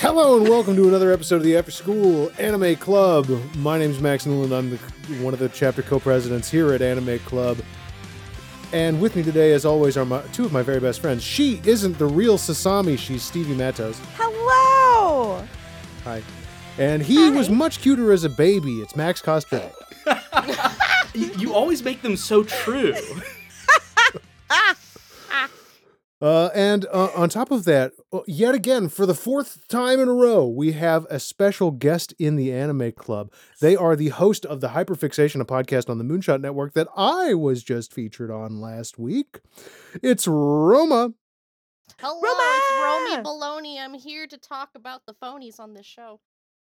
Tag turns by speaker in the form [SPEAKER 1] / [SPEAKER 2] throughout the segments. [SPEAKER 1] Hello and welcome to another episode of the After School Anime Club. My name's Max Newland. I'm the, one of the chapter co-presidents here at Anime Club. And with me today, as always, are my, two of my very best friends. She isn't the real Sasami. She's Stevie Matos.
[SPEAKER 2] Hello!
[SPEAKER 1] Hi. And he was much cuter as a baby. It's Max Kostrick.
[SPEAKER 3] You, you always make them so true.
[SPEAKER 1] Uh, and uh, on top of that, uh, yet again, for the fourth time in a row, we have a special guest in the Anime Club. They are the host of the Hyperfixation, a podcast on the Moonshot Network that I was just featured on last week. It's Roma.
[SPEAKER 4] Hello,
[SPEAKER 2] Roma!
[SPEAKER 4] it's Romy Baloney. I'm here to talk about the phonies on this show.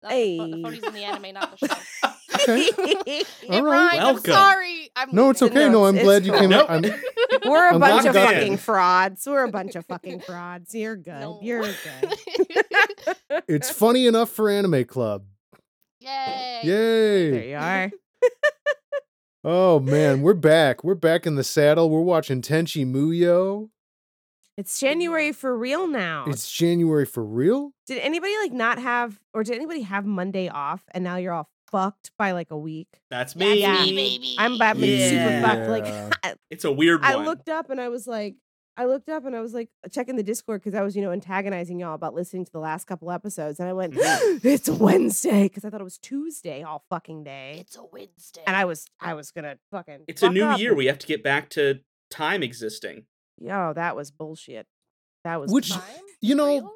[SPEAKER 4] Not the pho- the
[SPEAKER 2] Hey.
[SPEAKER 4] phonies in the anime, not the show.
[SPEAKER 1] Okay.
[SPEAKER 4] it
[SPEAKER 1] All right.
[SPEAKER 4] rhymed.
[SPEAKER 3] Welcome.
[SPEAKER 4] I'm sorry. I'm
[SPEAKER 1] No, it's
[SPEAKER 4] leaving.
[SPEAKER 1] okay. No, I'm
[SPEAKER 2] It's
[SPEAKER 1] glad you came.
[SPEAKER 3] fine.
[SPEAKER 1] out. I'm,
[SPEAKER 2] We're a
[SPEAKER 1] I'm
[SPEAKER 2] bunch of
[SPEAKER 3] glad you got
[SPEAKER 2] fucking
[SPEAKER 3] in.
[SPEAKER 2] frauds. We're a bunch of fucking frauds. You're good.
[SPEAKER 4] No.
[SPEAKER 2] You're good.
[SPEAKER 1] it's funny enough for Anime Club.
[SPEAKER 4] Yay.
[SPEAKER 2] There
[SPEAKER 1] Yay!
[SPEAKER 2] you are.
[SPEAKER 1] Oh man, we're back. We're back in the saddle. We're watching Tenchi Muyo.
[SPEAKER 2] It's January for real now.
[SPEAKER 1] It's January for real.
[SPEAKER 2] Did anybody like not have, or did anybody have Monday off and now you're all fucked by like a week?
[SPEAKER 3] That's
[SPEAKER 4] That's
[SPEAKER 3] me.
[SPEAKER 4] me, baby.
[SPEAKER 2] I'm bad, but it's super fucked.
[SPEAKER 1] Yeah.
[SPEAKER 2] Like, I,
[SPEAKER 3] It's a weird one.
[SPEAKER 2] I looked up and I was like, I looked up and I was like checking the Discord because I was, you know, antagonizing y'all about listening to the last couple episodes. And I went,
[SPEAKER 1] Mm-hmm.
[SPEAKER 2] it's Wednesday because I thought it was Tuesday all fucking day.
[SPEAKER 4] It's a Wednesday.
[SPEAKER 2] And I was, I was gonna fucking.
[SPEAKER 3] it's a
[SPEAKER 2] fuck
[SPEAKER 3] new
[SPEAKER 2] up.
[SPEAKER 3] year. We have to get back to time existing.
[SPEAKER 2] Yo, that was bullshit. That was
[SPEAKER 1] Which-
[SPEAKER 2] bu-
[SPEAKER 4] Time?
[SPEAKER 1] you know,
[SPEAKER 4] Real?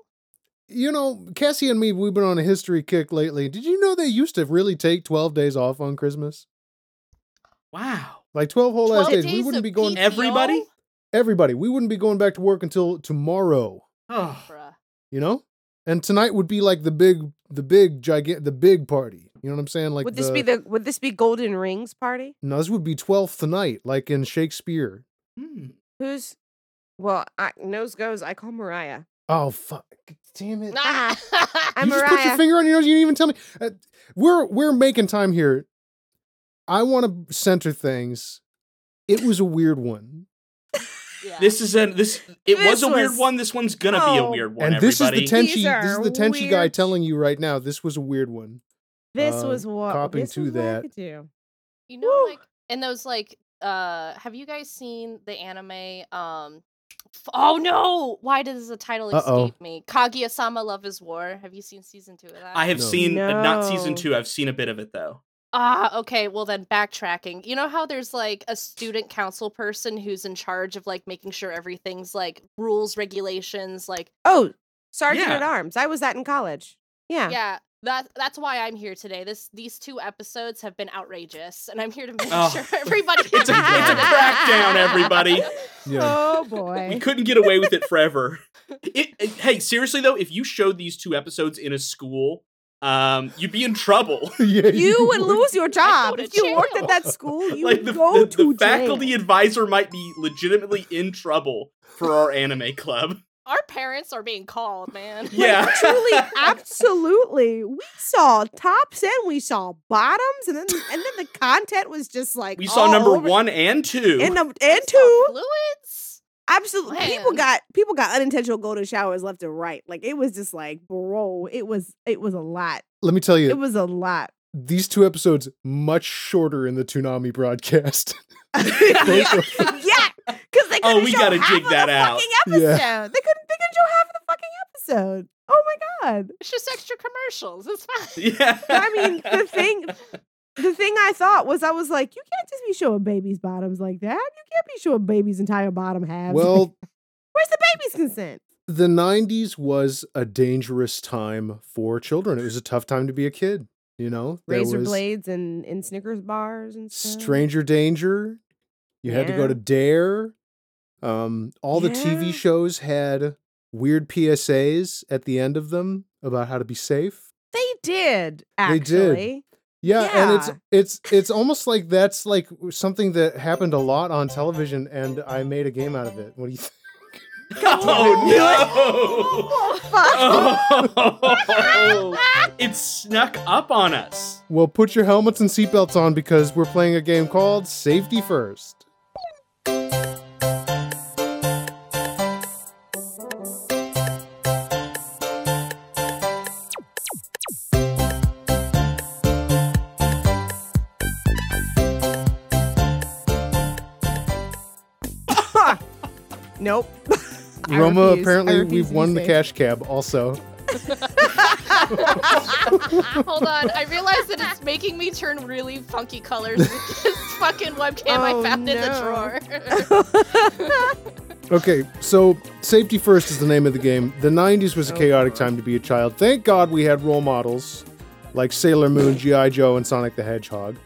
[SPEAKER 1] you know, Cassie and me, we've been on a history kick lately. Did you know they used to really take 12 days off on Christmas?
[SPEAKER 3] Wow.
[SPEAKER 1] Like 12 whole ass
[SPEAKER 4] 12
[SPEAKER 1] days. We
[SPEAKER 4] days
[SPEAKER 1] wouldn't
[SPEAKER 4] of
[SPEAKER 1] be going, e-,
[SPEAKER 4] peak.
[SPEAKER 3] Everybody?
[SPEAKER 1] everybody, we wouldn't be going back to work until tomorrow,
[SPEAKER 3] Oh,
[SPEAKER 4] Bruh.
[SPEAKER 1] you know? And tonight would be like the big, the big, gigantic, the big party. You know what I'm saying? Like,
[SPEAKER 2] would this be the would this be Golden Rings party?
[SPEAKER 1] no, this would be 12th night, like in Shakespeare.
[SPEAKER 3] Hmm.
[SPEAKER 2] Who's well, I, nose goes. I call Mariah.
[SPEAKER 1] Oh, fuck. Damn it. you
[SPEAKER 2] I'm
[SPEAKER 1] just put your
[SPEAKER 2] Mariah.
[SPEAKER 1] finger on your nose. You didn't even tell me. Uh, we're we're making time here. I want to center things. It was a weird one,
[SPEAKER 4] Yeah.
[SPEAKER 3] This is a this. It was
[SPEAKER 2] This
[SPEAKER 3] a weird
[SPEAKER 2] was-
[SPEAKER 3] one. This one's gonna be a
[SPEAKER 2] Oh.
[SPEAKER 3] weird one.
[SPEAKER 1] and this
[SPEAKER 3] everybody.
[SPEAKER 1] is the
[SPEAKER 2] These
[SPEAKER 1] tenchi. This is
[SPEAKER 2] are
[SPEAKER 1] the tenchi guy
[SPEAKER 2] weird.
[SPEAKER 1] telling you right now. This was a weird one.
[SPEAKER 2] This
[SPEAKER 1] Uh,
[SPEAKER 2] was what
[SPEAKER 1] copying
[SPEAKER 2] this
[SPEAKER 1] to
[SPEAKER 2] was what I
[SPEAKER 1] that.
[SPEAKER 2] could do.
[SPEAKER 4] You know,
[SPEAKER 2] Woo.
[SPEAKER 4] like in those like uh have you guys seen the anime um f- Oh no! Why does the title
[SPEAKER 1] Uh-oh.
[SPEAKER 4] escape me? Kaguya Sama Love is War. Have you seen season two of that?
[SPEAKER 3] I have
[SPEAKER 1] No.
[SPEAKER 3] seen uh, not season
[SPEAKER 2] No.
[SPEAKER 3] two. I've seen a bit of it though.
[SPEAKER 4] Ah, okay. Well, then backtracking. You know how there's like a student council person who's in charge of like making sure everything's like rules, regulations, like
[SPEAKER 2] Oh, Sergeant
[SPEAKER 3] Yeah.
[SPEAKER 2] at Arms. I was that in college. Yeah.
[SPEAKER 4] yeah. That that's why I'm here today. This these two episodes have been outrageous, and I'm here to make
[SPEAKER 3] Oh.
[SPEAKER 4] sure everybody.
[SPEAKER 3] It's a it's a crackdown. Everybody.
[SPEAKER 1] Yeah.
[SPEAKER 2] Oh
[SPEAKER 3] We
[SPEAKER 2] boy.
[SPEAKER 3] couldn't get away with it forever. It, it- hey, seriously though, if you showed these two episodes in a school, um, you'd be in trouble.
[SPEAKER 1] yeah
[SPEAKER 2] Oh, You would lose your job
[SPEAKER 4] to
[SPEAKER 2] if you worked
[SPEAKER 4] jail.
[SPEAKER 2] at that school. You
[SPEAKER 3] like
[SPEAKER 2] would
[SPEAKER 3] the,
[SPEAKER 2] go
[SPEAKER 3] the, the
[SPEAKER 2] to
[SPEAKER 3] faculty
[SPEAKER 2] jail.
[SPEAKER 3] advisor might be legitimately in trouble for our anime club.
[SPEAKER 4] Our parents are being called, man.
[SPEAKER 3] Yeah,
[SPEAKER 2] Truly, absolutely. We saw tops and we saw bottoms, and then and then the content was just like
[SPEAKER 3] we saw
[SPEAKER 2] all
[SPEAKER 3] number
[SPEAKER 2] over-
[SPEAKER 3] one and two.
[SPEAKER 2] and num-
[SPEAKER 4] We
[SPEAKER 2] and
[SPEAKER 4] saw
[SPEAKER 2] two.
[SPEAKER 4] fluids.
[SPEAKER 2] Absolutely, people
[SPEAKER 4] Man.
[SPEAKER 2] got people got unintentional golden showers left and right. Like it was just like, bro, it was it was a lot.
[SPEAKER 1] Let me tell you,
[SPEAKER 2] It was a lot.
[SPEAKER 1] these two episodes much shorter in the Toonami broadcast.
[SPEAKER 2] yeah, because they couldn't
[SPEAKER 3] Oh, we
[SPEAKER 2] show
[SPEAKER 3] gotta
[SPEAKER 2] half
[SPEAKER 3] jig
[SPEAKER 2] of
[SPEAKER 3] that
[SPEAKER 2] the
[SPEAKER 3] out.
[SPEAKER 2] Fucking
[SPEAKER 1] Yeah.
[SPEAKER 2] episode. They couldn't. They couldn't show half of the fucking episode. Oh my god.
[SPEAKER 4] It's just extra commercials. It's fine.
[SPEAKER 3] yeah.
[SPEAKER 2] I mean, the thing, the thing I thought was, I was like, you can't just be showing babies' bottoms like that. You can't be showing babies' entire bottom halves.
[SPEAKER 1] Well,
[SPEAKER 2] where's the baby's consent?
[SPEAKER 1] the 90s was a dangerous time for children. It was a tough time to be a kid, you know? There
[SPEAKER 2] Razor
[SPEAKER 1] was
[SPEAKER 2] blades and and Snickers bars and stuff.
[SPEAKER 1] Stranger Danger. You had to go
[SPEAKER 2] Yeah.
[SPEAKER 1] to Dare. Um, all the
[SPEAKER 2] Yeah.
[SPEAKER 1] TV shows had weird PSAs at the end of them about how to be safe.
[SPEAKER 2] They did
[SPEAKER 1] They
[SPEAKER 2] actually.
[SPEAKER 1] did. Yeah, and it's
[SPEAKER 2] Yeah.
[SPEAKER 1] it's it's almost like that's like something that happened a lot on television and I made a game out of it. What do you think?
[SPEAKER 3] oh
[SPEAKER 2] Oh, fuck.
[SPEAKER 3] no! Oh, it snuck up on us.
[SPEAKER 1] Well, put your helmets and seatbelts on because we're playing a game called Safety First.
[SPEAKER 2] nope. I
[SPEAKER 1] Roma,
[SPEAKER 2] refuse. I
[SPEAKER 1] apparently,
[SPEAKER 2] refuse
[SPEAKER 1] we've
[SPEAKER 2] to be
[SPEAKER 1] won the
[SPEAKER 2] safe.
[SPEAKER 1] cash cab also.
[SPEAKER 4] Hold on, I realize that it's making me turn really funky colors with this fucking webcam
[SPEAKER 2] Oh,
[SPEAKER 4] I found in the
[SPEAKER 2] no.
[SPEAKER 4] drawer.
[SPEAKER 1] Okay, so Safety First is the name of the game. The 90s was a chaotic time to be a child. Thank God we had role models like Sailor Moon, G.I. Joe, and Sonic the Hedgehog.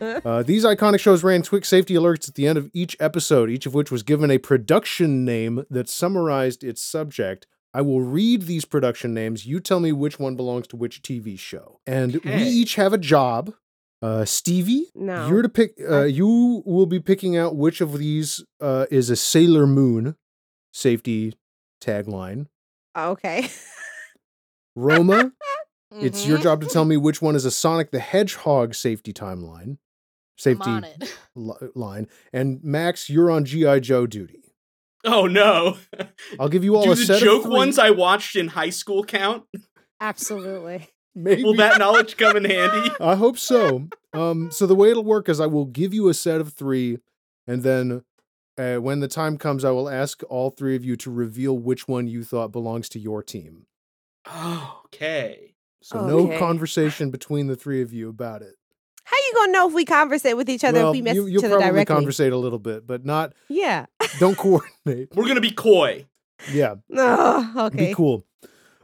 [SPEAKER 1] Uh, these iconic shows ran Twix safety alerts at the end of each episode, each of which was given a production name that summarized its subject. I will read these production names. You tell me which one belongs to which TV show. And we
[SPEAKER 3] Okay.
[SPEAKER 1] each have a job. Uh, Stevie,
[SPEAKER 2] No.
[SPEAKER 1] you're to pick. Uh, you will be picking out which of these uh, is a Sailor Moon safety tagline.
[SPEAKER 2] Oh, okay.
[SPEAKER 1] Roma, it's your
[SPEAKER 3] Mm-hmm.
[SPEAKER 4] Mhm.
[SPEAKER 1] job to tell me which one is a Sonic the Hedgehog safety timeline,
[SPEAKER 4] I'm
[SPEAKER 1] safety
[SPEAKER 4] on it.
[SPEAKER 1] li- line. And Max, you're on GI Joe duty.
[SPEAKER 3] Oh no.
[SPEAKER 1] I'll give you all
[SPEAKER 3] Do
[SPEAKER 1] a
[SPEAKER 3] the
[SPEAKER 1] set
[SPEAKER 3] joke
[SPEAKER 1] of three.
[SPEAKER 3] ones I watched in high school count?
[SPEAKER 2] Absolutely.
[SPEAKER 1] Maybe.
[SPEAKER 3] Will that knowledge come in handy?
[SPEAKER 1] I hope so. Um, so the way it'll work is I will give you a set of three, and then uh, when the time comes, I will ask all three of you to reveal which one you thought belongs to your team.
[SPEAKER 3] okay.
[SPEAKER 1] So no
[SPEAKER 2] Okay.
[SPEAKER 1] conversation between the three of you about it.
[SPEAKER 2] How you gonna know if we conversate with each other
[SPEAKER 1] well,
[SPEAKER 2] if we mess
[SPEAKER 1] you,
[SPEAKER 2] each
[SPEAKER 1] you'll
[SPEAKER 2] other
[SPEAKER 1] probably
[SPEAKER 2] directly?
[SPEAKER 1] conversate a little bit, but not
[SPEAKER 2] yeah.
[SPEAKER 1] don't coordinate.
[SPEAKER 3] We're gonna be coy.
[SPEAKER 1] Yeah,
[SPEAKER 2] Oh, okay.
[SPEAKER 1] be cool.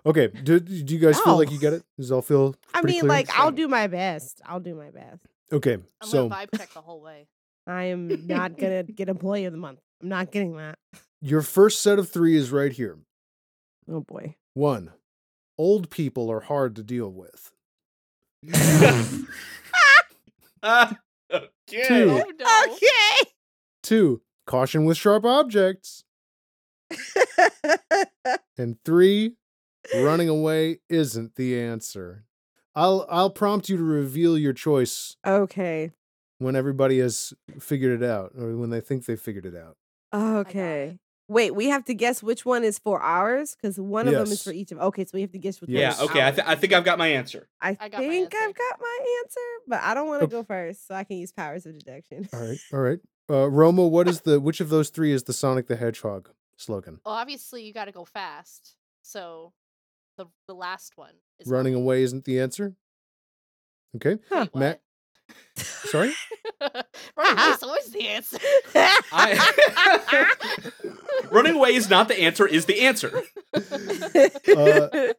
[SPEAKER 1] Okay, do, do you guys feel
[SPEAKER 2] Ow.
[SPEAKER 1] like you get it? Does it all feel?
[SPEAKER 2] I
[SPEAKER 1] pretty
[SPEAKER 2] mean,
[SPEAKER 1] clear?
[SPEAKER 2] like, I'll do my best. I'll do my best.
[SPEAKER 1] Okay,
[SPEAKER 4] I'm
[SPEAKER 1] so
[SPEAKER 4] gonna vibe check the whole way.
[SPEAKER 2] I am not gonna get employee of the month. I'm not getting that.
[SPEAKER 1] your first set of three is right here.
[SPEAKER 2] Oh boy.
[SPEAKER 1] One, old people are hard to deal with.
[SPEAKER 3] Ah, okay.
[SPEAKER 1] Two.
[SPEAKER 4] Oh no.
[SPEAKER 2] Okay.
[SPEAKER 1] Two, caution with sharp objects. And three, running away isn't the answer. I'll I'll prompt you to reveal your choice
[SPEAKER 2] okay.
[SPEAKER 1] when everybody has figured it out, or when they think they figured it out.
[SPEAKER 2] Oh, Okay. Wait, we have to guess which one is for ours because one of them is for
[SPEAKER 1] Yes.
[SPEAKER 2] each of. Okay, so we have to guess which
[SPEAKER 3] Yeah,
[SPEAKER 2] one. is
[SPEAKER 3] okay. I,
[SPEAKER 2] ours.
[SPEAKER 3] th- I think I've got my answer.
[SPEAKER 2] I,
[SPEAKER 4] I got my
[SPEAKER 2] think I've
[SPEAKER 4] answer.
[SPEAKER 2] got my answer, but I don't want to
[SPEAKER 1] Okay.
[SPEAKER 2] go first, so I can use powers of deduction.
[SPEAKER 1] All right, all right. Uh, Roma, what is the which of those three is the Sonic the Hedgehog slogan?
[SPEAKER 4] Well, obviously you got to go fast. So the the last one is
[SPEAKER 1] Running away isn't the answer. Okay,
[SPEAKER 2] Huh.
[SPEAKER 4] Wait,
[SPEAKER 1] Matt- sorry.
[SPEAKER 4] what? Running away is always the answer.
[SPEAKER 3] I- Running away is not the answer, is the answer.
[SPEAKER 1] Uh,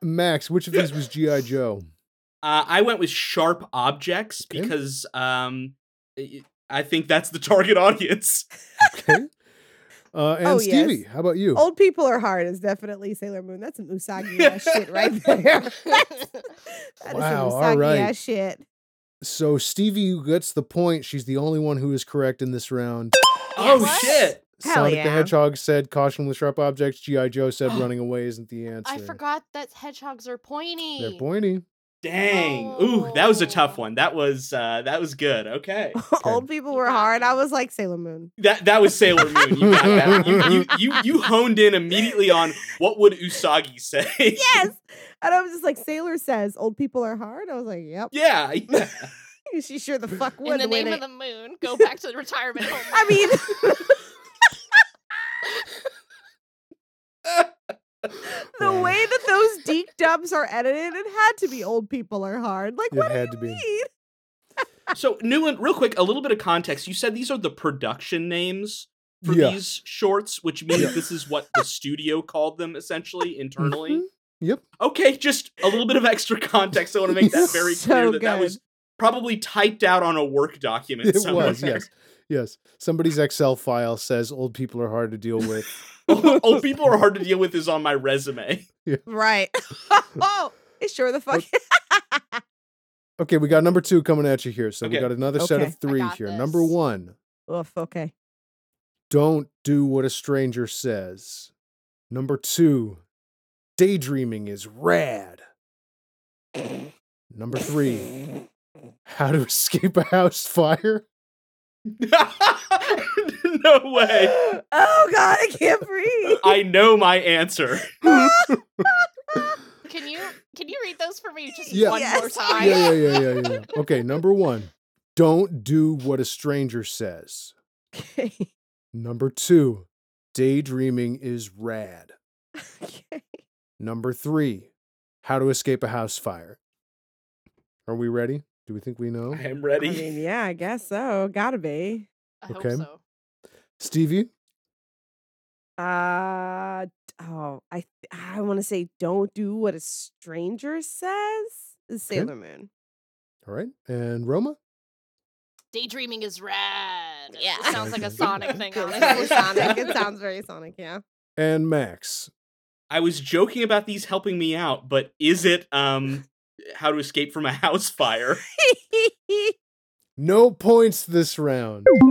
[SPEAKER 1] Max, which of these was GI Joe?
[SPEAKER 3] Uh, I went with sharp objects
[SPEAKER 1] Okay.
[SPEAKER 3] because um, I- I think that's the target audience.
[SPEAKER 1] Okay. Uh, and
[SPEAKER 2] Oh, yes.
[SPEAKER 1] Stevie, how about you?
[SPEAKER 2] Old people are hard is definitely Sailor Moon. That's some Usagi ass shit right there. That's- that is
[SPEAKER 1] Wow, all
[SPEAKER 2] some Usagi
[SPEAKER 1] right.
[SPEAKER 2] ass shit.
[SPEAKER 1] So Stevie gets the point. She's the only one who is correct in this round.
[SPEAKER 3] Oh
[SPEAKER 4] What?
[SPEAKER 3] shit.
[SPEAKER 2] Hell
[SPEAKER 1] Sonic the
[SPEAKER 2] yeah.
[SPEAKER 1] Hedgehog said caution with sharp objects. G.I. Joe said running away isn't the answer.
[SPEAKER 4] I forgot that hedgehogs are pointy.
[SPEAKER 1] They're pointy.
[SPEAKER 3] Dang. Ooh, that was a tough
[SPEAKER 4] Oh.
[SPEAKER 3] one. That was uh that was good. Okay.
[SPEAKER 2] Old people
[SPEAKER 4] You
[SPEAKER 2] were
[SPEAKER 4] got
[SPEAKER 2] hard.
[SPEAKER 4] me.
[SPEAKER 2] I was like Sailor Moon.
[SPEAKER 3] That that was Sailor Moon. You got that. You, you, you, you honed in immediately on what would Usagi say.
[SPEAKER 2] Yes. And I was just like, Sailor says old people are hard. I was like, yep.
[SPEAKER 3] Yeah. yeah.
[SPEAKER 2] She sure the fuck would.
[SPEAKER 4] In the
[SPEAKER 2] way
[SPEAKER 4] name of
[SPEAKER 2] they-
[SPEAKER 4] the moon, go back to the retirement home.
[SPEAKER 2] I mean, the
[SPEAKER 1] Wow.
[SPEAKER 2] way that those deek dubs are edited, it had to be old people are hard. Like,
[SPEAKER 1] It
[SPEAKER 2] what do
[SPEAKER 1] had
[SPEAKER 2] you
[SPEAKER 1] to be.
[SPEAKER 2] mean?
[SPEAKER 3] So Newland, real quick, a little bit of context. You said these are the production names for
[SPEAKER 1] Yeah.
[SPEAKER 3] these shorts, which means
[SPEAKER 1] Yeah.
[SPEAKER 3] this is what the studio called them essentially internally.
[SPEAKER 2] Mm-hmm.
[SPEAKER 1] Mhm. Yep.
[SPEAKER 3] Okay, just a little bit of extra context. I want to make that very
[SPEAKER 2] So
[SPEAKER 3] clear that that
[SPEAKER 2] good.
[SPEAKER 3] was probably typed out on a work document.
[SPEAKER 1] It
[SPEAKER 3] somewhere.
[SPEAKER 1] was, yes. Yes. Somebody's Excel file says old people are hard to deal with.
[SPEAKER 3] Old Oh, people are hard to deal with is on my resume.
[SPEAKER 2] Right. oh, it sure the fuck.
[SPEAKER 1] Okay, we got number two coming at you here. So we
[SPEAKER 3] Okay.
[SPEAKER 1] got another set
[SPEAKER 2] Okay.
[SPEAKER 1] of
[SPEAKER 4] I
[SPEAKER 1] three
[SPEAKER 4] got
[SPEAKER 1] here. Number
[SPEAKER 4] this.
[SPEAKER 1] one,
[SPEAKER 2] Oof, okay.
[SPEAKER 1] don't do what a stranger says. Number two, daydreaming is rad. Number three, how to escape a house fire.
[SPEAKER 3] no way.
[SPEAKER 2] oh god, I can't breathe.
[SPEAKER 3] I know my answer.
[SPEAKER 4] Can you can you read those for me just
[SPEAKER 1] Yeah.
[SPEAKER 4] one more
[SPEAKER 2] Yes.
[SPEAKER 1] Yeah,
[SPEAKER 4] time?
[SPEAKER 1] yeah, yeah, yeah, yeah. Okay, number one, don't do what a stranger says.
[SPEAKER 2] okay.
[SPEAKER 1] Number two, Daydreaming is rad.
[SPEAKER 2] okay.
[SPEAKER 1] Number three, how to escape a house fire. Are we ready? Do we think we know?
[SPEAKER 3] I am
[SPEAKER 2] I
[SPEAKER 3] ready.
[SPEAKER 2] mean, yeah, I guess so. Gotta be.
[SPEAKER 4] I
[SPEAKER 1] Okay.
[SPEAKER 4] hope so.
[SPEAKER 1] Stevie?
[SPEAKER 2] Uh oh, I I want to say don't do what a stranger says. Is
[SPEAKER 1] Okay.
[SPEAKER 2] Sailor Moon.
[SPEAKER 1] All right. And Roma?
[SPEAKER 4] Daydreaming is rad.
[SPEAKER 2] Yeah.
[SPEAKER 4] It sounds like a Sonic thing,
[SPEAKER 2] It's
[SPEAKER 4] honestly.
[SPEAKER 2] Sonic. It sounds very Sonic. Yeah.
[SPEAKER 1] And Max.
[SPEAKER 3] I was joking about these helping me out, but is it um how to escape from a house fire?
[SPEAKER 1] No points this round. No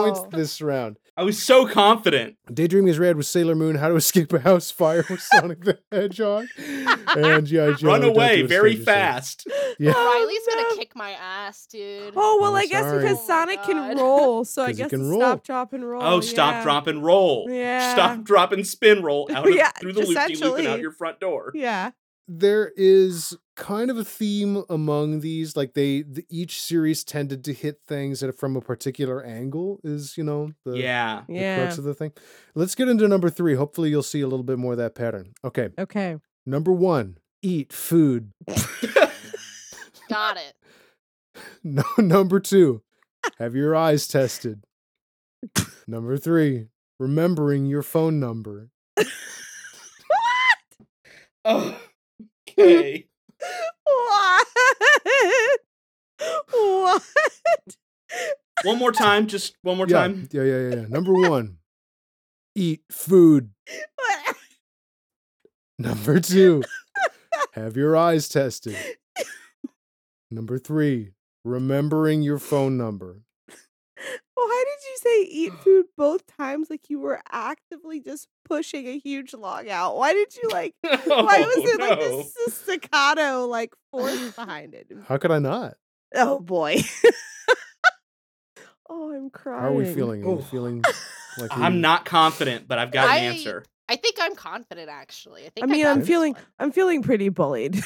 [SPEAKER 1] points
[SPEAKER 2] Wow.
[SPEAKER 1] this round.
[SPEAKER 3] I was so confident.
[SPEAKER 1] Daydreaming is Rad with Sailor Moon, How to Escape a House Fire with Sonic the Hedgehog, and G.I. Joe.
[SPEAKER 3] Run
[SPEAKER 1] Don't
[SPEAKER 3] away
[SPEAKER 1] Do What
[SPEAKER 3] very
[SPEAKER 1] Strangers Say.
[SPEAKER 3] fast.
[SPEAKER 1] Yeah.
[SPEAKER 2] Oh,
[SPEAKER 4] Riley's
[SPEAKER 2] no.
[SPEAKER 4] gonna kick my ass, dude.
[SPEAKER 2] Oh well,
[SPEAKER 1] I'm
[SPEAKER 2] I guess
[SPEAKER 1] sorry.
[SPEAKER 4] Oh
[SPEAKER 2] because
[SPEAKER 4] my
[SPEAKER 2] Sonic can
[SPEAKER 4] God.
[SPEAKER 2] roll, so I
[SPEAKER 1] 'Cause he
[SPEAKER 2] guess
[SPEAKER 1] can
[SPEAKER 2] it's
[SPEAKER 1] roll.
[SPEAKER 2] stop, drop, and roll.
[SPEAKER 3] Oh, stop,
[SPEAKER 2] yeah.
[SPEAKER 3] drop, and roll.
[SPEAKER 2] Yeah.
[SPEAKER 3] Stop, drop, and spin roll out of,
[SPEAKER 2] Yeah,
[SPEAKER 3] through the loop loop and out
[SPEAKER 2] essentially.
[SPEAKER 3] your front door.
[SPEAKER 2] Yeah.
[SPEAKER 1] There is kind of a theme among these. Like they, the, each series tended to hit things at, from a particular angle. Is you know the
[SPEAKER 3] Yeah.
[SPEAKER 1] the
[SPEAKER 2] Yeah.
[SPEAKER 1] crux of the thing. Let's get into number three. Hopefully, you'll see a little bit more of that pattern. Okay,
[SPEAKER 2] Okay.
[SPEAKER 1] number one, eat food.
[SPEAKER 4] Got it.
[SPEAKER 1] No, number two, have your eyes tested. number three, remembering your phone number. Uh.
[SPEAKER 3] Oh, okay.
[SPEAKER 2] What? what?
[SPEAKER 3] One more time, just one more
[SPEAKER 1] yeah,
[SPEAKER 3] time.
[SPEAKER 1] Yeah, yeah, yeah, yeah. Number one, eat food.
[SPEAKER 2] What?
[SPEAKER 1] Number two, have your eyes tested. Number three, remembering your phone number.
[SPEAKER 2] Why did you say eat food both times? Like you were actively just pushing a huge log out. Why did you like? Why was
[SPEAKER 3] Oh,
[SPEAKER 2] there like
[SPEAKER 3] no.
[SPEAKER 2] this staccato like force behind it?
[SPEAKER 1] How could I not?
[SPEAKER 2] Oh boy. oh, I'm crying.
[SPEAKER 1] How are we feeling? Are we
[SPEAKER 3] Oh.
[SPEAKER 1] feeling like we-
[SPEAKER 3] I'm not confident, but I've got
[SPEAKER 4] I-
[SPEAKER 3] an answer.
[SPEAKER 4] I think I'm confident actually. I think
[SPEAKER 2] I mean,
[SPEAKER 4] got
[SPEAKER 2] I'm
[SPEAKER 4] this
[SPEAKER 2] feeling
[SPEAKER 4] one.
[SPEAKER 2] I'm feeling pretty bullied.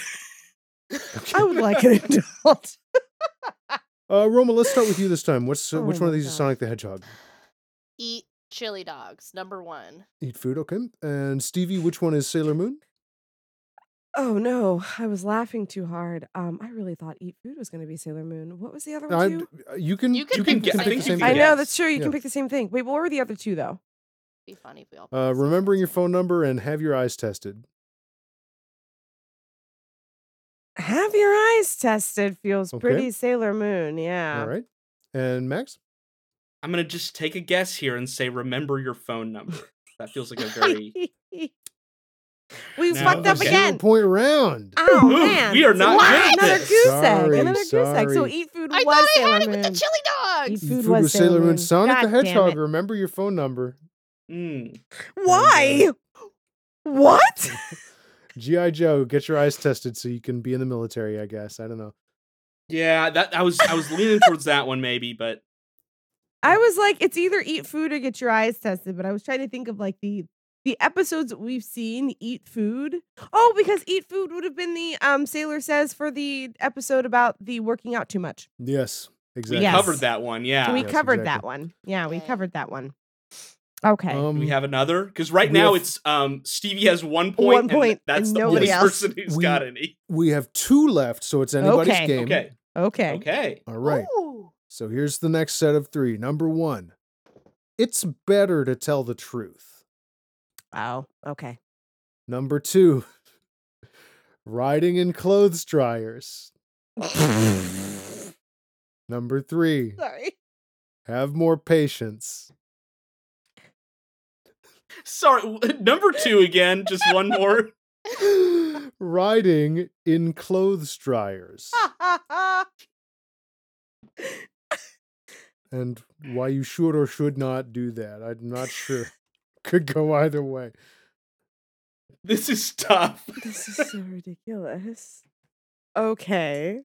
[SPEAKER 2] I would like an adult.
[SPEAKER 1] Uh, Roma, let's start with you this time. What's uh,
[SPEAKER 2] Oh
[SPEAKER 1] which one of
[SPEAKER 2] my
[SPEAKER 1] these is
[SPEAKER 2] gosh.
[SPEAKER 1] Sonic the Hedgehog?
[SPEAKER 4] eat chili dogs. Number one.
[SPEAKER 1] Eat food, okay. And Stevie, which one is Sailor Moon?
[SPEAKER 2] Oh no, I was laughing too hard. Um, I really thought eat food was going to be Sailor Moon. What was the other one
[SPEAKER 1] I-
[SPEAKER 2] too?
[SPEAKER 1] you can
[SPEAKER 4] You can
[SPEAKER 3] pick- I
[SPEAKER 1] pick
[SPEAKER 3] think
[SPEAKER 1] the
[SPEAKER 3] you
[SPEAKER 1] same
[SPEAKER 3] can
[SPEAKER 1] thing.
[SPEAKER 2] I
[SPEAKER 3] guess.
[SPEAKER 2] know that's true. You
[SPEAKER 1] Yeah.
[SPEAKER 2] can pick the same thing. Wait, what were the other two though?
[SPEAKER 4] Be funny if we all. picked
[SPEAKER 1] Uh,
[SPEAKER 4] the same
[SPEAKER 1] remembering your
[SPEAKER 4] person.
[SPEAKER 1] phone number and have your eyes tested.
[SPEAKER 2] Have your eyes tested feels
[SPEAKER 1] Okay.
[SPEAKER 2] pretty Sailor Moon. Yeah.
[SPEAKER 1] All right. And Max?
[SPEAKER 3] I'm gonna just take a guess here and say remember your phone number. That feels like a very
[SPEAKER 2] we
[SPEAKER 3] Now-
[SPEAKER 2] fucked up
[SPEAKER 3] Okay.
[SPEAKER 1] Zero
[SPEAKER 2] again.
[SPEAKER 1] point round.
[SPEAKER 2] Oh
[SPEAKER 3] Ooh,
[SPEAKER 2] man,
[SPEAKER 3] we are not
[SPEAKER 2] What?
[SPEAKER 3] good at
[SPEAKER 2] another
[SPEAKER 3] this.
[SPEAKER 2] goose egg.
[SPEAKER 1] Sorry,
[SPEAKER 2] Another goose egg. So
[SPEAKER 1] sorry.
[SPEAKER 2] eat food
[SPEAKER 4] I
[SPEAKER 2] was
[SPEAKER 4] thought I
[SPEAKER 2] Sailor
[SPEAKER 4] had it
[SPEAKER 2] Moon.
[SPEAKER 4] with the chili dogs.
[SPEAKER 2] Eat
[SPEAKER 1] Eat
[SPEAKER 2] food was Sailor Moon.
[SPEAKER 1] Sonic
[SPEAKER 2] God
[SPEAKER 1] the
[SPEAKER 2] damn it.
[SPEAKER 1] Hedgehog. Remember your phone number.
[SPEAKER 3] Mm.
[SPEAKER 2] Why? What?
[SPEAKER 1] GI Joe. Get your eyes tested so you can be in the military. I guess. I don't know.
[SPEAKER 3] Yeah, that I was I was leaning towards that one maybe, but
[SPEAKER 2] I was like, it's either eat food or get your eyes tested. But I was trying to think of like the the episodes that we've seen eat food. Oh, because eat food would have been the um Sailor says for the episode about the working out too much.
[SPEAKER 1] Yes.
[SPEAKER 3] we
[SPEAKER 1] Exactly.
[SPEAKER 2] Yes.
[SPEAKER 3] covered that one. Yeah.
[SPEAKER 2] we
[SPEAKER 1] Yes,
[SPEAKER 2] covered that
[SPEAKER 1] exactly.
[SPEAKER 2] one. Yeah, we
[SPEAKER 4] Okay.
[SPEAKER 2] covered that one. Okay.
[SPEAKER 3] Do
[SPEAKER 1] Um,
[SPEAKER 3] we have another? Because right
[SPEAKER 1] we
[SPEAKER 3] now
[SPEAKER 1] have-
[SPEAKER 3] it's um Stevie has one
[SPEAKER 2] One
[SPEAKER 3] point. and
[SPEAKER 2] point,
[SPEAKER 3] that's
[SPEAKER 2] and
[SPEAKER 3] the
[SPEAKER 2] nobody
[SPEAKER 3] only
[SPEAKER 2] else.
[SPEAKER 3] person who's
[SPEAKER 1] We-
[SPEAKER 3] got any.
[SPEAKER 1] we have two left, so it's anybody's
[SPEAKER 2] Okay.
[SPEAKER 1] game.
[SPEAKER 3] Okay.
[SPEAKER 2] okay.
[SPEAKER 3] Okay.
[SPEAKER 1] All right.
[SPEAKER 4] Ooh.
[SPEAKER 1] So here's the next set of three. Number one. It's better to tell the truth.
[SPEAKER 2] Wow. Okay.
[SPEAKER 1] Number two. Riding in clothes dryers. Number three.
[SPEAKER 2] Sorry.
[SPEAKER 1] Have more patience.
[SPEAKER 3] Sorry, w- number two again. Just one more.
[SPEAKER 1] Riding in clothes dryers.
[SPEAKER 2] Ah.
[SPEAKER 1] and why you should or should not do that. I'm not sure. Could go either way.
[SPEAKER 3] This is tough.
[SPEAKER 2] this is so ridiculous. Okay.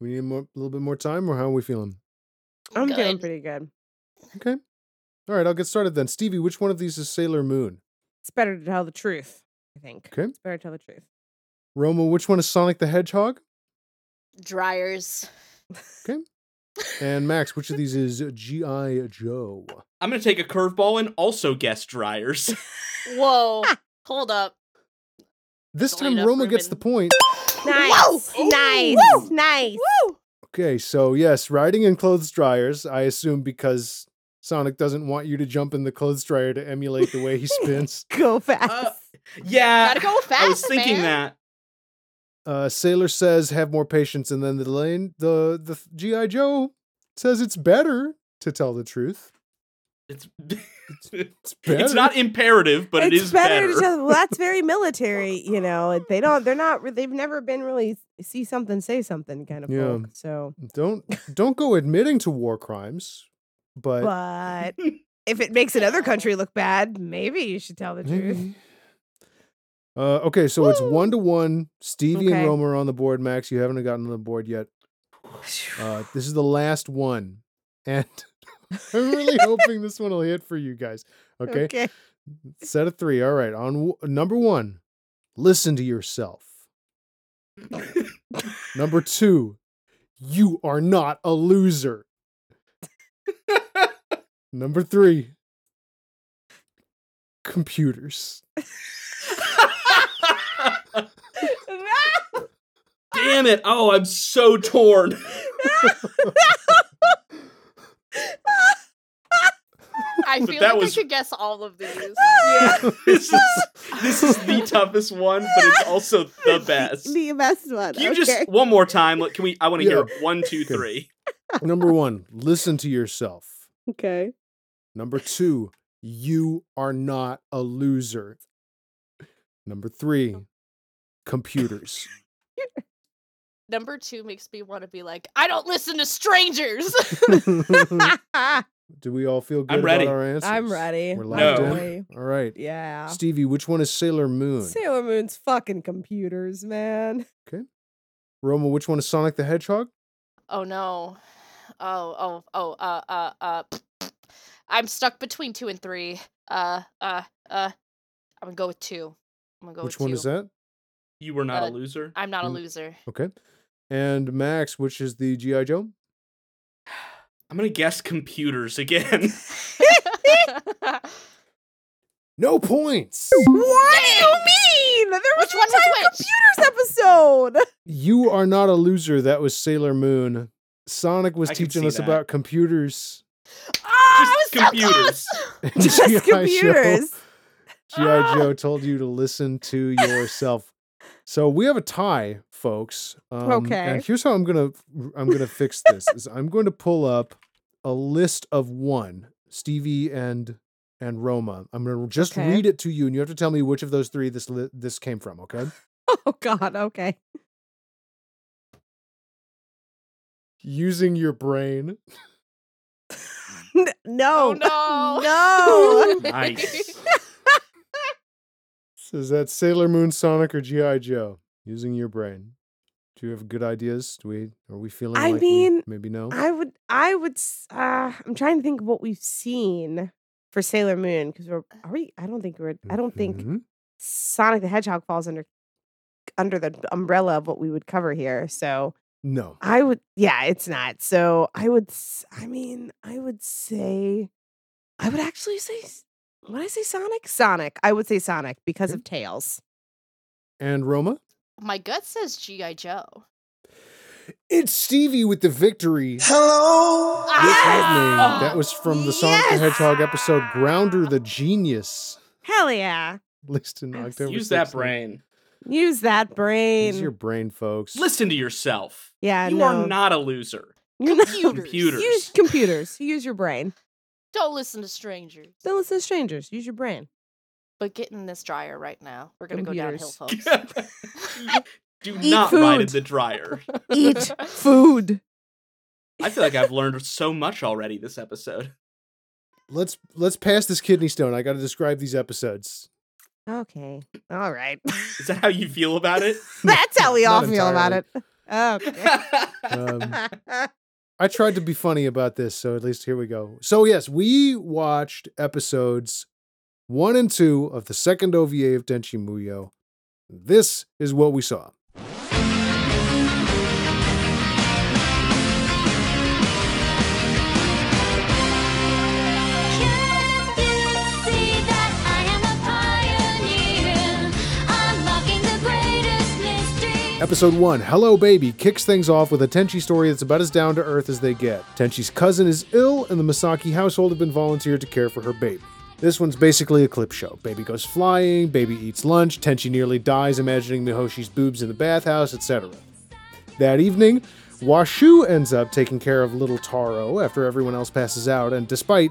[SPEAKER 1] We need more, a little bit more time, or how are we feeling?
[SPEAKER 2] I'm feeling
[SPEAKER 4] Good.
[SPEAKER 2] pretty good.
[SPEAKER 1] Okay. All right, I'll get started then. Stevie, which one of these is Sailor Moon?
[SPEAKER 2] It's better to tell the truth, I think.
[SPEAKER 1] Okay.
[SPEAKER 2] It's better to tell the truth.
[SPEAKER 1] Roma, which one is Sonic the Hedgehog?
[SPEAKER 4] Dryers.
[SPEAKER 1] And Max, which of these is G.I. Joe?
[SPEAKER 3] I'm gonna take a curveball and also guess dryers.
[SPEAKER 4] Whoa. Hold up.
[SPEAKER 1] This
[SPEAKER 4] Going
[SPEAKER 1] time
[SPEAKER 4] up
[SPEAKER 1] Roma gets
[SPEAKER 4] Ruben.
[SPEAKER 1] the point.
[SPEAKER 2] Nice.
[SPEAKER 3] Whoa!
[SPEAKER 2] Nice.
[SPEAKER 3] Woo!
[SPEAKER 2] Nice.
[SPEAKER 4] Woo!
[SPEAKER 1] Okay, so yes, riding in clothes dryers, I assume because Sonic doesn't want you to jump in the clothes dryer to emulate the way he spins.
[SPEAKER 2] Go fast.
[SPEAKER 3] Uh, yeah,
[SPEAKER 4] Gotta go fast.
[SPEAKER 3] I was thinking
[SPEAKER 4] man.
[SPEAKER 3] that.
[SPEAKER 1] Uh, Sailor says, "Have more patience," and then the lane, the the GI Joe says, "It's better to tell the truth."
[SPEAKER 3] It's
[SPEAKER 1] It's better.
[SPEAKER 3] it's not imperative, but
[SPEAKER 2] it's
[SPEAKER 3] it is better.
[SPEAKER 2] to tell- well, that's very military, you know. They don't. They're not. re- They've never been really see something, say something kind of
[SPEAKER 1] Yeah.
[SPEAKER 2] folk. So,
[SPEAKER 1] don't don't go admitting to war crimes, but,
[SPEAKER 2] but if it makes another country look bad, maybe you should tell the truth.
[SPEAKER 1] Maybe. Uh, okay, so it's
[SPEAKER 2] Woo!
[SPEAKER 1] one to one. Stevie
[SPEAKER 2] Okay.
[SPEAKER 1] and Roma are on the board. Max, you haven't gotten on the board yet. Uh, this is the last one, and I'm really hoping this one will hit for you guys. Okay, set of three. All right, on w- number one, listen to yourself. number two, you are not a loser. number three, computers.
[SPEAKER 3] Damn it! Oh, I'm so torn.
[SPEAKER 4] I
[SPEAKER 3] But
[SPEAKER 4] feel
[SPEAKER 3] that
[SPEAKER 4] like
[SPEAKER 3] was-
[SPEAKER 4] I could guess all of these.
[SPEAKER 3] Yeah, this is this is the toughest one, but it's also the best.
[SPEAKER 2] The best one.
[SPEAKER 3] Can you
[SPEAKER 2] okay.
[SPEAKER 3] just one more time? Like, Can we? I want to
[SPEAKER 1] Yeah.
[SPEAKER 3] hear one, two,
[SPEAKER 1] Okay.
[SPEAKER 3] three.
[SPEAKER 1] Number one, listen to yourself.
[SPEAKER 2] okay.
[SPEAKER 1] Number two, you are not a loser. Number three, computers.
[SPEAKER 4] Number two makes me want to be like, I don't listen to strangers.
[SPEAKER 1] Do we all feel good
[SPEAKER 3] I'm ready.
[SPEAKER 1] about our answers?
[SPEAKER 2] I'm ready.
[SPEAKER 1] We're
[SPEAKER 3] locked
[SPEAKER 1] locked
[SPEAKER 3] No.
[SPEAKER 1] in. All right.
[SPEAKER 2] Yeah.
[SPEAKER 1] Stevie, which one is Sailor Moon?
[SPEAKER 2] Sailor Moon's fucking computers, man.
[SPEAKER 1] Roma, which one is Sonic the Hedgehog?
[SPEAKER 4] oh no. Oh, oh, oh, uh, uh, uh. I'm stuck between two and three. Uh, uh, uh. I'm gonna go with two. I'm gonna go
[SPEAKER 1] which
[SPEAKER 4] with
[SPEAKER 1] one
[SPEAKER 4] two.
[SPEAKER 1] is that?
[SPEAKER 3] You were not
[SPEAKER 4] Uh,
[SPEAKER 3] a loser.
[SPEAKER 4] I'm not a
[SPEAKER 1] Mm.
[SPEAKER 4] loser.
[SPEAKER 1] Okay. And Max, which is the G.I. Joe?
[SPEAKER 3] I'm gonna guess computers again.
[SPEAKER 1] No points.
[SPEAKER 2] What do you mean? There was
[SPEAKER 4] Which one was
[SPEAKER 2] entire
[SPEAKER 4] which?
[SPEAKER 2] computers episode.
[SPEAKER 1] You are not a loser. That was Sailor Moon. Sonic was
[SPEAKER 3] I can
[SPEAKER 1] teaching
[SPEAKER 3] see
[SPEAKER 1] us
[SPEAKER 3] that.
[SPEAKER 1] about computers.
[SPEAKER 4] Ah,
[SPEAKER 3] Just
[SPEAKER 4] I was
[SPEAKER 3] computers.
[SPEAKER 4] so close.
[SPEAKER 1] and
[SPEAKER 2] Just
[SPEAKER 1] G.I. Joe.
[SPEAKER 2] computers. Ah.
[SPEAKER 1] G.I. Joe told you to listen to yourself. So we have a tie, folks. Um,
[SPEAKER 2] Okay.
[SPEAKER 1] And here's how I'm gonna I'm gonna fix this. is I'm going to pull up a list of one Stevie and and Roma. I'm gonna just
[SPEAKER 2] Okay.
[SPEAKER 1] read it to you, and you have to tell me which of those three this li- this came from. Okay.
[SPEAKER 2] Oh God. Okay.
[SPEAKER 1] Using your brain.
[SPEAKER 2] N- No.
[SPEAKER 4] Oh no!
[SPEAKER 2] No.
[SPEAKER 3] Oh, Nice.
[SPEAKER 1] So is that Sailor Moon, Sonic, or GI Joe? Using your brain. Do you have good ideas? Do we are we feeling?
[SPEAKER 2] I
[SPEAKER 1] like we
[SPEAKER 2] mean,
[SPEAKER 1] maybe no.
[SPEAKER 2] I would. I would. s- Uh, I'm trying to think of what we've seen for Sailor Moon because we're. Are we? I don't think we're. I don't think
[SPEAKER 1] Mhm.
[SPEAKER 2] Sonic the Hedgehog falls under under the umbrella of what we would cover here. So
[SPEAKER 1] No.
[SPEAKER 2] I would. Yeah, it's not. So I would. s- I mean, I would say. I would actually say. s- Would I say Sonic? Sonic. I would say Sonic because
[SPEAKER 1] Okay.
[SPEAKER 2] of Tails.
[SPEAKER 1] And Roma.
[SPEAKER 4] My gut says GI Joe.
[SPEAKER 1] It's Stevie with the victory. Hello.
[SPEAKER 4] Ah!
[SPEAKER 1] That was from the Sonic the
[SPEAKER 2] Yes!
[SPEAKER 1] Hedgehog episode Grounder the Genius,
[SPEAKER 2] Hell yeah!
[SPEAKER 1] released in October.
[SPEAKER 3] Use that
[SPEAKER 1] 16th.
[SPEAKER 3] brain.
[SPEAKER 2] Use that brain.
[SPEAKER 1] Use your brain, folks.
[SPEAKER 3] Listen to yourself.
[SPEAKER 2] yeah,
[SPEAKER 3] you
[SPEAKER 2] no.
[SPEAKER 3] are not a loser.
[SPEAKER 2] You're not-
[SPEAKER 4] Computers.
[SPEAKER 3] Computers.
[SPEAKER 2] Use computers. Use your brain.
[SPEAKER 4] Don't listen to strangers.
[SPEAKER 2] Don't listen to strangers. Use your brain.
[SPEAKER 4] But get in this dryer right now. We're gonna go downhill, folks.
[SPEAKER 3] Do
[SPEAKER 2] Eat
[SPEAKER 3] not ride in
[SPEAKER 2] food.
[SPEAKER 3] the dryer.
[SPEAKER 2] Eat food.
[SPEAKER 3] I feel like I've learned so much already this episode.
[SPEAKER 1] Let's let's pass this kidney stone. I got to describe these episodes.
[SPEAKER 2] Okay. All right.
[SPEAKER 3] Is that how you feel about it?
[SPEAKER 2] That's how we all
[SPEAKER 1] Not
[SPEAKER 2] feel about
[SPEAKER 1] entirely.
[SPEAKER 2] it. Okay.
[SPEAKER 1] Um,
[SPEAKER 2] okay.
[SPEAKER 1] I tried to be funny about this, so at least here we go. So yes, we watched episodes one and two of the second OVA of Denshi Muyo. This is what we saw.
[SPEAKER 5] Thank
[SPEAKER 1] Episode 1, Hello Baby, kicks things off with a Tenchi story that's about as down to earth as they get. Tenchi's cousin is ill, and the Masaki household have been volunteered to care for her baby. This one's basically a clip show. Baby goes flying, baby eats lunch, Tenchi nearly dies imagining Mihoshi's boobs in the bathhouse, etc. That evening, Washu ends up taking care of little Taro after everyone else passes out, and despite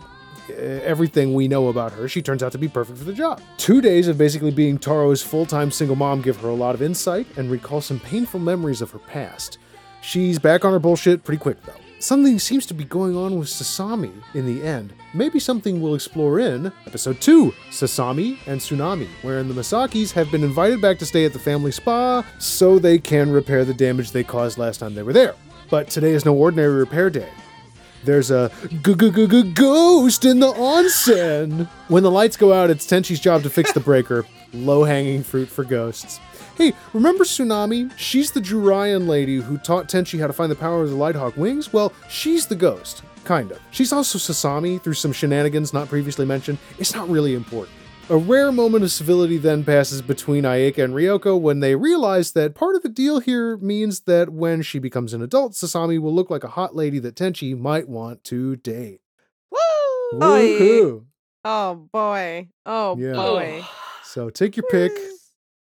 [SPEAKER 1] uh, everything we know about her, she turns out to be perfect for the job. Two days of basically being Taro's full time single mom give her a lot of insight and recall some painful memories of her past. She's back on her bullshit pretty quick, though. Something seems to be going on with Sasami in the end. Maybe something we'll explore in episode 2 Sasami and Tsunami, wherein the Masakis have been invited back to stay at the family spa so they can repair the damage they caused last time they were there. But today is no ordinary repair day. There's a g- g- g- g- ghost in the onsen. When the lights go out, it's Tenchi's job to fix the breaker. Low hanging fruit for ghosts. Hey, remember Tsunami? She's the Jurian lady who taught Tenchi how to find the power of the Lighthawk wings? Well, she's the ghost. Kind of. She's also Sasami through some shenanigans not previously mentioned. It's not really important. A rare moment of civility then passes between Ayaka and Ryoko when they realize that part of the deal here means that when she becomes an adult, Sasami will look like a hot lady that Tenchi might want to date.
[SPEAKER 2] Woo!
[SPEAKER 1] Woohoo!
[SPEAKER 2] Oh boy. Oh
[SPEAKER 1] Yeah.
[SPEAKER 2] boy.
[SPEAKER 1] So take your pick.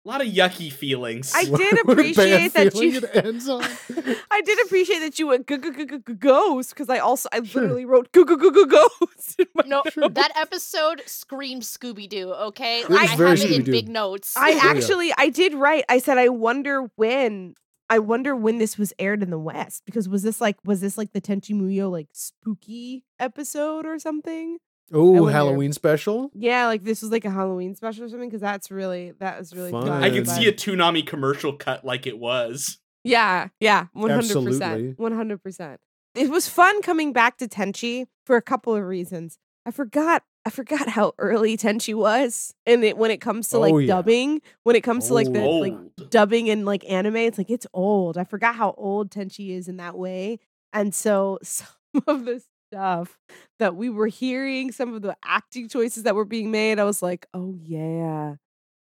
[SPEAKER 3] A lot of yucky feelings.
[SPEAKER 2] Hmm. I
[SPEAKER 1] What-
[SPEAKER 2] did
[SPEAKER 1] what a bad
[SPEAKER 2] appreciate that
[SPEAKER 1] feeling
[SPEAKER 2] you-
[SPEAKER 1] It ends on.
[SPEAKER 2] I did appreciate that you went g- g- g- g- g- ghost because I also I
[SPEAKER 1] Sure.
[SPEAKER 2] literally wrote g- g- g- g- ghost. in my-
[SPEAKER 4] No,
[SPEAKER 1] Sure.
[SPEAKER 4] that episode screamed Scooby Doo. Okay,
[SPEAKER 1] was
[SPEAKER 4] I
[SPEAKER 1] very
[SPEAKER 4] have it in
[SPEAKER 1] Scooby-Doo.
[SPEAKER 4] big notes.
[SPEAKER 2] I
[SPEAKER 1] yeah.
[SPEAKER 2] actually I did write. I said I wonder when I wonder when this was aired in the West because was this like was this like the Tenchi Muyo like spooky episode or something?
[SPEAKER 1] Oh,
[SPEAKER 2] wonder.
[SPEAKER 1] Halloween special.
[SPEAKER 2] Yeah, like this was like a Halloween special or something because that's really that was really good.
[SPEAKER 1] Fun.
[SPEAKER 3] I can see
[SPEAKER 2] But-
[SPEAKER 3] a Toonami commercial cut like it was.
[SPEAKER 2] Yeah, yeah, one hundred
[SPEAKER 1] Absolutely.
[SPEAKER 2] percent, one hundred percent. It was fun coming back to Tenchi for a couple of reasons. I forgot, I forgot how early Tenchi was, and it, when it comes to like
[SPEAKER 1] Oh, yeah.
[SPEAKER 2] dubbing, when it comes to like the
[SPEAKER 1] Oh.
[SPEAKER 2] like dubbing in like anime, it's like it's old. I forgot how old Tenchi is in that way, and so some of the stuff that we were hearing, some of the acting choices that were being made, I was like, oh yeah.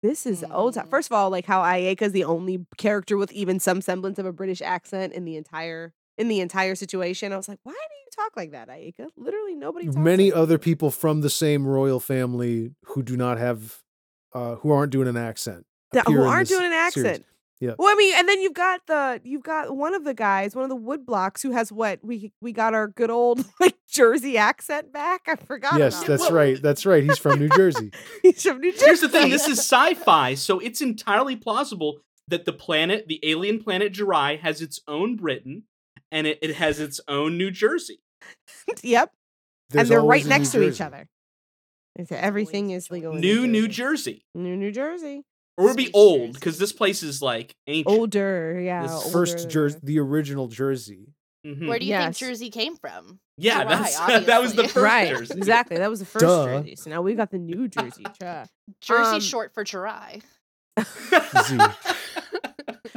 [SPEAKER 2] This is old
[SPEAKER 1] Mm-hmm.
[SPEAKER 2] time.
[SPEAKER 4] Mm.
[SPEAKER 2] First of all, like how Ayaka's the only character with even some semblance of a British accent in the entire in the entire situation. I was like, why do you talk like that, Ayaka? Literally nobody talks
[SPEAKER 1] Many
[SPEAKER 2] like
[SPEAKER 1] other
[SPEAKER 2] that."
[SPEAKER 1] people from the same royal family who do not have, uh, who aren't doing an accent.
[SPEAKER 2] that,
[SPEAKER 1] appear
[SPEAKER 2] who
[SPEAKER 1] in
[SPEAKER 2] aren't
[SPEAKER 1] this
[SPEAKER 2] doing an
[SPEAKER 1] series.
[SPEAKER 2] accent.
[SPEAKER 1] Yeah.
[SPEAKER 2] Well, I mean, and then you've got the you've got one of the guys, one of the woodblocks who has what we we got our good old like Jersey accent back. I forgot.
[SPEAKER 1] Yes,
[SPEAKER 2] about
[SPEAKER 1] that's
[SPEAKER 3] Well-
[SPEAKER 1] right. That's right. He's from New Jersey.
[SPEAKER 2] He's from New Jersey.
[SPEAKER 3] Here's the thing this is sci fi, so it's entirely plausible that the planet, the alien planet Jirai, has its own Britain and it, it has its own New Jersey.
[SPEAKER 2] yep,
[SPEAKER 1] There's
[SPEAKER 2] and they're
[SPEAKER 1] always
[SPEAKER 2] right
[SPEAKER 1] a New
[SPEAKER 2] next to each
[SPEAKER 1] Jersey.
[SPEAKER 2] other. They say everything
[SPEAKER 4] Always
[SPEAKER 2] is legal. in
[SPEAKER 3] New New
[SPEAKER 2] Jersey.
[SPEAKER 3] Jersey.
[SPEAKER 2] New New Jersey.
[SPEAKER 3] Or would be
[SPEAKER 4] Sweet
[SPEAKER 3] old,
[SPEAKER 4] Jersey.
[SPEAKER 3] because this place is like ancient.
[SPEAKER 2] Older, yeah.
[SPEAKER 3] This
[SPEAKER 2] older
[SPEAKER 1] First
[SPEAKER 2] than
[SPEAKER 1] Jersey,
[SPEAKER 2] the-
[SPEAKER 1] the original Jersey.
[SPEAKER 3] Mhm.
[SPEAKER 4] Where do you
[SPEAKER 2] Yes.
[SPEAKER 4] think Jersey came from?
[SPEAKER 3] yeah,
[SPEAKER 4] Jirai,
[SPEAKER 3] that's, that was the
[SPEAKER 4] obviously.
[SPEAKER 3] first
[SPEAKER 2] Right,
[SPEAKER 3] Jersey.
[SPEAKER 2] exactly. That was the first
[SPEAKER 1] Duh.
[SPEAKER 2] Jersey. So now we've got the New Jersey. Cha.
[SPEAKER 4] Jersey
[SPEAKER 2] Um,
[SPEAKER 4] short for Jirai.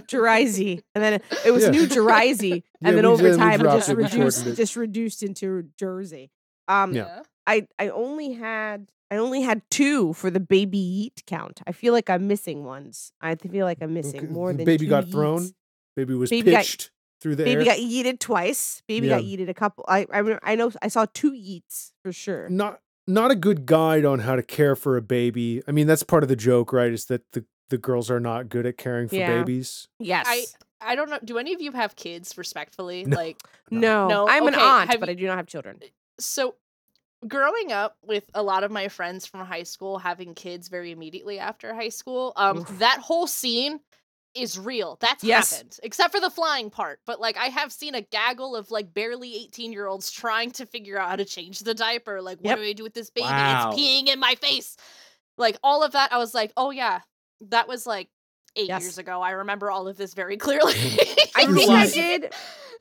[SPEAKER 2] Jersey, and then it was
[SPEAKER 1] Yeah.
[SPEAKER 2] New Jersey,
[SPEAKER 1] Yeah,
[SPEAKER 2] and then
[SPEAKER 1] we
[SPEAKER 2] over
[SPEAKER 1] did- we
[SPEAKER 2] time it
[SPEAKER 1] dropped
[SPEAKER 2] just
[SPEAKER 1] it, we
[SPEAKER 2] reduced,
[SPEAKER 1] shortened it.
[SPEAKER 2] just reduced into Jersey. Um,
[SPEAKER 1] Yeah.
[SPEAKER 2] I I only had I only had two for the baby yeet count. I feel like I'm missing ones. I feel like I'm missing
[SPEAKER 1] Okay,
[SPEAKER 2] more
[SPEAKER 1] the
[SPEAKER 2] than
[SPEAKER 1] baby
[SPEAKER 2] two
[SPEAKER 1] got
[SPEAKER 2] yeets.
[SPEAKER 1] thrown. Baby was
[SPEAKER 2] Baby got-
[SPEAKER 1] pitched through the
[SPEAKER 2] Baby
[SPEAKER 1] air.
[SPEAKER 2] got yeeted twice. Baby got yeeted a couple. I I, remember, I know I saw two yeets for sure.
[SPEAKER 1] not not a good guide on how to care for a baby. I mean, that's part of the joke, right? Is that the the girls are not good at caring for
[SPEAKER 2] Yeah.
[SPEAKER 1] babies.
[SPEAKER 2] Yes.
[SPEAKER 4] I I don't know. Do any of you have kids? Respectfully,
[SPEAKER 1] No.
[SPEAKER 4] like
[SPEAKER 2] no.
[SPEAKER 4] No,
[SPEAKER 2] I'm an
[SPEAKER 4] okay,
[SPEAKER 2] aunt,
[SPEAKER 4] have
[SPEAKER 2] but
[SPEAKER 4] you-
[SPEAKER 2] I do not have children.
[SPEAKER 4] so. Growing up with a lot of my friends from high school having kids very immediately after high school, um,
[SPEAKER 2] Oof.
[SPEAKER 4] that whole scene is real. That's
[SPEAKER 2] Yes.
[SPEAKER 4] happened, except for the flying part. But like, I have seen a gaggle of like barely eighteen-year-olds trying to figure out how to change the diaper. Like, what
[SPEAKER 2] Yep.
[SPEAKER 4] do I do with this baby?
[SPEAKER 3] Wow.
[SPEAKER 4] It's peeing in my face. Like all of that, I was like, oh yeah, that was like eight
[SPEAKER 2] Yes.
[SPEAKER 4] years ago. I remember all of this very clearly.
[SPEAKER 2] I
[SPEAKER 1] You're
[SPEAKER 2] think I
[SPEAKER 1] right.
[SPEAKER 2] did.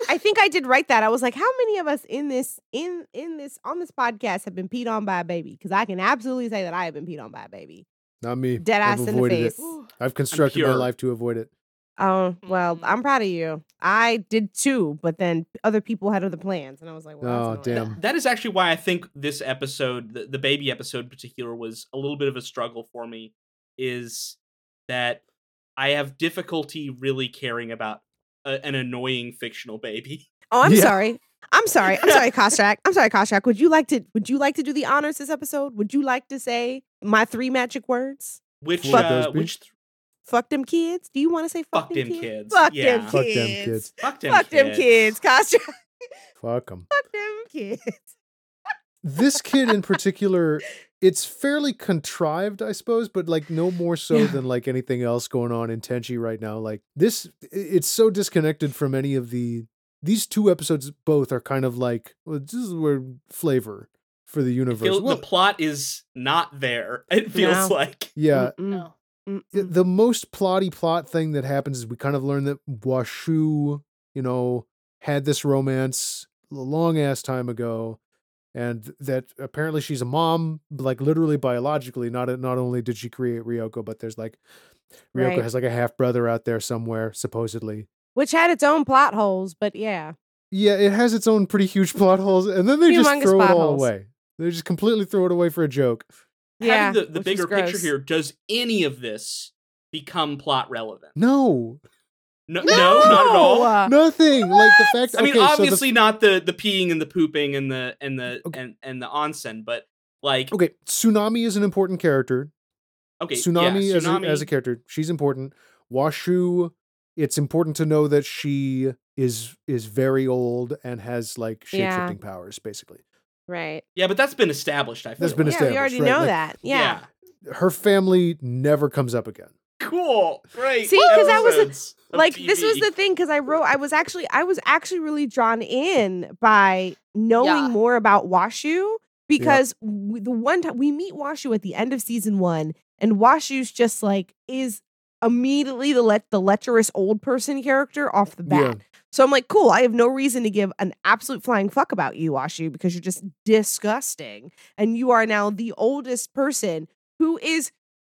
[SPEAKER 2] I think I did write that. I was like, how many of us in this in in this on this podcast have been peed on by a baby? Because I can absolutely say that I have been peed on by a baby.
[SPEAKER 1] Not me.
[SPEAKER 2] Dead
[SPEAKER 1] I've
[SPEAKER 2] ass in the
[SPEAKER 1] avoided it.
[SPEAKER 2] face.
[SPEAKER 1] I've constructed my
[SPEAKER 3] pure.
[SPEAKER 1] life to avoid it.
[SPEAKER 2] Oh well,
[SPEAKER 4] Mm.
[SPEAKER 3] Mm-hmm.
[SPEAKER 2] I'm proud of you. I did too, but then other people had other plans, and I was like, well,
[SPEAKER 1] oh
[SPEAKER 2] that's annoying.
[SPEAKER 1] damn!
[SPEAKER 3] That is actually why I think this episode, the, the baby episode in particular, was a little bit of a struggle for me. Is that I have difficulty really caring about a, an annoying fictional baby.
[SPEAKER 2] Oh, I'm
[SPEAKER 1] Yeah.
[SPEAKER 2] sorry. I'm sorry. I'm sorry, Koshak. I'm sorry, Koshak. Would you like to would you like to do the honors this episode? Would you like to say my three magic words?
[SPEAKER 3] Which
[SPEAKER 1] Fuck
[SPEAKER 3] uh,
[SPEAKER 1] those
[SPEAKER 3] which th-
[SPEAKER 2] Fuck them kids. Do you want to say fuck,
[SPEAKER 3] Fuck
[SPEAKER 2] them kids?
[SPEAKER 3] them kids.
[SPEAKER 2] Fuck
[SPEAKER 3] Yeah.
[SPEAKER 2] them kids.
[SPEAKER 1] Fuck them kids.
[SPEAKER 3] fuck them
[SPEAKER 2] Fuck
[SPEAKER 3] kids.
[SPEAKER 2] them kids. Koshak.
[SPEAKER 1] Fuck them.
[SPEAKER 2] Fuck them kids.
[SPEAKER 1] This kid in particular, it's fairly contrived, I suppose, but like no more so
[SPEAKER 2] Yeah.
[SPEAKER 1] than like anything else going on in Tenchi right now. Like this, i- it's so disconnected from any of the. These two episodes both are kind of like well, this is where flavor for the
[SPEAKER 3] I
[SPEAKER 1] universe.
[SPEAKER 3] feel
[SPEAKER 1] Well,
[SPEAKER 3] the plot is not there. It feels
[SPEAKER 2] No.
[SPEAKER 3] like
[SPEAKER 1] yeah,
[SPEAKER 2] Mm-mm,
[SPEAKER 4] No.
[SPEAKER 1] Yeah,
[SPEAKER 2] mm-mm.
[SPEAKER 1] the most plotty plot thing that happens is we kind of learn that Washu, you know, had this romance a long ass time ago, and that apparently she's a mom, like literally biologically. Not not only did she create Ryoko, but there's like Ryoko
[SPEAKER 2] Right.
[SPEAKER 1] has like a half brother out there somewhere, supposedly.
[SPEAKER 2] Which had its own plot holes, but yeah.
[SPEAKER 1] Yeah, it has its own pretty huge plot holes, and then they just
[SPEAKER 2] Humongous
[SPEAKER 1] throw it
[SPEAKER 2] plot
[SPEAKER 1] all
[SPEAKER 2] holes.
[SPEAKER 1] away. They just completely throw it away for a joke.
[SPEAKER 2] Yeah.
[SPEAKER 3] having the,
[SPEAKER 2] which
[SPEAKER 3] the
[SPEAKER 2] was
[SPEAKER 3] bigger picture
[SPEAKER 2] gross.
[SPEAKER 3] here. Does any of this become plot relevant?
[SPEAKER 1] No,
[SPEAKER 3] No, no, not at all.
[SPEAKER 2] No!
[SPEAKER 1] nothing. Like the fact.
[SPEAKER 3] I mean,
[SPEAKER 1] okay, so the-
[SPEAKER 3] obviously not the the peeing and the pooping and the and the
[SPEAKER 1] Okay.
[SPEAKER 3] and and the onsen, but like
[SPEAKER 1] okay, tsunami is an important character.
[SPEAKER 3] okay,
[SPEAKER 1] tsunami,
[SPEAKER 3] yeah,
[SPEAKER 1] as, a, as a character she's important washu it's important to know that she is is very old and has like
[SPEAKER 2] Yeah.
[SPEAKER 1] shapeshifting powers basically
[SPEAKER 2] Right.
[SPEAKER 3] yeah, but that's been established. I feel
[SPEAKER 1] That's been
[SPEAKER 3] like.
[SPEAKER 2] Yeah, we
[SPEAKER 1] established,
[SPEAKER 2] already
[SPEAKER 1] right,
[SPEAKER 2] know
[SPEAKER 1] like-
[SPEAKER 2] that. Yeah.
[SPEAKER 1] her family never comes up again
[SPEAKER 3] cool, great.
[SPEAKER 2] See, 'cause that was a-
[SPEAKER 3] episodes of
[SPEAKER 2] like this was
[SPEAKER 3] TV.
[SPEAKER 2] the thing because I wrote I was actually I was actually really drawn in by knowing
[SPEAKER 4] Yeah.
[SPEAKER 2] more about Washu because w the one time we meet Washu at the end of season one and Washu's just like is immediately the let the lecherous old person character off the bat.
[SPEAKER 1] Yeah.
[SPEAKER 2] So I'm like, cool. I have no reason to give an absolute flying fuck about you, Washu, because you're just disgusting, and you are now the oldest person who is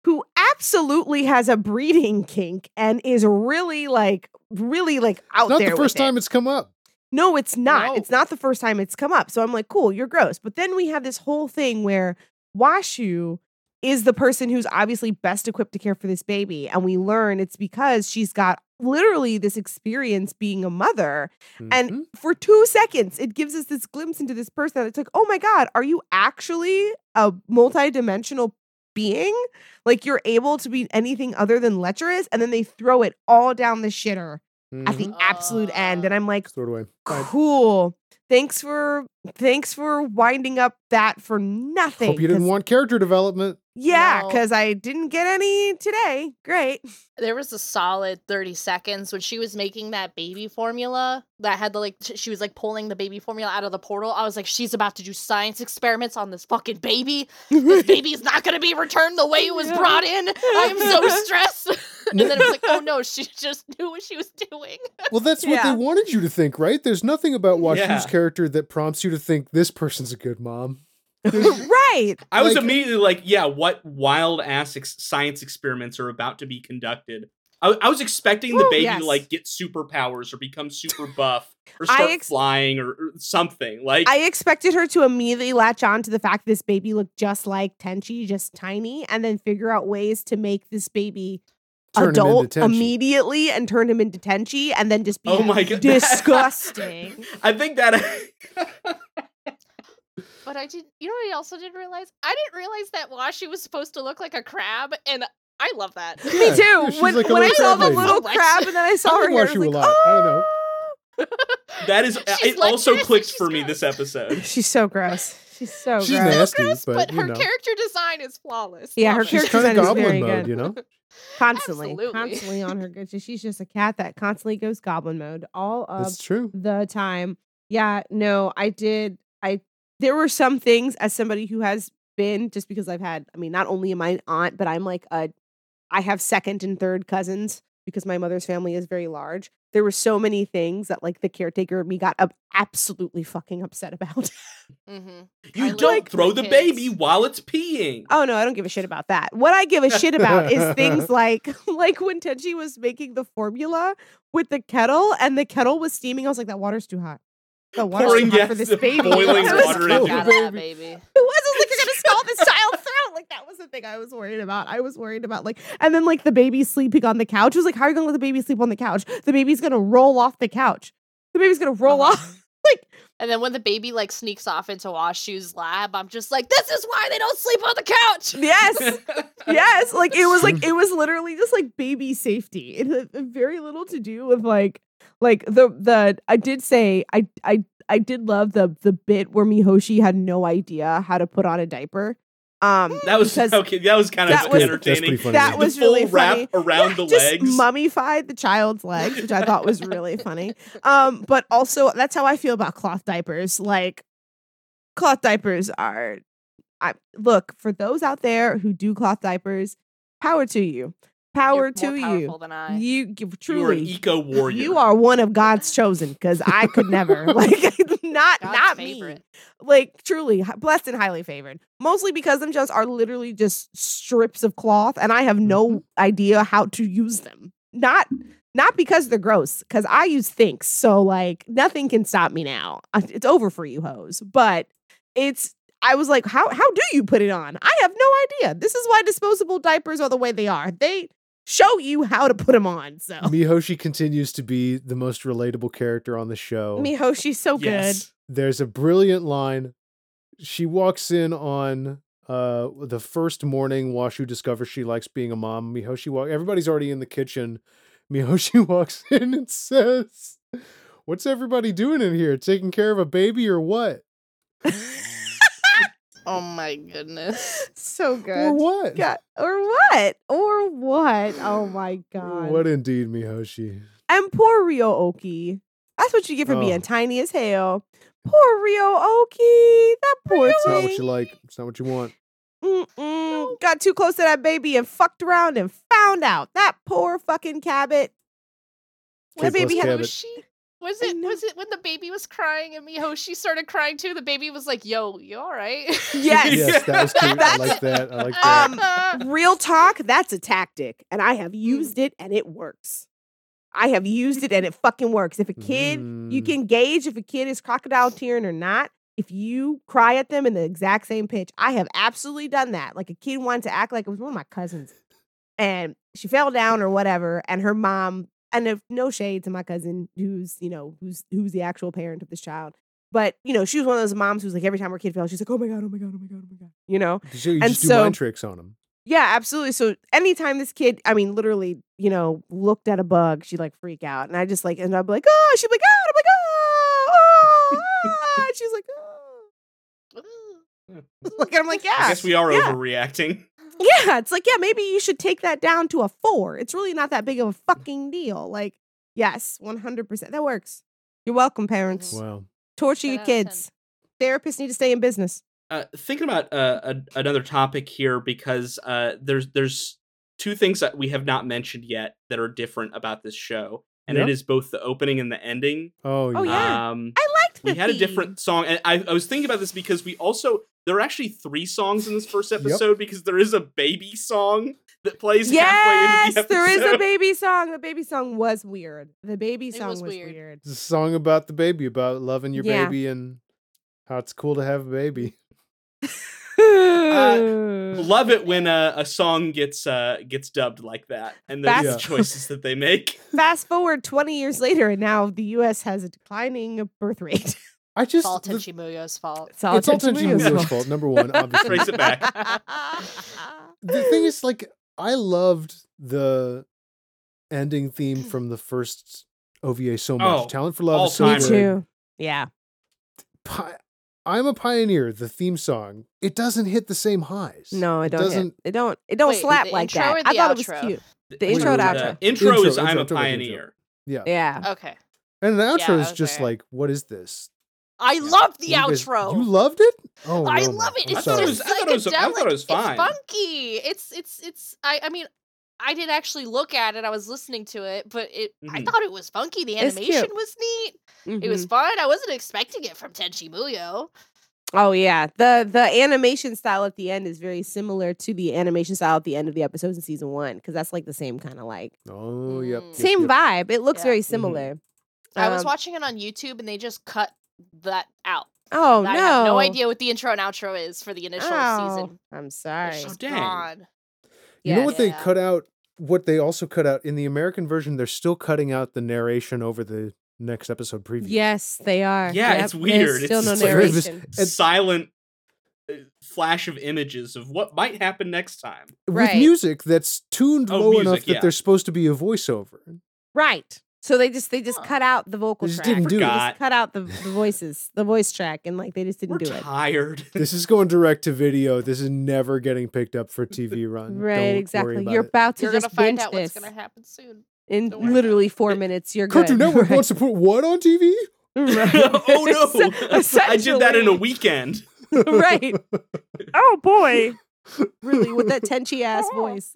[SPEAKER 2] who absolutely has a breeding kink and is really like really like out
[SPEAKER 1] it's not
[SPEAKER 2] Oh, there
[SPEAKER 1] the first
[SPEAKER 2] with it.
[SPEAKER 1] time it's come up
[SPEAKER 2] No, it's not.
[SPEAKER 4] No.
[SPEAKER 2] It's not the first time it's come up. So I'm like, cool, you're gross. But then we have this whole thing where Washu is the person who's obviously best equipped to care for this baby. And we learn it's because she's got literally this experience being a mother. And
[SPEAKER 1] Mhm.
[SPEAKER 2] For two seconds, it gives us this glimpse into this person that it's like, oh my God, are you actually a multidimensional being? Like you're able to be anything other than lecherous. And then they throw it all down the shitter at the
[SPEAKER 1] Mhm.
[SPEAKER 2] absolute end. And I'm like,
[SPEAKER 1] Throw it away. Bye.
[SPEAKER 2] Cool. Thanks for thanks for winding up that for nothing.
[SPEAKER 1] hope you didn't
[SPEAKER 2] 'cause-
[SPEAKER 1] want character development
[SPEAKER 2] Yeah,
[SPEAKER 4] No.
[SPEAKER 2] because I didn't get any today. Great.
[SPEAKER 4] There was a solid 30 seconds when she was making that baby formula that had the like sh- she was like pulling the baby formula out of the portal. I was like, she's about to do science experiments on this fucking baby. This baby's not gonna be returned the way it was
[SPEAKER 2] Yeah.
[SPEAKER 4] brought in. I am so stressed. and then it was like, oh no, she just knew what she was doing.
[SPEAKER 1] well that's what
[SPEAKER 2] Yeah.
[SPEAKER 1] they wanted you to think right there's nothing about washu's
[SPEAKER 3] Yeah.
[SPEAKER 1] character that prompts you to think this person's a good mom
[SPEAKER 2] right.
[SPEAKER 3] I was
[SPEAKER 1] like-
[SPEAKER 3] immediately like, yeah, what wild ass ex- science experiments are about to be conducted? I, I was expecting the
[SPEAKER 2] Woo,
[SPEAKER 3] baby
[SPEAKER 2] yes.
[SPEAKER 3] to like get superpowers or become super buff or
[SPEAKER 2] I
[SPEAKER 3] start
[SPEAKER 2] ex-
[SPEAKER 3] flying or, or something. Like,
[SPEAKER 2] I expected her to immediately latch on to the fact this baby looked just like Tenchi, just tiny, and then figure out ways to make this baby
[SPEAKER 1] Turn him into
[SPEAKER 2] adult
[SPEAKER 1] Tenchi.
[SPEAKER 2] immediately and turn him into Tenchi and then just be
[SPEAKER 3] oh my god,
[SPEAKER 2] disgusting.
[SPEAKER 3] I think that
[SPEAKER 4] But I didn't you know what I also didn't realize? I didn't realize that Washi was supposed to look like a crab and I love that.
[SPEAKER 1] Yeah,
[SPEAKER 2] Me too.
[SPEAKER 1] yeah, she's
[SPEAKER 2] when
[SPEAKER 1] like a
[SPEAKER 2] when I
[SPEAKER 1] little
[SPEAKER 2] saw
[SPEAKER 1] crab
[SPEAKER 2] the
[SPEAKER 1] lady.
[SPEAKER 2] little crab and then I saw her
[SPEAKER 1] think
[SPEAKER 2] hair, I was
[SPEAKER 1] Washu
[SPEAKER 2] like,
[SPEAKER 1] will lie. I don't know.
[SPEAKER 2] "Oh."
[SPEAKER 3] that is.
[SPEAKER 4] She's
[SPEAKER 3] it
[SPEAKER 4] like
[SPEAKER 3] also
[SPEAKER 4] this and
[SPEAKER 3] clicked
[SPEAKER 4] she's
[SPEAKER 3] for me
[SPEAKER 4] gross.
[SPEAKER 3] this episode.
[SPEAKER 2] She's so gross. She's so
[SPEAKER 1] She's
[SPEAKER 2] gross.
[SPEAKER 1] nasty.
[SPEAKER 4] gross,
[SPEAKER 1] but,
[SPEAKER 4] but,
[SPEAKER 1] you
[SPEAKER 4] her
[SPEAKER 1] know.
[SPEAKER 4] character design is flawless.
[SPEAKER 2] Yeah,
[SPEAKER 4] Love
[SPEAKER 2] her
[SPEAKER 4] it.
[SPEAKER 1] she's
[SPEAKER 2] character
[SPEAKER 1] kind of
[SPEAKER 2] design is
[SPEAKER 1] goblin
[SPEAKER 2] very
[SPEAKER 1] mode
[SPEAKER 2] good.
[SPEAKER 1] you know
[SPEAKER 2] Constantly,
[SPEAKER 4] Absolutely.
[SPEAKER 2] constantly on her good. She's just a cat that constantly goes goblin mode all of
[SPEAKER 1] that's true
[SPEAKER 2] the time. Yeah, no, I did. I there were some things as somebody who has been just because I've had. I mean, not only am I an aunt, but I'm like a. I have second and third cousins because my mother's family is very large. There were so many things that like the caretaker of me got ab- absolutely fucking upset about.
[SPEAKER 4] Mhm.
[SPEAKER 3] You
[SPEAKER 4] I
[SPEAKER 3] don't
[SPEAKER 4] like
[SPEAKER 3] throw
[SPEAKER 4] the
[SPEAKER 3] the
[SPEAKER 4] kids.
[SPEAKER 3] baby while it's peeing.
[SPEAKER 2] Oh no, I don't give a shit about that. What I give a shit about is things like like when Tenchi was making the formula with the kettle and the kettle was steaming. I was like, that water's too hot. The water's
[SPEAKER 3] Pouring
[SPEAKER 2] too hot for
[SPEAKER 3] gas-
[SPEAKER 2] this baby.
[SPEAKER 3] boiling
[SPEAKER 2] I was
[SPEAKER 3] water
[SPEAKER 2] like,
[SPEAKER 4] Look
[SPEAKER 1] into
[SPEAKER 4] at
[SPEAKER 1] it.
[SPEAKER 4] that baby.
[SPEAKER 2] It was, I was like, you're gonna scald this child's throat. like that was the thing I was worried about. I was worried about like, and then like the baby sleeping on the couch. It was like, how are you gonna let the baby sleep on the couch? The baby's gonna roll off the couch. The baby's gonna roll
[SPEAKER 3] Uh-huh.
[SPEAKER 2] off.
[SPEAKER 4] And then when the baby like sneaks off into Washu's lab, I'm just like, this is why they don't sleep on the couch.
[SPEAKER 2] Yes, yes. Like it was like it was literally just like baby safety. It had very little to do with like like the the I did say I I I did love the the bit where Mihoshi had no idea how to put on a diaper. Um,
[SPEAKER 3] That was
[SPEAKER 2] because
[SPEAKER 3] okay. That was kind of
[SPEAKER 2] that was-
[SPEAKER 1] That's pretty
[SPEAKER 3] entertaining.
[SPEAKER 1] funny.
[SPEAKER 2] That
[SPEAKER 3] The
[SPEAKER 2] was
[SPEAKER 3] full
[SPEAKER 2] really
[SPEAKER 3] wrap around the
[SPEAKER 2] just
[SPEAKER 3] legs.
[SPEAKER 2] mummified the child's legs, which I thought was really funny. Um, but also that's how I feel about cloth diapers. Like cloth diapers are I look, for those out there who do cloth diapers, power to you. Power
[SPEAKER 4] You're
[SPEAKER 2] to
[SPEAKER 4] more
[SPEAKER 2] you.
[SPEAKER 4] powerful than I.
[SPEAKER 2] You g-
[SPEAKER 3] you are an
[SPEAKER 2] truly
[SPEAKER 3] eco warrior.
[SPEAKER 2] you are one of God's chosen because I could never like not
[SPEAKER 4] God's
[SPEAKER 2] not me
[SPEAKER 4] favorite.
[SPEAKER 2] like truly hi- blessed and highly favored mostly because them just are literally just strips of cloth and i have no idea how to use them not not because they're gross because i use thinks so like nothing can stop me now Uh, it's over for you hoes but it's i was like how how do you put it on i have no idea this is why disposable diapers are the way they are they show you how to put them on so
[SPEAKER 1] Mihoshi continues to be the most relatable character on the show.
[SPEAKER 2] mihoshi's so good
[SPEAKER 3] yes.
[SPEAKER 1] There's a brilliant line. She walks in on uh the first morning Washu discovers she likes being a mom. Mihoshi walk everybody's already in the kitchen. Mihoshi walks in and says, What's everybody doing in here? Taking care of a baby or what?
[SPEAKER 4] Oh my goodness.
[SPEAKER 2] so good
[SPEAKER 1] Or what?
[SPEAKER 2] God, or what? Or what? Oh my god.
[SPEAKER 1] What indeed, Mihoshi.
[SPEAKER 2] and poor Ryoki. That's what you get for
[SPEAKER 1] Oh.
[SPEAKER 2] being tiny as hell. Poor Ryoki. That poor
[SPEAKER 1] It's not what you
[SPEAKER 2] thing.
[SPEAKER 1] like. It's not what you want.
[SPEAKER 2] Mm-mm. Got too close to that baby and fucked around and found out. That poor fucking Cabot.
[SPEAKER 1] Kid
[SPEAKER 2] That baby
[SPEAKER 1] plus
[SPEAKER 2] had
[SPEAKER 1] Cabot.
[SPEAKER 4] Mihoshi? Was
[SPEAKER 2] I
[SPEAKER 4] it
[SPEAKER 2] know.
[SPEAKER 4] was it when the baby was crying and Mihoshi started crying too? The baby was like, "Yo, you all right?"
[SPEAKER 2] Yes.
[SPEAKER 1] Yes, that was cute. I
[SPEAKER 2] That's-
[SPEAKER 1] like that. I like that.
[SPEAKER 2] Um,
[SPEAKER 4] Uh-huh.
[SPEAKER 2] Real talk, that's a tactic. And I have used it and it works. I have used it and it fucking works. If a kid, you
[SPEAKER 1] Mm.
[SPEAKER 2] can gauge if a kid is crocodile tearing or not. If you cry at them in the exact same pitch, I have absolutely done that. Like a kid wanted to act like it was one of my cousins and she fell down or whatever. And her mom, and if, no shade to my cousin who's, you know, who's who's the actual parent of this child. But, you know, she was one of those moms who's like every time her kid fell, she's like, oh my God, oh my God, oh my God, oh my God. You know?
[SPEAKER 1] So you
[SPEAKER 2] and
[SPEAKER 1] just do
[SPEAKER 2] so-
[SPEAKER 1] mind tricks on him.
[SPEAKER 2] Yeah, absolutely. So anytime this kid, I mean, literally, you know, looked at a bug, she'd like freak out, and I just like, and I'd be like, oh, she'd be like, oh, and I'm like, oh, oh, ah," and she's like, oh, look, and I'm like, yeah,
[SPEAKER 3] I guess we are
[SPEAKER 2] yeah.
[SPEAKER 3] overreacting.
[SPEAKER 2] yeah. It's like, yeah, maybe you should take that down to a four. It's really not that big of a fucking deal. Like, yes, one hundred percent, that works. You're welcome, parents.
[SPEAKER 4] Mhm.
[SPEAKER 1] Wow.
[SPEAKER 2] Torture your
[SPEAKER 4] Ten out of ten.
[SPEAKER 2] kids. Therapists need to stay in business.
[SPEAKER 3] uh, thinking about uh, a, another topic here because uh, there's there's two things that we have not mentioned yet that are different about this show, and
[SPEAKER 1] Yeah.
[SPEAKER 3] it is both the opening and the ending.
[SPEAKER 1] Oh,
[SPEAKER 2] Oh, yeah.
[SPEAKER 3] Um,
[SPEAKER 2] I liked the
[SPEAKER 3] we had a
[SPEAKER 2] theme.
[SPEAKER 3] different song, and I, I was thinking about this because we also there are actually three songs in this first episode because there is a baby song that plays halfway
[SPEAKER 2] Yes,
[SPEAKER 3] into the
[SPEAKER 2] there is a
[SPEAKER 3] episode.
[SPEAKER 2] baby song. The baby song was weird. The baby
[SPEAKER 4] It
[SPEAKER 2] song was,
[SPEAKER 4] was
[SPEAKER 2] weird.
[SPEAKER 4] weird.
[SPEAKER 1] It's a song about the baby, about loving your
[SPEAKER 2] Yeah.
[SPEAKER 1] baby and how it's cool to have a baby.
[SPEAKER 3] Uh, Love it when a, a song gets uh, gets dubbed like that, and those
[SPEAKER 2] That's-
[SPEAKER 3] the choices that they make.
[SPEAKER 2] Fast forward 20 years later, and now the U.S. has a declining birth rate.
[SPEAKER 1] I just
[SPEAKER 4] It's all
[SPEAKER 1] the-
[SPEAKER 4] Tenchi Muyo's fault.
[SPEAKER 2] It's all
[SPEAKER 1] it's all
[SPEAKER 2] Tetsumiya's
[SPEAKER 1] Tenchi Muyo's fault. Number one, obviously.
[SPEAKER 3] Trace it back.
[SPEAKER 1] the thing is, like, I loved the ending theme from the first OVA so much.
[SPEAKER 3] Oh,
[SPEAKER 1] Talent for Love is so
[SPEAKER 3] all-timer.
[SPEAKER 2] me
[SPEAKER 1] good.
[SPEAKER 2] too. Yeah.
[SPEAKER 1] Pi- I'm a pioneer. The theme song it doesn't hit the same highs.
[SPEAKER 2] No, it don't. hit.
[SPEAKER 1] doesn't-
[SPEAKER 2] It don't. It don't
[SPEAKER 4] Wait,
[SPEAKER 2] slap
[SPEAKER 4] the
[SPEAKER 2] like
[SPEAKER 4] intro
[SPEAKER 2] that.
[SPEAKER 4] or
[SPEAKER 2] I
[SPEAKER 4] the
[SPEAKER 2] thought it
[SPEAKER 4] outro?
[SPEAKER 2] was cute. The
[SPEAKER 1] Wait,
[SPEAKER 2] intro and
[SPEAKER 1] wait,
[SPEAKER 2] outro.
[SPEAKER 3] The intro is
[SPEAKER 1] Intro, intro,
[SPEAKER 3] I'm a
[SPEAKER 1] intro, intro.
[SPEAKER 3] pioneer.
[SPEAKER 1] Yeah,
[SPEAKER 2] Yeah.
[SPEAKER 4] Okay,
[SPEAKER 1] and the outro
[SPEAKER 4] Yeah,
[SPEAKER 1] is
[SPEAKER 4] I was
[SPEAKER 1] just
[SPEAKER 4] there.
[SPEAKER 1] like, what is this?
[SPEAKER 4] I love the
[SPEAKER 1] You guys-
[SPEAKER 4] outro.
[SPEAKER 1] you loved it? Oh,
[SPEAKER 4] I
[SPEAKER 1] no,
[SPEAKER 4] love it.
[SPEAKER 1] I'm
[SPEAKER 4] It's
[SPEAKER 1] sorry.
[SPEAKER 4] so
[SPEAKER 3] I thought it was- I thought it
[SPEAKER 4] psychedelic.
[SPEAKER 3] was fine.
[SPEAKER 4] It's funky. It's it's it's. I I mean, I didn't actually look at it. I was listening to it, but it. I
[SPEAKER 3] Mhm.
[SPEAKER 4] thought it was funky. The
[SPEAKER 2] It's cute. Mm-hmm.
[SPEAKER 4] animation was neat. Uh, It was fun. I wasn't expecting it from Tenchi Muyo.
[SPEAKER 2] Oh yeah, the the animation style at the end is very similar to the animation style at the end of the episodes in season one because that's like the same kind of like
[SPEAKER 1] Oh, yep. yep,
[SPEAKER 2] same
[SPEAKER 1] yep.
[SPEAKER 2] vibe. It looks
[SPEAKER 4] Yeah.
[SPEAKER 2] very
[SPEAKER 1] Mhm.
[SPEAKER 2] similar.
[SPEAKER 4] I was
[SPEAKER 2] Um,
[SPEAKER 4] watching it on YouTube and they just cut that out.
[SPEAKER 2] Oh
[SPEAKER 4] I
[SPEAKER 2] no.
[SPEAKER 4] have no idea what the intro and outro is for the initial
[SPEAKER 2] Oh,
[SPEAKER 4] season.
[SPEAKER 2] I'm sorry.
[SPEAKER 4] It's
[SPEAKER 3] Oh, dang.
[SPEAKER 4] gone.
[SPEAKER 1] You know what they
[SPEAKER 4] Yeah.
[SPEAKER 1] cut out? What they also cut out in the American version, they're still cutting out the narration over the next episode preview.
[SPEAKER 2] Yes, they are.
[SPEAKER 3] Yeah,
[SPEAKER 2] Yep,
[SPEAKER 3] it's
[SPEAKER 2] there's
[SPEAKER 3] weird.
[SPEAKER 2] Still
[SPEAKER 3] It's
[SPEAKER 2] no
[SPEAKER 3] just
[SPEAKER 1] like-
[SPEAKER 2] narration.
[SPEAKER 1] It-
[SPEAKER 3] silent uh, flash of images of what might happen next time.
[SPEAKER 1] With
[SPEAKER 4] Right.
[SPEAKER 1] music that's tuned
[SPEAKER 3] Oh,
[SPEAKER 1] low
[SPEAKER 3] music,
[SPEAKER 1] enough that
[SPEAKER 3] yeah.
[SPEAKER 1] there's supposed to be a voiceover.
[SPEAKER 2] Right. So they just they just
[SPEAKER 4] Huh.
[SPEAKER 2] cut out the vocal
[SPEAKER 1] They just
[SPEAKER 2] track.
[SPEAKER 1] didn't do
[SPEAKER 2] They
[SPEAKER 1] it.
[SPEAKER 2] just cut out the, the voices, the voice track, and like they just didn't do
[SPEAKER 3] We're
[SPEAKER 2] it.
[SPEAKER 3] tired.
[SPEAKER 1] This is going direct to video. This is never getting picked up for TV run.
[SPEAKER 2] Right,
[SPEAKER 1] Don't worry
[SPEAKER 2] exactly.
[SPEAKER 1] about
[SPEAKER 2] You're
[SPEAKER 1] it.
[SPEAKER 2] about to
[SPEAKER 4] You're gonna
[SPEAKER 2] just
[SPEAKER 4] find
[SPEAKER 2] binge
[SPEAKER 4] out
[SPEAKER 2] this
[SPEAKER 4] what's gonna happen soon.
[SPEAKER 2] in
[SPEAKER 4] Don't worry about
[SPEAKER 2] literally four
[SPEAKER 3] It-
[SPEAKER 2] minutes. You're
[SPEAKER 1] Cartoon
[SPEAKER 2] good.
[SPEAKER 1] Network
[SPEAKER 2] Right.
[SPEAKER 1] wants to put what on TV?
[SPEAKER 2] Right.
[SPEAKER 3] oh
[SPEAKER 2] So,
[SPEAKER 3] no! I did that in a
[SPEAKER 2] essentially-
[SPEAKER 3] weekend.
[SPEAKER 2] right. Oh boy. Really, with that tenchy ass voice.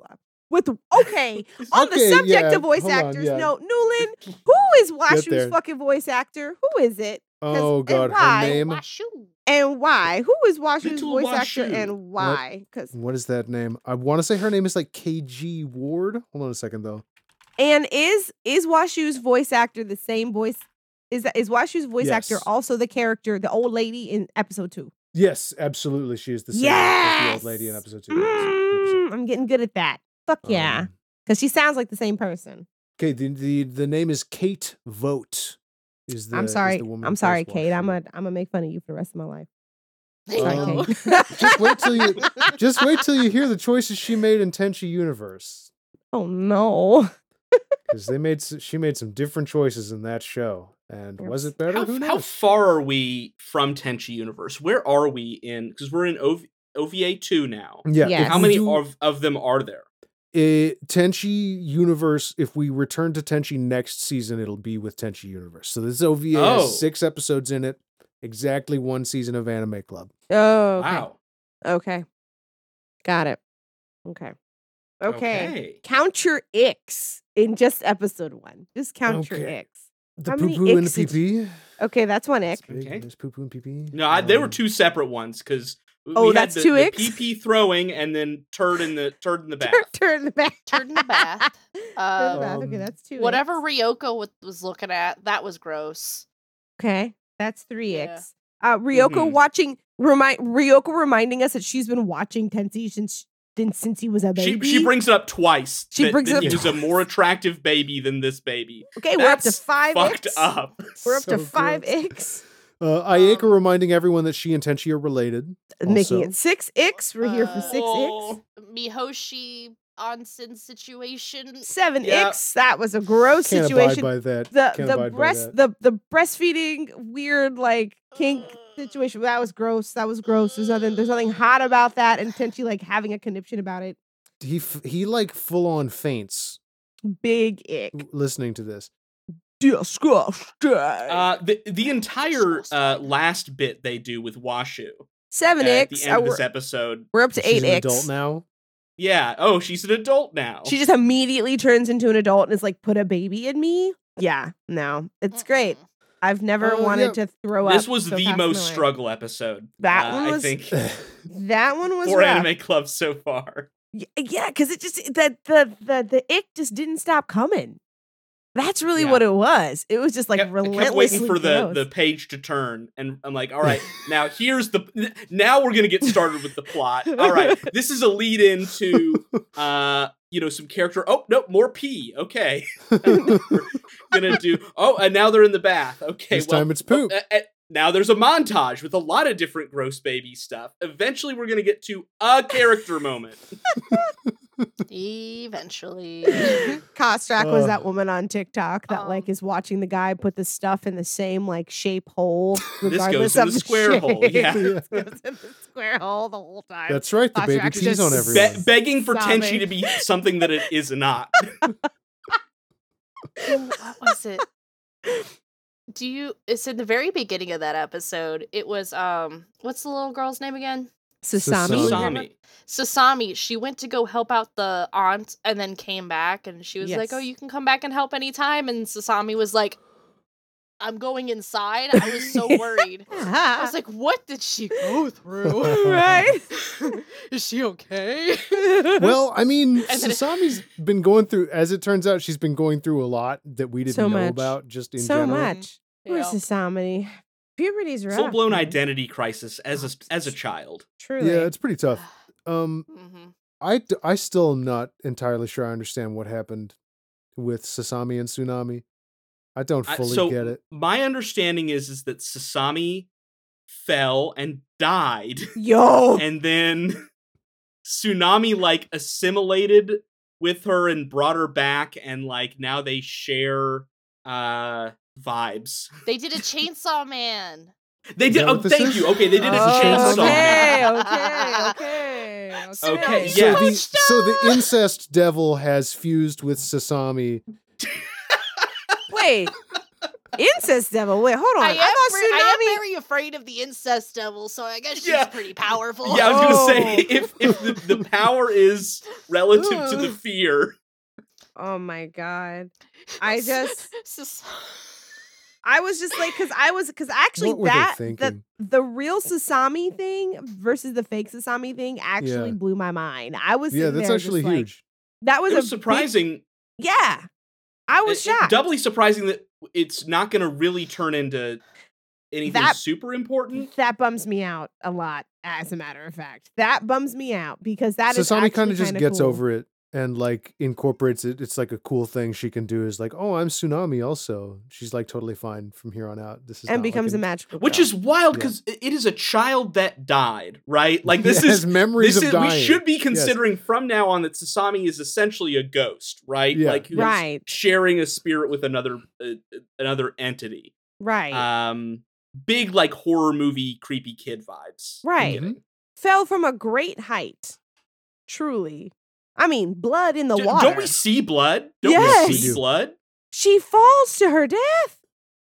[SPEAKER 2] With okay, on
[SPEAKER 1] Okay,
[SPEAKER 2] the subject
[SPEAKER 1] yeah,
[SPEAKER 2] of voice
[SPEAKER 1] hold on,
[SPEAKER 2] actors,
[SPEAKER 1] yeah.
[SPEAKER 2] no, Newland, who is
[SPEAKER 1] there.
[SPEAKER 2] Washu's fucking voice actor? Who is it
[SPEAKER 1] Oh
[SPEAKER 2] and
[SPEAKER 1] God, her
[SPEAKER 2] why?
[SPEAKER 1] name.
[SPEAKER 4] Washoo.
[SPEAKER 2] and why? Who is Washu's
[SPEAKER 3] Little
[SPEAKER 2] voice actor
[SPEAKER 3] Washu. What?
[SPEAKER 2] and why? Because
[SPEAKER 1] What Mm. is that name? I want to say her name is like KG Ward. Hold on a second though.
[SPEAKER 2] and is is Washu's voice actor the same voice? Is that is Washu's voice actor
[SPEAKER 1] Yes.
[SPEAKER 2] also the character, the old lady in episode two?
[SPEAKER 1] Yes, absolutely. She is the same as the old lady in
[SPEAKER 2] Yes!
[SPEAKER 1] episode two. Yes,
[SPEAKER 2] Mm, I'm getting good at that. Fuck yeah, because she sounds like the same person.
[SPEAKER 1] Um, Okay, the, the the name is Kate Vote. Is the
[SPEAKER 2] I'm
[SPEAKER 1] is
[SPEAKER 2] sorry.
[SPEAKER 1] the woman who
[SPEAKER 2] I'm
[SPEAKER 1] plays
[SPEAKER 2] sorry, Kate. I'm
[SPEAKER 1] Washington.
[SPEAKER 2] gonna I'm gonna make fun of you for the rest of my life.
[SPEAKER 4] There you
[SPEAKER 1] Um,
[SPEAKER 4] go.
[SPEAKER 2] Sorry,
[SPEAKER 1] Just wait till you
[SPEAKER 2] Kate.
[SPEAKER 3] Oh.
[SPEAKER 1] just wait till you hear the choices she made in Tenchi Universe
[SPEAKER 2] oh no.
[SPEAKER 1] because they made s- she made some different choices in that show. And was it better?
[SPEAKER 3] How,
[SPEAKER 1] Who
[SPEAKER 3] how
[SPEAKER 1] knows?
[SPEAKER 3] far are we from Tenchi Universe? Where are we in? Because we're in OV, OVA two now.
[SPEAKER 1] Yeah.
[SPEAKER 2] Yes.
[SPEAKER 1] if
[SPEAKER 3] How
[SPEAKER 1] we
[SPEAKER 3] many
[SPEAKER 1] do-
[SPEAKER 3] of, of them are there?
[SPEAKER 1] it, Eh, Tenchi Universe. If we return to Tenchi next season, it'll be with Tenchi Universe. So this OVA
[SPEAKER 3] Oh.
[SPEAKER 1] has six episodes in it, exactly one season of Anime Club.
[SPEAKER 2] Oh okay.
[SPEAKER 3] Wow.
[SPEAKER 2] Okay. Got it. Okay. Okay. Count your icks in just episode one. Just count your
[SPEAKER 1] Okay.
[SPEAKER 2] icks.
[SPEAKER 1] The
[SPEAKER 2] How
[SPEAKER 1] poo
[SPEAKER 2] many
[SPEAKER 1] poo and the
[SPEAKER 2] icks
[SPEAKER 1] pee
[SPEAKER 2] did
[SPEAKER 1] pee.
[SPEAKER 2] Okay, that's one ick.
[SPEAKER 3] Okay.
[SPEAKER 1] There's poo poo and pee Um, pee.
[SPEAKER 3] No, I, they were two separate ones because.
[SPEAKER 2] Um Oh, that's
[SPEAKER 3] the,
[SPEAKER 2] two
[SPEAKER 3] the
[SPEAKER 2] icks?
[SPEAKER 3] PP throwing and then turd in the turd in the bath.
[SPEAKER 2] Turn, turn the bath.
[SPEAKER 4] Turn in the bath.
[SPEAKER 2] Turn in the
[SPEAKER 4] Um,
[SPEAKER 2] bath. Okay,
[SPEAKER 1] Um,
[SPEAKER 2] that's two.
[SPEAKER 4] Whatever
[SPEAKER 2] icks.
[SPEAKER 4] Ryoko wa- was looking at, that was gross.
[SPEAKER 2] Okay, that's three
[SPEAKER 4] Yeah.
[SPEAKER 2] icks. Uh, Ryoko
[SPEAKER 3] Mhm.
[SPEAKER 2] watching remind Ryoko reminding us that she's been watching Tensi since since since he was a
[SPEAKER 3] She
[SPEAKER 2] baby.
[SPEAKER 3] she brings it up twice.
[SPEAKER 2] She
[SPEAKER 3] that,
[SPEAKER 2] brings
[SPEAKER 3] that
[SPEAKER 2] it
[SPEAKER 3] he
[SPEAKER 2] up
[SPEAKER 3] was a more attractive baby than this baby.
[SPEAKER 2] okay, we're up to
[SPEAKER 3] That's
[SPEAKER 2] five
[SPEAKER 3] Fucked
[SPEAKER 2] icks.
[SPEAKER 3] up.
[SPEAKER 2] We're up
[SPEAKER 1] So
[SPEAKER 2] to five
[SPEAKER 1] gross.
[SPEAKER 2] icks,
[SPEAKER 1] Uh, Ayaka
[SPEAKER 4] Um,
[SPEAKER 1] reminding everyone that she and Tenchi are related.
[SPEAKER 2] making
[SPEAKER 1] Also-
[SPEAKER 2] it six icks. We're here for six
[SPEAKER 3] Oh.
[SPEAKER 4] Mihoshi onsen situation.
[SPEAKER 2] icks, seven
[SPEAKER 3] Yeah.
[SPEAKER 2] icks. That was a gross
[SPEAKER 1] Can't abide
[SPEAKER 2] situation.
[SPEAKER 1] by that.
[SPEAKER 2] the
[SPEAKER 1] Can't
[SPEAKER 2] the
[SPEAKER 1] abide by
[SPEAKER 2] breast
[SPEAKER 1] that.
[SPEAKER 2] the the breastfeeding weird like kink situation. That was gross. That was gross. There's nothing there's nothing hot about that. And Tenchi like having a conniption about it.
[SPEAKER 1] He f- he like full on faints
[SPEAKER 2] Big ick.
[SPEAKER 1] w- listening to this.
[SPEAKER 2] Disgusting.
[SPEAKER 3] Uh, the the entire
[SPEAKER 4] Disgusting.
[SPEAKER 3] uh, last bit they do with Washu
[SPEAKER 2] Seven
[SPEAKER 3] at
[SPEAKER 2] icks.
[SPEAKER 3] the end
[SPEAKER 2] Uh,
[SPEAKER 3] of this
[SPEAKER 2] we're,
[SPEAKER 3] episode.
[SPEAKER 2] we're up to
[SPEAKER 1] She's
[SPEAKER 2] eight
[SPEAKER 1] an
[SPEAKER 2] icks.
[SPEAKER 1] adult now.
[SPEAKER 3] Yeah. Oh, she's an adult now.
[SPEAKER 2] She just immediately turns into an adult and is like, put a baby in me. Yeah, no, it's great.
[SPEAKER 4] Mm-mm.
[SPEAKER 2] I've never
[SPEAKER 1] Oh,
[SPEAKER 2] wanted
[SPEAKER 1] yeah.
[SPEAKER 2] to throw up.
[SPEAKER 3] this was
[SPEAKER 2] so
[SPEAKER 3] the
[SPEAKER 2] fast in my
[SPEAKER 3] most
[SPEAKER 2] life.
[SPEAKER 3] struggle episode.
[SPEAKER 2] That
[SPEAKER 3] uh,
[SPEAKER 2] one was-
[SPEAKER 3] I think
[SPEAKER 2] That one was
[SPEAKER 3] for
[SPEAKER 2] rough.
[SPEAKER 3] anime club so far.
[SPEAKER 2] Y- eh, Yeah, because it just that the the the ick just didn't stop coming. That's really
[SPEAKER 3] Yeah.
[SPEAKER 2] what it was. It was just like
[SPEAKER 3] Kept- I
[SPEAKER 2] relentlessly
[SPEAKER 3] kept waiting for the,
[SPEAKER 2] gross.
[SPEAKER 3] the page to turn, and I'm like, all right, now here's the now we're gonna get started with the plot. All right, this is a lead into uh, you know, some character. Oh no, more pee. Okay, we're gonna do. Oh, and now they're in the bath. Okay,
[SPEAKER 1] this
[SPEAKER 3] well,
[SPEAKER 1] time it's poop.
[SPEAKER 3] Uh, uh, now there's a montage with a lot of different gross baby stuff. Eventually, we're gonna get to a character moment.
[SPEAKER 4] Eventually.
[SPEAKER 2] Kostrak was
[SPEAKER 1] Ugh.
[SPEAKER 2] that woman on TikTok that like
[SPEAKER 4] Um,
[SPEAKER 2] is watching the guy put the stuff in the same like shape hole.
[SPEAKER 3] goes
[SPEAKER 2] regardless
[SPEAKER 3] in
[SPEAKER 2] of
[SPEAKER 3] the square
[SPEAKER 2] shape.
[SPEAKER 3] hole, yeah.
[SPEAKER 2] This goes in the square hole the whole time.
[SPEAKER 1] That's right. The
[SPEAKER 2] Foster
[SPEAKER 1] baby
[SPEAKER 2] actress
[SPEAKER 1] pees on
[SPEAKER 2] just
[SPEAKER 1] everyone.
[SPEAKER 3] Be- begging for
[SPEAKER 2] Sobbing.
[SPEAKER 3] Tenchi to be something that it is not.
[SPEAKER 4] Ooh, what was it? Do you? It's in the very beginning of that episode. It was um, what's the little girl's name again?
[SPEAKER 2] Sasami.
[SPEAKER 1] Sasami.
[SPEAKER 3] Sami.
[SPEAKER 4] Sasami. She went to go help out the aunt and then came back, and she was like, "Oh,
[SPEAKER 2] Yes.
[SPEAKER 4] you can come back and help anytime." And Sasami was like, "I'm going inside." I was so worried. I was like, "What did she go through?
[SPEAKER 2] right?
[SPEAKER 4] Is she okay?"
[SPEAKER 1] Well, I mean,
[SPEAKER 4] And then-
[SPEAKER 1] Sasami's been going through. As it turns out, she's been going through a lot that we didn't
[SPEAKER 2] So
[SPEAKER 1] know
[SPEAKER 2] much.
[SPEAKER 1] about. Just in
[SPEAKER 2] so
[SPEAKER 1] general,
[SPEAKER 2] much. Poor
[SPEAKER 4] Yeah.
[SPEAKER 2] Sasami. Puberty's rough.
[SPEAKER 3] Full blown
[SPEAKER 2] man.
[SPEAKER 3] identity crisis as a as a child.
[SPEAKER 2] Truly.
[SPEAKER 1] Yeah, it's pretty
[SPEAKER 3] Uh,
[SPEAKER 1] tough. Um,
[SPEAKER 4] hmm
[SPEAKER 1] I d- I still am not entirely sure I understand what happened with Sasami and Tsunami. I don't
[SPEAKER 3] I-
[SPEAKER 1] fully
[SPEAKER 3] so-
[SPEAKER 1] get it.
[SPEAKER 3] My understanding is is that Sasami fell and died,
[SPEAKER 2] Yo.
[SPEAKER 3] and then Tsunami like assimilated with her and brought her back, and like now they share uh vibes.
[SPEAKER 4] They did a Chainsaw Man.
[SPEAKER 3] They
[SPEAKER 1] Is
[SPEAKER 3] did.
[SPEAKER 1] that
[SPEAKER 3] Oh,
[SPEAKER 1] what this
[SPEAKER 3] thank
[SPEAKER 1] is?
[SPEAKER 3] you. Okay, they did a
[SPEAKER 1] Oh,
[SPEAKER 3] chainsaw. Man.
[SPEAKER 2] Okay, okay, okay,
[SPEAKER 3] Okay,
[SPEAKER 2] okay.
[SPEAKER 1] So
[SPEAKER 3] yeah.
[SPEAKER 1] the so the incest devil has fused with Sasami.
[SPEAKER 2] Wait. Incest devil. Wait, hold on. I,
[SPEAKER 4] I am, ver- I am
[SPEAKER 2] thought Tsunami.
[SPEAKER 4] very afraid of the incest devil, so I guess she's
[SPEAKER 3] Yeah.
[SPEAKER 4] pretty powerful.
[SPEAKER 3] Yeah, I was gonna say
[SPEAKER 2] Oh.
[SPEAKER 3] if if the, the power is relative to the
[SPEAKER 4] Ooh.
[SPEAKER 3] fear,
[SPEAKER 2] Oh my god. I just
[SPEAKER 4] Sus-
[SPEAKER 2] I was just like cuz I was cuz actually
[SPEAKER 1] what were
[SPEAKER 2] that
[SPEAKER 1] they
[SPEAKER 2] the,
[SPEAKER 1] thinking?
[SPEAKER 2] the real Sasami thing versus the fake Sasami thing actually
[SPEAKER 1] Yeah.
[SPEAKER 2] blew my mind. I was
[SPEAKER 1] yeah,
[SPEAKER 2] sitting
[SPEAKER 1] that's
[SPEAKER 2] there
[SPEAKER 1] actually
[SPEAKER 2] just like-
[SPEAKER 1] huge.
[SPEAKER 2] that was,
[SPEAKER 3] it
[SPEAKER 2] a
[SPEAKER 3] was
[SPEAKER 2] big-
[SPEAKER 3] surprising.
[SPEAKER 2] yeah. I was
[SPEAKER 3] it- it-
[SPEAKER 2] shocked.
[SPEAKER 3] doubly surprising that it's not going to really turn into anything
[SPEAKER 2] That-
[SPEAKER 3] super important.
[SPEAKER 2] that bums me out a lot as a matter of fact that bums me out because that is
[SPEAKER 1] Sasami
[SPEAKER 2] kind of
[SPEAKER 1] just gets over it and like incorporates it. It's like a cool thing she can do is like, oh, I'm Tsunami also. She's like totally fine from here on out. This is not
[SPEAKER 2] and
[SPEAKER 1] like
[SPEAKER 2] becomes
[SPEAKER 1] an-
[SPEAKER 2] a magical
[SPEAKER 3] Which
[SPEAKER 2] girl.
[SPEAKER 3] is wild
[SPEAKER 1] Yeah.
[SPEAKER 3] because it is a child that died, right? Like this
[SPEAKER 1] Yeah,
[SPEAKER 3] is
[SPEAKER 1] has memories
[SPEAKER 3] this
[SPEAKER 1] of
[SPEAKER 3] is
[SPEAKER 1] dying.
[SPEAKER 3] we should be considering from now on that Sasami is essentially a ghost, right?
[SPEAKER 1] Yeah.
[SPEAKER 3] Like who's
[SPEAKER 2] right
[SPEAKER 3] sharing a spirit with another uh, another entity.
[SPEAKER 2] right
[SPEAKER 3] Um, big like horror movie creepy kid vibes. I'm
[SPEAKER 2] Right.
[SPEAKER 3] getting.
[SPEAKER 2] fell from a great height truly i mean blood in the
[SPEAKER 3] D-
[SPEAKER 2] water
[SPEAKER 3] Don't we see blood? Don't
[SPEAKER 2] Yes.
[SPEAKER 3] we
[SPEAKER 1] We
[SPEAKER 3] see
[SPEAKER 1] do.
[SPEAKER 3] blood?
[SPEAKER 2] she falls to her death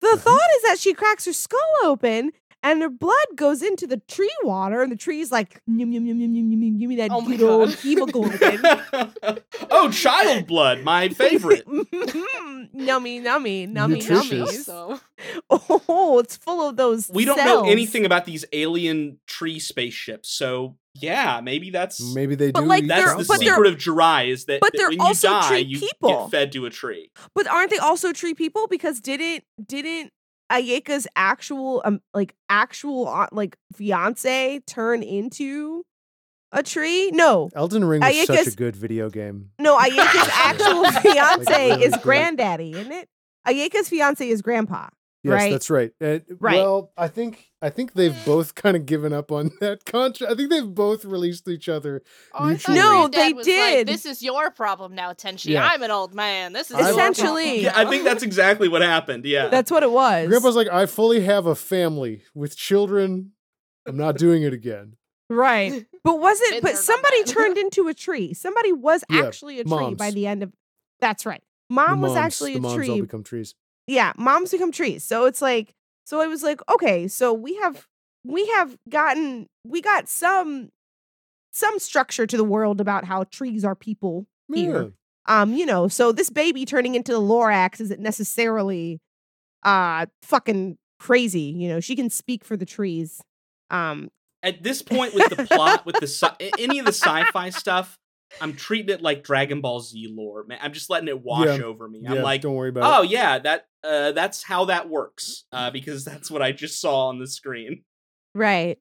[SPEAKER 3] Mm-hmm.
[SPEAKER 2] the thought is that she cracks her skull open and her blood goes into the tree water and the tree's like yum yum yum yum yum yum yum, give me that
[SPEAKER 4] Oh my
[SPEAKER 2] good old
[SPEAKER 4] God.
[SPEAKER 2] hemoglobin
[SPEAKER 3] oh, child blood, my favorite.
[SPEAKER 2] Mm-hmm. nummy, nummy, nummy,
[SPEAKER 1] Nutritious.
[SPEAKER 2] nummies.
[SPEAKER 4] so-
[SPEAKER 2] Oh, it's full of those.
[SPEAKER 3] We don't know
[SPEAKER 2] cells.
[SPEAKER 3] anything about these alien tree spaceships, so yeah, maybe that's
[SPEAKER 1] Maybe they do.
[SPEAKER 2] But, like,
[SPEAKER 1] eat
[SPEAKER 3] that's
[SPEAKER 2] they're-
[SPEAKER 3] the
[SPEAKER 1] Trump
[SPEAKER 2] but
[SPEAKER 1] blood.
[SPEAKER 2] they're-
[SPEAKER 3] secret of Jirai is that,
[SPEAKER 2] but
[SPEAKER 3] that
[SPEAKER 2] they're
[SPEAKER 3] when
[SPEAKER 2] also
[SPEAKER 3] you die,
[SPEAKER 2] tree
[SPEAKER 3] you
[SPEAKER 2] people.
[SPEAKER 3] get fed to a tree.
[SPEAKER 2] But aren't they also tree people? Because didn't didn't Ayeka's actual um like actual uh, like fiance turn into a tree? No,
[SPEAKER 1] Elden Ring was such a
[SPEAKER 2] Ayaka's-
[SPEAKER 1] good video game.
[SPEAKER 2] no. Ayeka's actual
[SPEAKER 3] Like,
[SPEAKER 2] fiance
[SPEAKER 1] really
[SPEAKER 2] is
[SPEAKER 1] good.
[SPEAKER 2] granddaddy, isn't it? Ayeka's fiance is grandpa.
[SPEAKER 1] Yes,
[SPEAKER 2] Right.
[SPEAKER 1] that's right. Uh,
[SPEAKER 2] Right.
[SPEAKER 1] Well, I think I think they've both kind of given up on that contract. I think they've both released each other.
[SPEAKER 4] Oh, I thought
[SPEAKER 1] Mutually.
[SPEAKER 4] your
[SPEAKER 2] No,
[SPEAKER 4] dad
[SPEAKER 2] they
[SPEAKER 4] was like,
[SPEAKER 2] did.
[SPEAKER 4] this is your problem now, Tenshi.
[SPEAKER 1] Yeah.
[SPEAKER 4] I'm an old man. This is
[SPEAKER 1] I-
[SPEAKER 4] your problem
[SPEAKER 2] Essentially.
[SPEAKER 3] Yeah, I think
[SPEAKER 4] now."
[SPEAKER 3] that's exactly what happened. Yeah.
[SPEAKER 2] That's what it was.
[SPEAKER 1] Grandpa's like, I fully have a family with children. I'm not doing it again.
[SPEAKER 2] right. But was
[SPEAKER 4] Been
[SPEAKER 2] it?
[SPEAKER 4] there,
[SPEAKER 2] But
[SPEAKER 4] done
[SPEAKER 2] somebody
[SPEAKER 4] that.
[SPEAKER 2] turned into a tree. Somebody was
[SPEAKER 1] Yeah,
[SPEAKER 2] actually a tree by
[SPEAKER 1] moms.
[SPEAKER 2] the end of. That's right.
[SPEAKER 1] The
[SPEAKER 2] Mom was
[SPEAKER 1] moms-
[SPEAKER 2] actually
[SPEAKER 1] the
[SPEAKER 2] a
[SPEAKER 1] moms
[SPEAKER 2] tree
[SPEAKER 1] all become trees.
[SPEAKER 2] yeah, moms become trees. So it's like, so I was like, okay, so we have we have gotten we got some some structure to the world about how trees are people. Here. Um, you know, so this baby turning into the Lorax isn't necessarily uh fucking crazy. You know, she can speak for the trees. Um,
[SPEAKER 3] At this point with the plot, with the sci- any of the sci-fi stuff, I'm treating it like Dragon Ball Z lore. Man, I'm just letting it wash
[SPEAKER 1] Yeah.
[SPEAKER 3] over me.
[SPEAKER 1] Yeah,
[SPEAKER 3] I'm like,
[SPEAKER 1] don't worry about
[SPEAKER 3] oh yeah, that uh, that's how that works uh, because that's what I just saw on the screen.
[SPEAKER 2] right.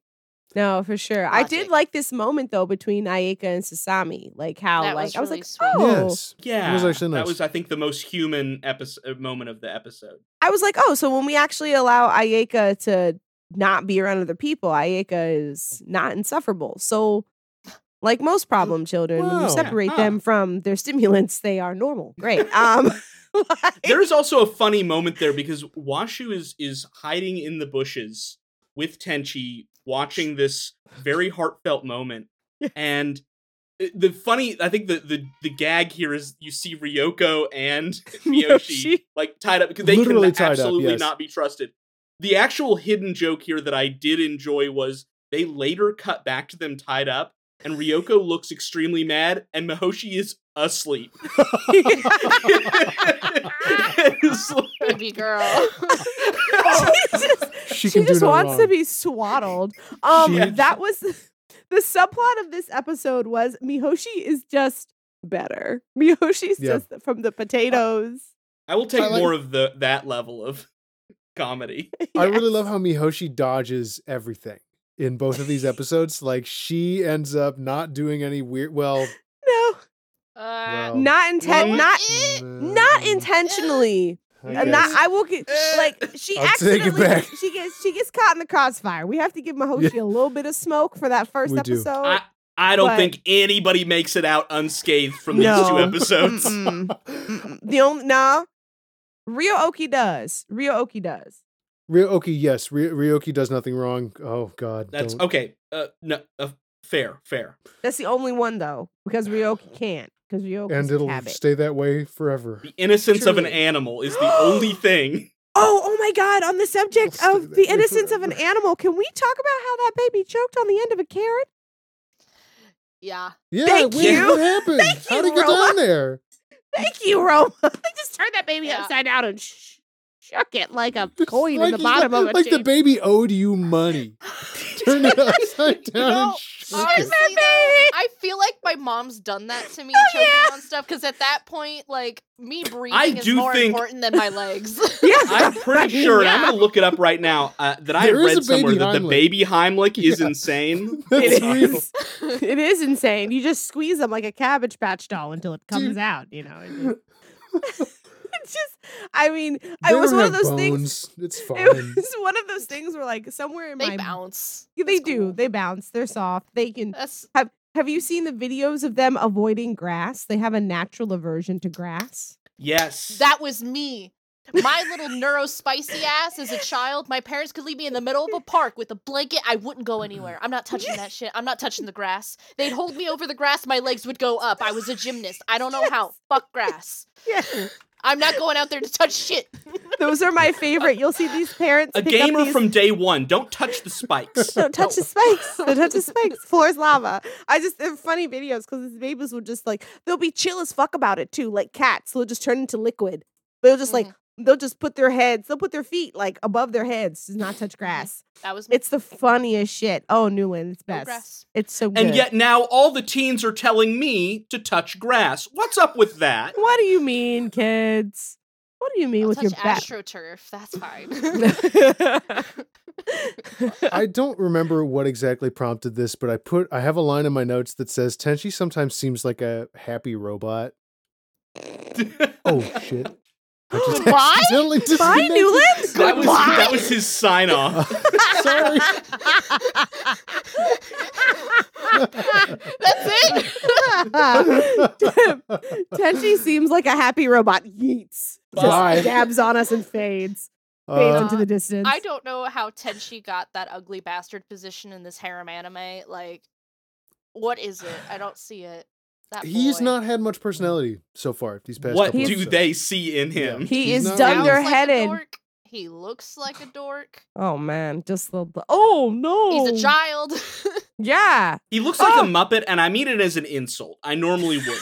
[SPEAKER 2] No, for sure. I did
[SPEAKER 4] Logic.
[SPEAKER 2] like this moment though between Ayaka and Sasami, like how
[SPEAKER 4] That
[SPEAKER 2] like
[SPEAKER 4] was
[SPEAKER 2] I was
[SPEAKER 4] really
[SPEAKER 2] like,
[SPEAKER 4] sweet.
[SPEAKER 1] it.
[SPEAKER 2] oh,
[SPEAKER 1] Yes.
[SPEAKER 3] Yeah,
[SPEAKER 1] It was actually nice.
[SPEAKER 3] that was I think the most human episode moment of the episode.
[SPEAKER 2] I was like, oh, so when we actually allow Ayeka to not be around other people, Ayeka is not insufferable. So, like most problem children, when you
[SPEAKER 1] Wow.
[SPEAKER 2] separate
[SPEAKER 3] Huh.
[SPEAKER 2] them from their stimulants, they are normal. Great. Um, like-
[SPEAKER 3] There is also a funny moment there because Washu is is hiding in the bushes with Tenchi, watching this very heartfelt moment. And it- the funny, I think the the the gag here is you see Ryoko and Miyoshi
[SPEAKER 2] Yoshi.
[SPEAKER 3] like tied up because they
[SPEAKER 1] Literally
[SPEAKER 3] can
[SPEAKER 1] tied up,
[SPEAKER 3] absolutely
[SPEAKER 1] yes.
[SPEAKER 3] not be trusted. The actual hidden joke here that I did enjoy was they later cut back to them tied up, and Ryoko looks extremely mad, and Mihoshi is asleep. It's like-
[SPEAKER 4] Baby girl. Uh,
[SPEAKER 2] Jesus.
[SPEAKER 1] She,
[SPEAKER 2] she
[SPEAKER 1] can
[SPEAKER 2] just
[SPEAKER 1] do no
[SPEAKER 2] wants
[SPEAKER 1] wrong.
[SPEAKER 2] to be swaddled. Um,
[SPEAKER 3] Yeah.
[SPEAKER 2] that was the subplot of this episode was Mihoshi is just better. Mihoshi's
[SPEAKER 1] Yeah. Uh
[SPEAKER 2] just from the potatoes.
[SPEAKER 3] I will take
[SPEAKER 1] I like-
[SPEAKER 3] more of the that level of comedy.
[SPEAKER 1] I really love how Mihoshi dodges everything in both of these episodes. like she ends up not doing any weird. Well,
[SPEAKER 2] no,
[SPEAKER 4] Uh,
[SPEAKER 1] Well,
[SPEAKER 2] not intent,
[SPEAKER 3] Mm.
[SPEAKER 2] not
[SPEAKER 4] eh,
[SPEAKER 2] not
[SPEAKER 1] uh,
[SPEAKER 2] intentionally.
[SPEAKER 1] I
[SPEAKER 2] I'm not.
[SPEAKER 1] guess.
[SPEAKER 2] I will get
[SPEAKER 3] Eh.
[SPEAKER 2] like she
[SPEAKER 1] I'll take it
[SPEAKER 2] accidentally.
[SPEAKER 1] back.
[SPEAKER 2] She gets she gets caught in the crossfire. We have to give Mahoshi a little bit of smoke for that first
[SPEAKER 1] We do.
[SPEAKER 2] episode.
[SPEAKER 3] I, I don't
[SPEAKER 2] But-
[SPEAKER 3] think anybody makes it out unscathed from these
[SPEAKER 2] No.
[SPEAKER 3] two episodes.
[SPEAKER 2] Mm-mm. Mm-mm. The only no, Ryoki does. Ryoki does.
[SPEAKER 1] Ryoki, yes, Ry- Ryoki does nothing wrong. Oh God,
[SPEAKER 3] That's
[SPEAKER 1] don't-
[SPEAKER 3] okay. Uh, no, uh, fair, fair.
[SPEAKER 2] That's the only one though, because Ryoki can't. Because Ryoki
[SPEAKER 1] and it'll
[SPEAKER 2] habit.
[SPEAKER 1] stay that way forever.
[SPEAKER 3] The innocence of an
[SPEAKER 2] Truly.
[SPEAKER 3] animal is the only thing.
[SPEAKER 2] oh, oh my God! On the
[SPEAKER 1] It'll
[SPEAKER 2] subject
[SPEAKER 1] stay
[SPEAKER 2] of
[SPEAKER 1] that
[SPEAKER 2] the
[SPEAKER 1] way
[SPEAKER 2] innocence of an
[SPEAKER 1] forever.
[SPEAKER 2] animal, can we talk about how that baby choked on the end of a carrot?
[SPEAKER 4] yeah.
[SPEAKER 1] Yeah,
[SPEAKER 2] Thank
[SPEAKER 1] wait,
[SPEAKER 2] you.
[SPEAKER 1] what happened?
[SPEAKER 2] Thank
[SPEAKER 1] How
[SPEAKER 2] you,
[SPEAKER 1] did you get
[SPEAKER 2] Roma.
[SPEAKER 1] down there?
[SPEAKER 2] Thank you, Roma. they just turned that baby
[SPEAKER 4] Yeah.
[SPEAKER 2] upside down and sh- shook it like a
[SPEAKER 1] It's
[SPEAKER 2] coin
[SPEAKER 1] like-
[SPEAKER 2] in the
[SPEAKER 1] it's
[SPEAKER 2] bottom
[SPEAKER 1] like,
[SPEAKER 2] of a
[SPEAKER 1] like the
[SPEAKER 2] tin.
[SPEAKER 1] baby owed you money. Turn it upside down
[SPEAKER 4] No,
[SPEAKER 1] and shook
[SPEAKER 4] honestly,
[SPEAKER 1] it.
[SPEAKER 4] though,
[SPEAKER 2] baby.
[SPEAKER 4] I feel like my mom's done that to me,
[SPEAKER 2] Oh,
[SPEAKER 4] choking
[SPEAKER 2] yeah.
[SPEAKER 4] on stuff. Because at that point, like me breathing is
[SPEAKER 3] do
[SPEAKER 4] more
[SPEAKER 3] think-
[SPEAKER 4] important than my legs.
[SPEAKER 2] Yeah,
[SPEAKER 3] I'm pretty sure, and I'm going to look it up right now, uh, that I
[SPEAKER 1] There
[SPEAKER 3] have
[SPEAKER 1] is a
[SPEAKER 3] read somewhere
[SPEAKER 1] baby
[SPEAKER 3] that the
[SPEAKER 1] Heimlich.
[SPEAKER 3] baby Heimlich is
[SPEAKER 1] Yeah.
[SPEAKER 3] insane.
[SPEAKER 1] That's
[SPEAKER 2] it
[SPEAKER 1] real.
[SPEAKER 2] is. it is insane. You just squeeze them like a cabbage patch doll until it comes
[SPEAKER 1] Dude.
[SPEAKER 2] out. You know. It just- It's just, I mean, it was
[SPEAKER 1] don't
[SPEAKER 2] one
[SPEAKER 1] have
[SPEAKER 2] of those things.
[SPEAKER 1] bones. It's fine.
[SPEAKER 2] It was one of those things where, like, somewhere in
[SPEAKER 4] they
[SPEAKER 2] my
[SPEAKER 4] bounce.
[SPEAKER 2] Yeah, They
[SPEAKER 4] That's
[SPEAKER 2] do.
[SPEAKER 4] cool.
[SPEAKER 2] They bounce. They're soft. They can.
[SPEAKER 4] That's
[SPEAKER 2] Have you seen the videos of them avoiding grass? They have a natural aversion to grass.
[SPEAKER 3] Yes.
[SPEAKER 4] that was me. My little neurospicy ass as a child, my parents could leave me in the middle of a park with a blanket. I wouldn't
[SPEAKER 2] Mm-hmm.
[SPEAKER 4] go anywhere. I'm not touching that shit. I'm not touching the grass. They'd hold me over the grass. My legs would go up. I was a gymnast. I don't know how. Fuck grass.
[SPEAKER 2] Yeah,
[SPEAKER 4] I'm not going out there to touch shit.
[SPEAKER 2] those are my favorite. You'll see these parents.
[SPEAKER 3] a
[SPEAKER 2] pick up
[SPEAKER 3] gamer
[SPEAKER 2] these-
[SPEAKER 3] from day one. Don't touch the spikes.
[SPEAKER 2] Don't touch the spikes. Don't touch the spikes. Floor's lava. I just they're funny videos because these babies will just like they'll be chill as fuck about it too, like cats. They'll just turn into liquid. They'll just like they'll just put their heads. They'll put their feet like above their heads to not touch grass.
[SPEAKER 4] That was me.
[SPEAKER 2] It's the funniest shit. Oh, Newland, it's
[SPEAKER 4] No
[SPEAKER 2] best.
[SPEAKER 4] grass.
[SPEAKER 2] It's so good.
[SPEAKER 3] And yet now all the teens are telling me to touch grass. What's up with that?
[SPEAKER 2] What do you mean, kids? What do you mean
[SPEAKER 4] I'll
[SPEAKER 2] with
[SPEAKER 4] touch
[SPEAKER 2] your back?
[SPEAKER 4] astroturf. That's fine.
[SPEAKER 1] I don't remember what exactly prompted this, but I put I have a line in my notes that says Tenchi sometimes seems like a happy robot. Oh shit. I just
[SPEAKER 4] Goodbye?
[SPEAKER 1] accidentally
[SPEAKER 2] Bye,
[SPEAKER 1] disconnected.
[SPEAKER 2] Newland.
[SPEAKER 3] that was that was his sign off.
[SPEAKER 1] Sorry.
[SPEAKER 4] That's it.
[SPEAKER 1] Uh,
[SPEAKER 2] Tenchi seems like a happy robot. Yeets. Just
[SPEAKER 1] Bye.
[SPEAKER 2] dabs on us and fades. Fades
[SPEAKER 1] Uh,
[SPEAKER 2] into the distance.
[SPEAKER 4] I don't know how Tenchi got that ugly bastard position in this harem anime. Like, what is it? I don't see it. That
[SPEAKER 1] he's
[SPEAKER 4] boy.
[SPEAKER 1] not had much personality so far these past
[SPEAKER 3] What
[SPEAKER 1] couple
[SPEAKER 2] He's-
[SPEAKER 3] do
[SPEAKER 1] episodes.
[SPEAKER 3] they see in him?
[SPEAKER 2] He
[SPEAKER 1] He's
[SPEAKER 2] is
[SPEAKER 1] not
[SPEAKER 4] Sounds
[SPEAKER 1] really-
[SPEAKER 4] like a
[SPEAKER 2] dunderheaded.
[SPEAKER 4] dork. He looks like a dork.
[SPEAKER 2] oh man, just the oh no.
[SPEAKER 4] He's a child.
[SPEAKER 2] Yeah.
[SPEAKER 3] He looks like
[SPEAKER 2] Oh.
[SPEAKER 3] a Muppet, and I mean it as an insult. I normally wouldn't.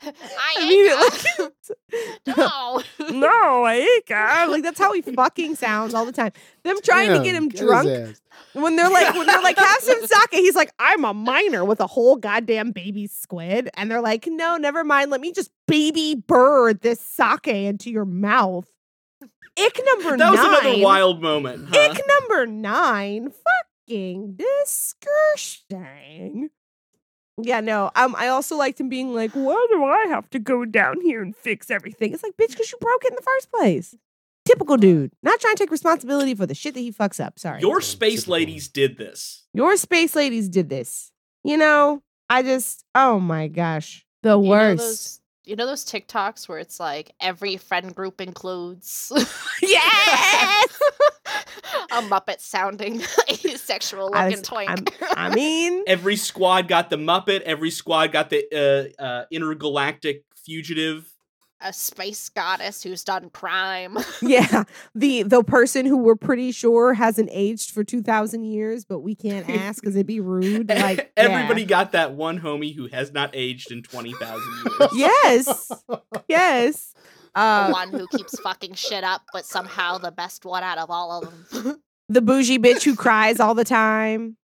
[SPEAKER 4] I
[SPEAKER 2] Immediately.
[SPEAKER 4] ain't got- no.
[SPEAKER 2] no, Aika. Like that's how he fucking sounds all the time. Them trying to get
[SPEAKER 1] Damn,
[SPEAKER 2] him
[SPEAKER 1] his
[SPEAKER 2] drunk
[SPEAKER 1] ass.
[SPEAKER 2] When they're like, when they're like, have some sake. He's like, I'm a minor with a whole goddamn baby squid. And they're like, no, never mind. Let me just baby bird this sake into your mouth. Ick number
[SPEAKER 3] That was
[SPEAKER 2] nine.
[SPEAKER 3] another wild moment. huh?
[SPEAKER 2] Ick number nine. Fucking disgusting. Yeah, no. Um, I also liked him being like, why do I have to go down here and fix everything? It's like, bitch, because you broke it in the first place. Typical dude. Not trying to take responsibility for the shit that he fucks up. Sorry.
[SPEAKER 3] Your space
[SPEAKER 1] Typical.
[SPEAKER 3] ladies did this.
[SPEAKER 2] Your space ladies did this. You know, I just, oh my gosh, the
[SPEAKER 4] You know
[SPEAKER 2] worst.
[SPEAKER 4] those- You know those TikToks where it's like every friend group includes
[SPEAKER 2] Yes!
[SPEAKER 4] a Muppet sounding asexual
[SPEAKER 2] I
[SPEAKER 4] looking
[SPEAKER 2] was-
[SPEAKER 4] twink.
[SPEAKER 2] I mean,
[SPEAKER 3] Every squad got the Muppet. Every squad got the uh, uh, intergalactic fugitive.
[SPEAKER 4] a space goddess who's done crime.
[SPEAKER 2] yeah, the the person who we're pretty sure hasn't aged for two thousand years, but we can't ask because it'd be rude. Like yeah.
[SPEAKER 3] Everybody got that one homie who has not aged in twenty thousand years.
[SPEAKER 2] Yes, yes.
[SPEAKER 4] The
[SPEAKER 2] Uh,
[SPEAKER 4] one who keeps fucking shit up, but somehow the best one out of all of them.
[SPEAKER 2] the bougie bitch who cries all the time.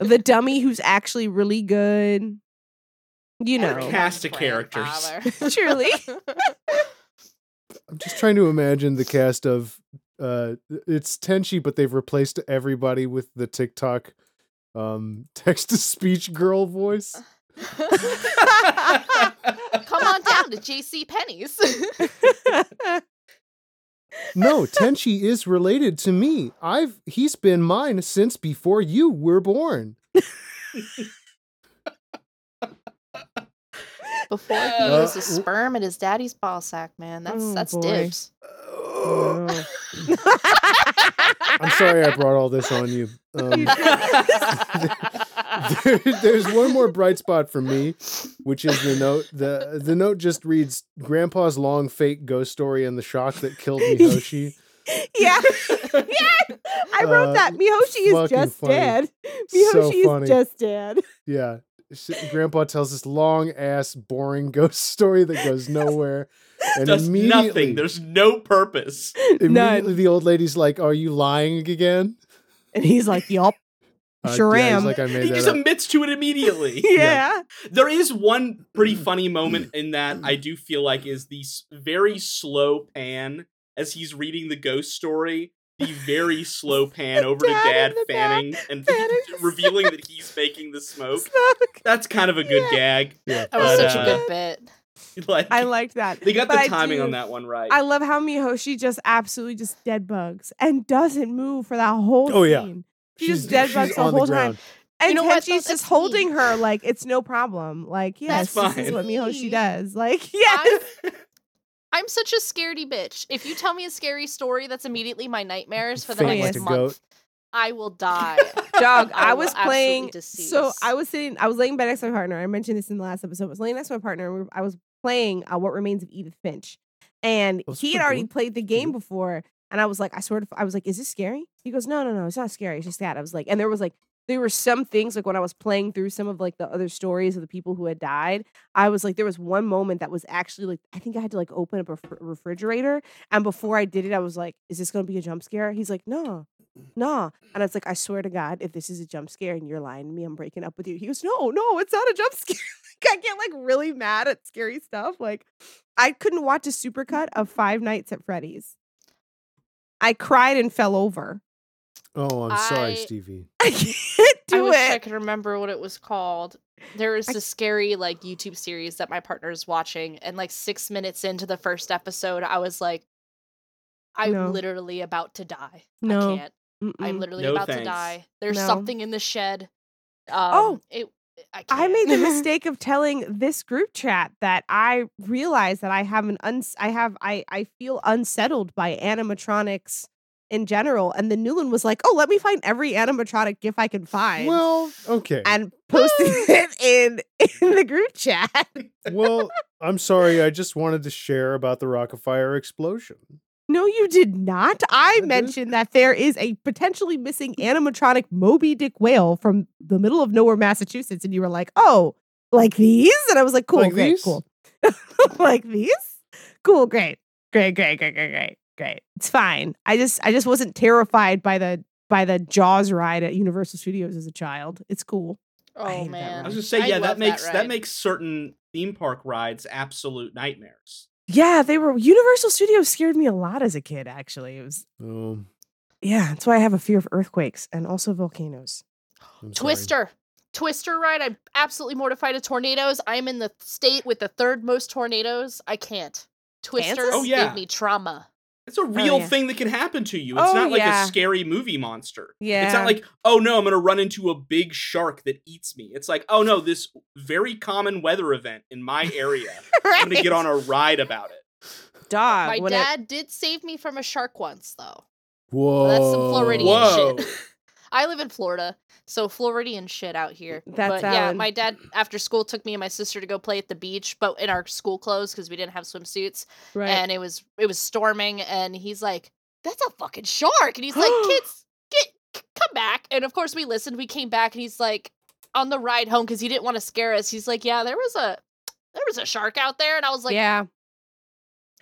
[SPEAKER 2] the dummy who's actually really good. You
[SPEAKER 3] Every
[SPEAKER 2] know,
[SPEAKER 3] cat. Cast of characters.
[SPEAKER 4] Grandfather.
[SPEAKER 2] truly.
[SPEAKER 1] I'm just trying to imagine the cast of uh it's Tenchi, but they've replaced everybody with the TikTok um text to speech girl voice.
[SPEAKER 4] Come on down to JC Penney's.
[SPEAKER 1] No, Tenchi is related to me. I've he's been mine since before you were born.
[SPEAKER 4] Before he
[SPEAKER 3] Uh,
[SPEAKER 4] was a
[SPEAKER 1] w-
[SPEAKER 4] sperm in his daddy's ball sack, man. That's
[SPEAKER 2] Oh,
[SPEAKER 4] that's
[SPEAKER 2] boy.
[SPEAKER 4] dibs.
[SPEAKER 2] Oh.
[SPEAKER 1] I'm sorry I brought all this on you. Um, there, there's one more bright spot for me, which is the note. the The note just reads Grandpa's long fake ghost story and the shock that killed Mihoshi.
[SPEAKER 2] yeah. Yes! I wrote
[SPEAKER 1] Uh,
[SPEAKER 2] that. Mihoshi
[SPEAKER 1] fucking
[SPEAKER 2] is just
[SPEAKER 1] funny.
[SPEAKER 2] dead.
[SPEAKER 1] So
[SPEAKER 2] Mihoshi
[SPEAKER 1] funny.
[SPEAKER 2] is just dead.
[SPEAKER 1] Yeah, Sh- Grandpa tells this long ass, boring ghost story that goes nowhere, and
[SPEAKER 3] Does
[SPEAKER 1] immediately,
[SPEAKER 3] nothing. There's no purpose.
[SPEAKER 1] immediately the old lady's like, "Are you lying again?"
[SPEAKER 2] And he's like, yup.
[SPEAKER 1] Uh,
[SPEAKER 2] Sure
[SPEAKER 1] yeah, he's
[SPEAKER 2] am.
[SPEAKER 1] Like I
[SPEAKER 3] He
[SPEAKER 1] made
[SPEAKER 3] just
[SPEAKER 1] that up.
[SPEAKER 3] admits to it immediately.
[SPEAKER 2] Yeah.
[SPEAKER 3] There is one pretty
[SPEAKER 2] Mm.
[SPEAKER 3] funny moment in that I do feel like is the s- very slow pan as he's reading the ghost story. The very slow pan over to
[SPEAKER 2] Dad in
[SPEAKER 3] Dad
[SPEAKER 2] the back,
[SPEAKER 3] fanning and
[SPEAKER 2] fanning.
[SPEAKER 3] revealing that he's making the smoke.
[SPEAKER 2] Smoke.
[SPEAKER 3] That's kind of a good gag.
[SPEAKER 1] Yeah.
[SPEAKER 4] That was
[SPEAKER 3] But,
[SPEAKER 4] such a
[SPEAKER 3] uh,
[SPEAKER 4] good bit.
[SPEAKER 3] Like
[SPEAKER 2] I liked that.
[SPEAKER 3] they got the
[SPEAKER 2] but I
[SPEAKER 3] timing
[SPEAKER 2] do-
[SPEAKER 3] on that one right.
[SPEAKER 2] I love how Mihoshi just absolutely just dead bugs and doesn't move for that whole
[SPEAKER 1] Oh, yeah.
[SPEAKER 2] scene. She just dead bugs the whole time. And
[SPEAKER 4] You know what, though?
[SPEAKER 2] Tenchi's
[SPEAKER 4] That's
[SPEAKER 2] just holding
[SPEAKER 4] me.
[SPEAKER 2] her like it's no problem. Like, yes, this is
[SPEAKER 3] fine.
[SPEAKER 2] what
[SPEAKER 4] Me.
[SPEAKER 2] Mihoshi does. Like,
[SPEAKER 4] I'm,
[SPEAKER 2] yes.
[SPEAKER 4] I'm such a scaredy bitch. If you tell me a scary story, that's immediately my nightmares for the
[SPEAKER 1] Faint
[SPEAKER 4] next
[SPEAKER 1] like a
[SPEAKER 4] month.
[SPEAKER 1] goat.
[SPEAKER 4] I will die.
[SPEAKER 2] Dog,
[SPEAKER 4] I
[SPEAKER 2] I
[SPEAKER 4] will
[SPEAKER 2] was
[SPEAKER 4] absolutely
[SPEAKER 2] playing.
[SPEAKER 4] deceased.
[SPEAKER 2] So I was sitting, I was laying bed next to my partner. I mentioned this in the last episode. I was laying next to my partner. And we were, I was playing uh, What Remains of Edith Finch. And
[SPEAKER 1] That's
[SPEAKER 2] he
[SPEAKER 1] pretty
[SPEAKER 2] had already
[SPEAKER 1] good.
[SPEAKER 2] played the game before. And I was like, I sort of, I was like, is this scary? He goes, no, no, no, it's not scary. It's just that. I was like, and there was like, there were some things like when I was playing through some of like the other stories of the people who had died. I was like, there was one moment that was actually like, I think I had to like open up a fr- refrigerator. And before I did it, I was like, is this going to be a jump scare? He's like, no, no. And I was like, I swear to God, if this is a jump scare and you're lying to me, I'm breaking up with you. He goes, no, no, it's not a jump scare. like, I get like really mad at scary stuff. Like I couldn't watch a supercut
[SPEAKER 4] Mm.
[SPEAKER 2] of Five Nights at Freddy's. I cried and fell over.
[SPEAKER 1] Oh, I'm sorry,
[SPEAKER 4] I-
[SPEAKER 1] Stevie.
[SPEAKER 2] I can't
[SPEAKER 4] I
[SPEAKER 2] do
[SPEAKER 4] wish I
[SPEAKER 2] it.
[SPEAKER 4] could remember what it was called. There was
[SPEAKER 2] I-
[SPEAKER 4] this scary like YouTube series that my partner is watching, and like six minutes into the first episode, I was like, "I'm
[SPEAKER 2] No.
[SPEAKER 4] literally about to die.
[SPEAKER 2] No.
[SPEAKER 4] I can't. I'm
[SPEAKER 2] Mm-mm.
[SPEAKER 4] literally
[SPEAKER 3] No
[SPEAKER 4] about to
[SPEAKER 3] thanks.
[SPEAKER 4] die. There's
[SPEAKER 2] No.
[SPEAKER 4] something in the shed. Um,
[SPEAKER 2] Oh.
[SPEAKER 4] it. I,
[SPEAKER 2] I
[SPEAKER 4] can't.
[SPEAKER 2] made the mistake of telling this group chat that I realize that I have an uns I have I I feel unsettled by animatronics in general. And the Newland was like, "Oh, let me find every animatronic gif I can find."
[SPEAKER 1] Well, okay.
[SPEAKER 2] and posted it in in the group chat.
[SPEAKER 1] well, I'm sorry. I just wanted to share about the Rock of Fire explosion.
[SPEAKER 2] No, you did not.
[SPEAKER 1] I
[SPEAKER 2] I
[SPEAKER 1] did.
[SPEAKER 2] mentioned that there is a potentially missing animatronic Moby Dick whale from the middle of nowhere, Massachusetts, and you were like, "Oh, like these?" And I was like, "Cool,
[SPEAKER 1] Like
[SPEAKER 2] great,
[SPEAKER 1] these?
[SPEAKER 2] cool, like these, cool, great, great, great, great, great, great, great. It's fine. I just, I just wasn't terrified by the by the Jaws ride at Universal Studios as a child. It's cool. I
[SPEAKER 4] Oh
[SPEAKER 2] hated that
[SPEAKER 4] man.
[SPEAKER 3] I
[SPEAKER 2] ride.
[SPEAKER 3] was gonna say, yeah, that
[SPEAKER 4] love
[SPEAKER 3] makes that,
[SPEAKER 4] ride.
[SPEAKER 3] makes certain theme park rides absolute nightmares.
[SPEAKER 2] Yeah, they were Universal Studios scared me a lot as a kid. Actually, it was
[SPEAKER 1] Oh,
[SPEAKER 2] yeah. That's why I have a fear of earthquakes and also volcanoes.
[SPEAKER 1] I'm sorry.
[SPEAKER 4] Twister. Twister ride. I'm absolutely mortified of tornadoes. I'm in the state with the third most tornadoes. I can't. Twister
[SPEAKER 2] Kansas?
[SPEAKER 3] Oh, yeah.
[SPEAKER 4] gave me trauma.
[SPEAKER 3] It's a real
[SPEAKER 2] Oh, yeah.
[SPEAKER 3] thing that can happen to you. It's
[SPEAKER 2] Oh,
[SPEAKER 3] not like
[SPEAKER 2] yeah.
[SPEAKER 3] a scary movie monster.
[SPEAKER 2] Yeah.
[SPEAKER 3] It's not like, oh no, I'm gonna run into a big shark that eats me. It's like, oh no, this very common weather event in my area. I'm gonna get on a ride about it.
[SPEAKER 2] dog.
[SPEAKER 4] My
[SPEAKER 2] Uh, when it-
[SPEAKER 4] dad did save me from a shark once, though.
[SPEAKER 1] Whoa.
[SPEAKER 4] Well, that's some Floridian
[SPEAKER 3] Whoa.
[SPEAKER 4] shit. I live in Florida, so Floridian shit out here.
[SPEAKER 2] That's
[SPEAKER 4] but yeah,
[SPEAKER 2] Alan.
[SPEAKER 4] my dad after school took me and my sister to go play at the beach, but in our school clothes because we didn't have swimsuits,
[SPEAKER 2] right.
[SPEAKER 4] and it was it was storming, and he's like, "That's a fucking shark," and he's like, "Kids, get c- come back," and of course we listened. We came back, and he's like, on the ride home because he didn't want to scare us. He's like, "Yeah, there was a there was a shark out there," and I was like,
[SPEAKER 2] yeah.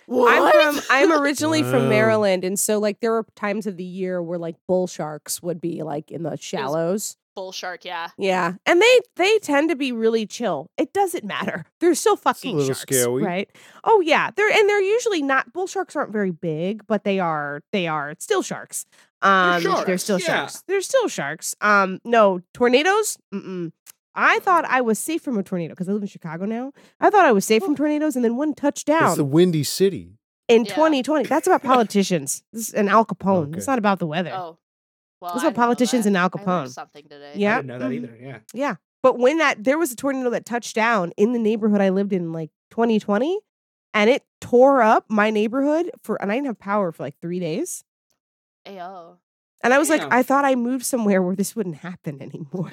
[SPEAKER 4] "What?"
[SPEAKER 2] I'm from I'm originally
[SPEAKER 1] Wow.
[SPEAKER 2] from Maryland and so like there were times of the year where like bull sharks would be like in the shallows.
[SPEAKER 4] Bull shark, yeah.
[SPEAKER 2] Yeah, and they they tend to be really chill. It doesn't matter. They're so fucking
[SPEAKER 1] little
[SPEAKER 2] sharks,
[SPEAKER 1] scary.
[SPEAKER 2] right? Oh yeah, they're and they're usually not bull sharks aren't very big, but they are they are still sharks. Um,
[SPEAKER 3] sharks,
[SPEAKER 2] still
[SPEAKER 3] yeah.
[SPEAKER 2] sharks. They're still sharks. Um, no tornadoes. Mm-mm. I thought I was safe from a tornado because I live in Chicago now. I thought I was safe from tornadoes, and then one touched
[SPEAKER 1] It's
[SPEAKER 2] down
[SPEAKER 1] the Windy City.
[SPEAKER 2] in
[SPEAKER 4] Yeah.
[SPEAKER 2] 2020. That's about politicians. This is an Al Capone.
[SPEAKER 1] Okay.
[SPEAKER 2] It's not about the weather.
[SPEAKER 4] Oh. Well,
[SPEAKER 2] Those
[SPEAKER 4] I
[SPEAKER 2] are
[SPEAKER 4] didn't know
[SPEAKER 2] politicians
[SPEAKER 4] that.
[SPEAKER 2] and Al
[SPEAKER 4] I learned
[SPEAKER 2] Capone.
[SPEAKER 4] something today.
[SPEAKER 2] Yeah.
[SPEAKER 3] I didn't know that
[SPEAKER 2] mhm.
[SPEAKER 3] either. Yeah.
[SPEAKER 2] But when that there was a tornado that touched down in the neighborhood I lived in like 2020 and it tore up my neighborhood for and I didn't have power for like 3 days.
[SPEAKER 4] Ayo.
[SPEAKER 2] And I was like
[SPEAKER 3] Damn.
[SPEAKER 2] I thought I moved somewhere where this wouldn't happen anymore.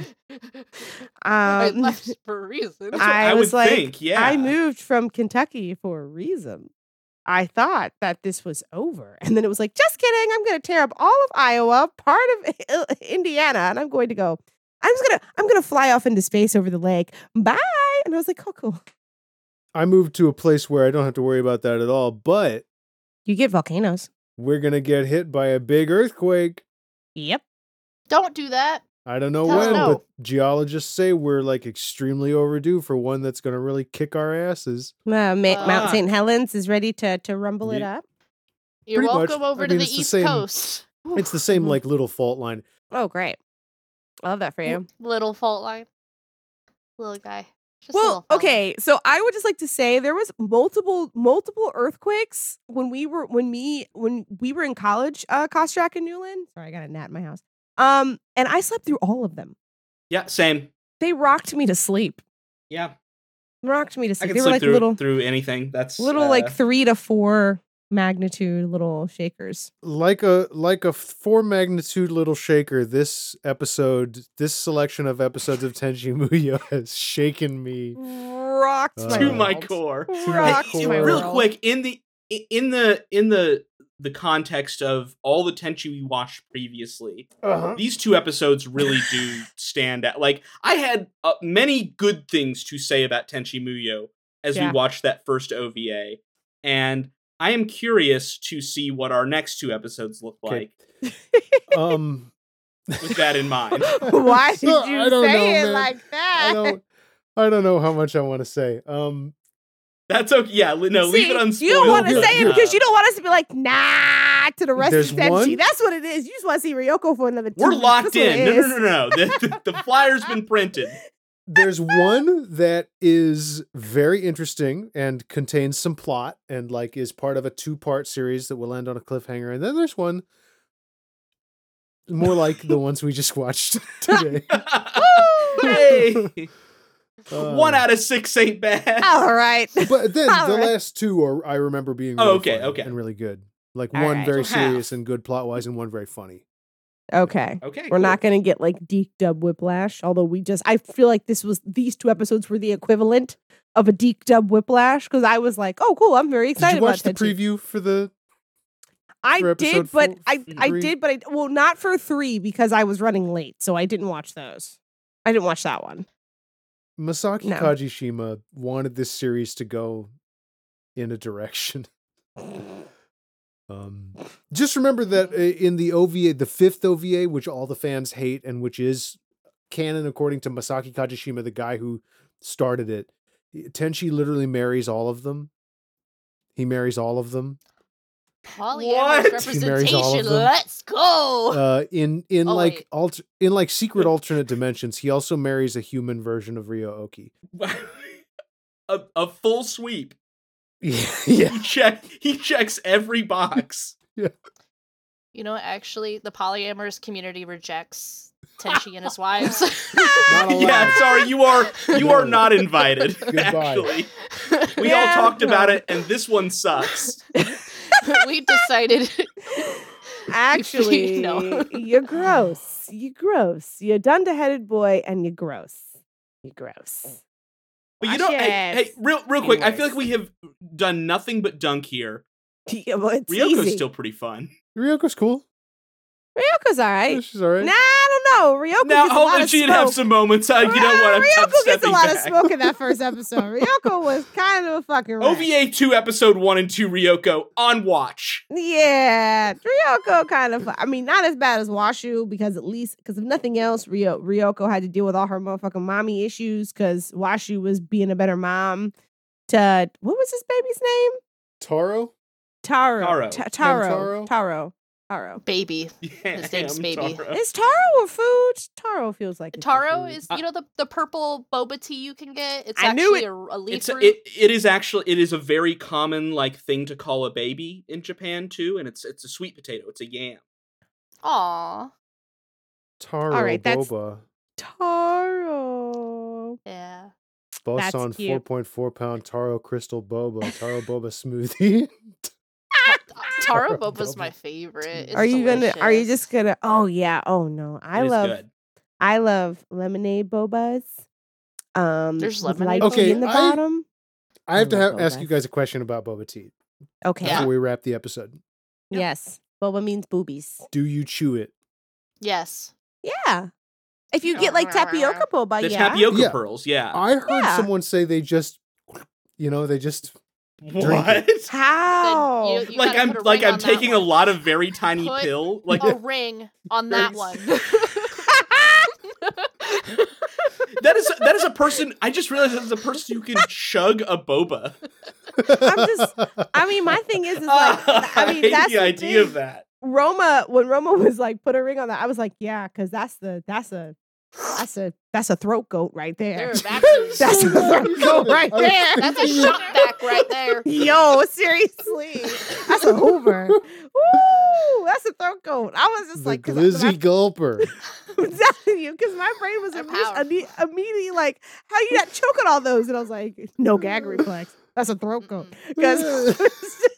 [SPEAKER 4] I
[SPEAKER 2] Um
[SPEAKER 4] left for a reason.
[SPEAKER 3] That's what
[SPEAKER 2] I
[SPEAKER 3] I, would
[SPEAKER 2] was like,
[SPEAKER 3] think. Yeah.
[SPEAKER 2] I moved from Kentucky for a reason. I thought that this was over. And then it was like, just kidding. I'm going to tear up all of Iowa, part of Il- Indiana, and I'm going to go. I'm just going to I'm going to fly off into space over the lake. Bye. And I was like, "Oh cool.
[SPEAKER 1] I moved to a place where I don't have to worry about that at all, but
[SPEAKER 2] You get volcanoes."
[SPEAKER 1] we're going to get hit by a big earthquake.
[SPEAKER 2] Yep.
[SPEAKER 4] Don't do that.
[SPEAKER 1] I don't know
[SPEAKER 4] Hell
[SPEAKER 1] when,
[SPEAKER 4] no.
[SPEAKER 1] but geologists say we're like extremely overdue for one that's going to really kick our asses.
[SPEAKER 2] Uh, Ma- Mount
[SPEAKER 3] Ah.
[SPEAKER 2] St. Helens is ready to to rumble it
[SPEAKER 1] Ye-
[SPEAKER 2] up.
[SPEAKER 4] You're
[SPEAKER 1] Pretty much.
[SPEAKER 4] welcome
[SPEAKER 1] I
[SPEAKER 4] over
[SPEAKER 1] mean,
[SPEAKER 4] to
[SPEAKER 1] it's
[SPEAKER 4] the
[SPEAKER 1] the
[SPEAKER 4] East
[SPEAKER 1] same-
[SPEAKER 4] Coast.
[SPEAKER 1] It's the same
[SPEAKER 2] Mhm.
[SPEAKER 1] like little fault line.
[SPEAKER 2] Oh, great. I love that for you.
[SPEAKER 4] Little fault line. Little guy. Just a little um,
[SPEAKER 2] Well,
[SPEAKER 4] fella.
[SPEAKER 2] okay. So I would just like to say there was multiple multiple earthquakes when we were when me when we were in college, uh Kostrak and Newland. Sorry, I got a gnat in my house. Um, and I slept through all of them.
[SPEAKER 3] yeah. Same.
[SPEAKER 2] They rocked me to sleep.
[SPEAKER 3] Yeah.
[SPEAKER 2] Rocked me to
[SPEAKER 3] I
[SPEAKER 2] sleep.
[SPEAKER 3] can
[SPEAKER 2] They were
[SPEAKER 3] slip
[SPEAKER 2] like
[SPEAKER 3] through
[SPEAKER 2] little
[SPEAKER 3] through anything. That's
[SPEAKER 2] little
[SPEAKER 3] uh,
[SPEAKER 2] like three to four magnitude little shakers.
[SPEAKER 1] Like a like a four magnitude little shaker, this episode, this selection of episodes of Tenchi Muyo has shaken me.
[SPEAKER 2] Rocked my
[SPEAKER 3] uh, to my
[SPEAKER 2] world.
[SPEAKER 3] core.
[SPEAKER 1] Hey,
[SPEAKER 2] Rocked
[SPEAKER 1] Cool.
[SPEAKER 3] Hey,
[SPEAKER 2] my
[SPEAKER 3] real
[SPEAKER 2] world.
[SPEAKER 3] quick in the i- in the in the the context of all the tenchi we watched previously
[SPEAKER 1] Uh-huh.
[SPEAKER 3] these two episodes really do stand out like i had uh, many good things to say about tenchi muyo as
[SPEAKER 2] Yeah.
[SPEAKER 3] we watched that first ova and i am curious to see what our next two episodes look
[SPEAKER 1] Okay.
[SPEAKER 3] like
[SPEAKER 1] Um
[SPEAKER 3] with that in mind
[SPEAKER 2] Why did
[SPEAKER 1] So,
[SPEAKER 2] you
[SPEAKER 1] I
[SPEAKER 2] say
[SPEAKER 1] don't know,
[SPEAKER 2] it
[SPEAKER 1] man.
[SPEAKER 2] like
[SPEAKER 1] I
[SPEAKER 2] that?
[SPEAKER 1] don't I don't know how much I want to say. Um
[SPEAKER 3] that's okay yeah li- no leave
[SPEAKER 2] See,
[SPEAKER 3] it unspoiled
[SPEAKER 2] You don't want to
[SPEAKER 1] but-
[SPEAKER 2] say it
[SPEAKER 1] Yeah.
[SPEAKER 2] because you don't want us to be like, nah, to the rest
[SPEAKER 1] There's
[SPEAKER 2] of Tenchi.
[SPEAKER 1] one-
[SPEAKER 2] That's what it is. You just want to see Ryoko for another two
[SPEAKER 3] we're
[SPEAKER 2] weeks.
[SPEAKER 3] locked
[SPEAKER 2] That's what
[SPEAKER 3] in
[SPEAKER 2] it
[SPEAKER 3] no
[SPEAKER 2] is.
[SPEAKER 3] no no no the, the, the flyer's been printed
[SPEAKER 1] there's one that is very interesting and contains some plot and like is part of a two-part series that will end on a cliffhanger and then there's one more like the ones we just watched today
[SPEAKER 3] hey
[SPEAKER 1] Uh,
[SPEAKER 3] One out of six ain't bad.
[SPEAKER 2] All right.
[SPEAKER 1] but then
[SPEAKER 2] All
[SPEAKER 1] the
[SPEAKER 2] right.
[SPEAKER 1] last two are i remember being
[SPEAKER 3] Oh,
[SPEAKER 1] really
[SPEAKER 3] okay,
[SPEAKER 1] funny
[SPEAKER 3] okay.
[SPEAKER 1] and really good like
[SPEAKER 2] All
[SPEAKER 1] one
[SPEAKER 2] right.
[SPEAKER 1] very
[SPEAKER 3] So half.
[SPEAKER 1] serious and good plot wise and one very funny
[SPEAKER 2] Okay.
[SPEAKER 3] Okay.
[SPEAKER 2] We're
[SPEAKER 3] cool.
[SPEAKER 2] not going to get like Deke Dub Whiplash, although we just, I feel like this was, these two episodes were the equivalent of a Deke Dub Whiplash because I was like, oh, cool. I'm very
[SPEAKER 1] did
[SPEAKER 2] excited
[SPEAKER 1] you watch the
[SPEAKER 2] about Tenchi.
[SPEAKER 1] preview for the for
[SPEAKER 2] I
[SPEAKER 1] episode
[SPEAKER 2] did, but
[SPEAKER 1] four- Mm-hmm.
[SPEAKER 2] I, I
[SPEAKER 1] three?
[SPEAKER 2] did, but I, well, not for three because I was running late. So I didn't watch those. I didn't watch that one.
[SPEAKER 1] masaki
[SPEAKER 2] No.
[SPEAKER 1] kajishima wanted this series to go in a direction Um, just remember that uh, in the OVA, the fifth OVA, which all the fans hate and which is canon according to Masaki Kajishima, the guy who started it, Tenchi literally marries all of them. He marries all of them.
[SPEAKER 4] Polyamorous
[SPEAKER 3] What?
[SPEAKER 1] He marries all of
[SPEAKER 4] representation.
[SPEAKER 1] them.
[SPEAKER 4] Let's go.
[SPEAKER 1] Uh, in in
[SPEAKER 4] Oh,
[SPEAKER 1] like
[SPEAKER 4] wait.
[SPEAKER 1] alter in like secret alternate dimensions, he also marries a human version of Ryo Oki.
[SPEAKER 3] a, a full sweep.
[SPEAKER 1] Yeah, yeah.
[SPEAKER 3] He check. He checks every box.
[SPEAKER 4] you know, actually, the polyamorous community rejects Tenchi and his wives.
[SPEAKER 1] Not allowed.
[SPEAKER 3] yeah. Sorry, you are you are
[SPEAKER 1] No.
[SPEAKER 3] not invited.
[SPEAKER 1] Oh, Goodbye.
[SPEAKER 3] Actually, we
[SPEAKER 2] Yeah,
[SPEAKER 3] all talked
[SPEAKER 2] no.
[SPEAKER 3] about it, and this one sucks.
[SPEAKER 4] we decided.
[SPEAKER 2] Actually,
[SPEAKER 4] No.
[SPEAKER 2] you're gross. You gross. You're dunder-headed boy, and you're gross. You gross.
[SPEAKER 3] But
[SPEAKER 2] Watch
[SPEAKER 3] you know, hey,
[SPEAKER 2] it.
[SPEAKER 3] hey, real real quick, I feel
[SPEAKER 2] Anyways.
[SPEAKER 3] like we have done nothing but dunk here.
[SPEAKER 2] Mm. Yeah, well, it's
[SPEAKER 3] Ryoko's
[SPEAKER 2] easy.
[SPEAKER 3] still pretty fun.
[SPEAKER 1] Ryoko's cool.
[SPEAKER 2] Ryoko's all
[SPEAKER 1] Yeah,
[SPEAKER 2] right.
[SPEAKER 1] She's all right.
[SPEAKER 2] Nah, I know. Ryoko
[SPEAKER 3] now,
[SPEAKER 2] gets a lot
[SPEAKER 3] hopefully,
[SPEAKER 2] of
[SPEAKER 3] she'd
[SPEAKER 2] smoke. Ah,
[SPEAKER 3] have some moments. Uh, you know what? I'm, I'm
[SPEAKER 2] Ryoko gets a
[SPEAKER 3] stepping
[SPEAKER 2] lot of
[SPEAKER 3] back.
[SPEAKER 2] smoke in that first episode. Ryoko was kind of a fucking wreck.
[SPEAKER 3] OVA two, episode one and two, Ryoko on watch.
[SPEAKER 2] Yeah, Ryoko kind of. I mean, not as bad as Washu because at least because if nothing else, Ryo, Ryoko had to deal with all her motherfucking mommy issues because Washu was being a better mom to what was his baby's name?
[SPEAKER 1] Taro?
[SPEAKER 2] Taro.
[SPEAKER 3] Taro.
[SPEAKER 2] Ta- Taro.
[SPEAKER 1] Taro?
[SPEAKER 2] Taro. Taro.
[SPEAKER 4] Baby.
[SPEAKER 3] Yeah,
[SPEAKER 4] His name's
[SPEAKER 3] I'm
[SPEAKER 4] Baby.
[SPEAKER 3] Taro.
[SPEAKER 2] Is Taro a food? Taro feels like it's a
[SPEAKER 4] Taro
[SPEAKER 2] food.
[SPEAKER 4] is
[SPEAKER 3] Uh,
[SPEAKER 4] you know the the purple boba tea you can get. It's
[SPEAKER 2] I knew
[SPEAKER 4] actually
[SPEAKER 2] it.
[SPEAKER 4] a, a leaf
[SPEAKER 3] It's
[SPEAKER 4] root.
[SPEAKER 3] it, it is actually it is a very common like thing to call a baby in Japan too, and it's it's a sweet potato. It's a yam.
[SPEAKER 4] Aw,
[SPEAKER 1] Taro
[SPEAKER 2] right, that's-
[SPEAKER 1] Boba.
[SPEAKER 2] Taro.
[SPEAKER 4] yeah.
[SPEAKER 2] that's
[SPEAKER 1] Boson
[SPEAKER 2] cute.
[SPEAKER 1] 4.4 pound Taro Crystal Boba. Taro Boba smoothie.
[SPEAKER 4] Uh, Taro
[SPEAKER 1] Taro
[SPEAKER 4] boba's my
[SPEAKER 1] boba.
[SPEAKER 4] favorite.
[SPEAKER 2] are
[SPEAKER 4] It's
[SPEAKER 2] you gonna? Are you
[SPEAKER 4] delicious.
[SPEAKER 2] just gonna? Oh yeah. Oh no. I
[SPEAKER 3] It is
[SPEAKER 2] love.
[SPEAKER 3] good.
[SPEAKER 2] I love lemonade bobas. Um,
[SPEAKER 4] There's
[SPEAKER 2] with
[SPEAKER 4] lemonade
[SPEAKER 2] light tea
[SPEAKER 1] Okay,
[SPEAKER 2] in the
[SPEAKER 1] I-
[SPEAKER 2] bottom.
[SPEAKER 1] I have to
[SPEAKER 2] love
[SPEAKER 1] have, ask you
[SPEAKER 2] boba.
[SPEAKER 1] guys a question about boba tea
[SPEAKER 2] Okay.
[SPEAKER 4] Yeah.
[SPEAKER 1] before we wrap the episode.
[SPEAKER 3] Yeah.
[SPEAKER 2] Yes. Boba means boobies.
[SPEAKER 1] Do you chew it?
[SPEAKER 4] Yes.
[SPEAKER 2] Yeah. If you get like tapioca boba,
[SPEAKER 3] The
[SPEAKER 2] yeah.
[SPEAKER 3] tapioca
[SPEAKER 1] Yeah. Uh,
[SPEAKER 3] pearls. Yeah.
[SPEAKER 1] I heard
[SPEAKER 2] Yeah.
[SPEAKER 1] someone say they just, you know, they just.
[SPEAKER 3] What?
[SPEAKER 4] Then
[SPEAKER 2] How?
[SPEAKER 4] you- you
[SPEAKER 3] like
[SPEAKER 4] gotta
[SPEAKER 3] I'm
[SPEAKER 4] put a
[SPEAKER 3] like
[SPEAKER 4] ring
[SPEAKER 3] I'm
[SPEAKER 4] on that
[SPEAKER 3] taking a
[SPEAKER 4] one.
[SPEAKER 3] lot of very tiny
[SPEAKER 4] Put
[SPEAKER 3] pill. Like
[SPEAKER 2] Oh.
[SPEAKER 4] a ring on that one.
[SPEAKER 3] that is that is a person. I just realized that is a person who can chug a boba.
[SPEAKER 2] just- I mean, my thing is, is like,
[SPEAKER 3] Ah,
[SPEAKER 2] I mean,
[SPEAKER 3] hate
[SPEAKER 2] that's
[SPEAKER 3] the idea of
[SPEAKER 2] thing.
[SPEAKER 3] that.
[SPEAKER 2] Roma. When Roma was like, put a ring on that, I was like, yeah, because that's the that's a that's a that's a throat goat right there.
[SPEAKER 4] There, that's,
[SPEAKER 2] That's a throat goat
[SPEAKER 1] I
[SPEAKER 2] right
[SPEAKER 1] was
[SPEAKER 2] there.
[SPEAKER 4] that's a shot back right there.
[SPEAKER 2] Yo, seriously, that's a Hoover. Woo, that's a throat goat. I was just
[SPEAKER 1] the
[SPEAKER 2] like, 'cause I- 'cause
[SPEAKER 1] glizzy gulper.
[SPEAKER 2] I, am telling you, because my brain was
[SPEAKER 4] They're
[SPEAKER 2] imme-
[SPEAKER 4] powerful.
[SPEAKER 2] imme- immediately like, how you not choking all those? And I was like, no gag reflex. That's a throat goat. Because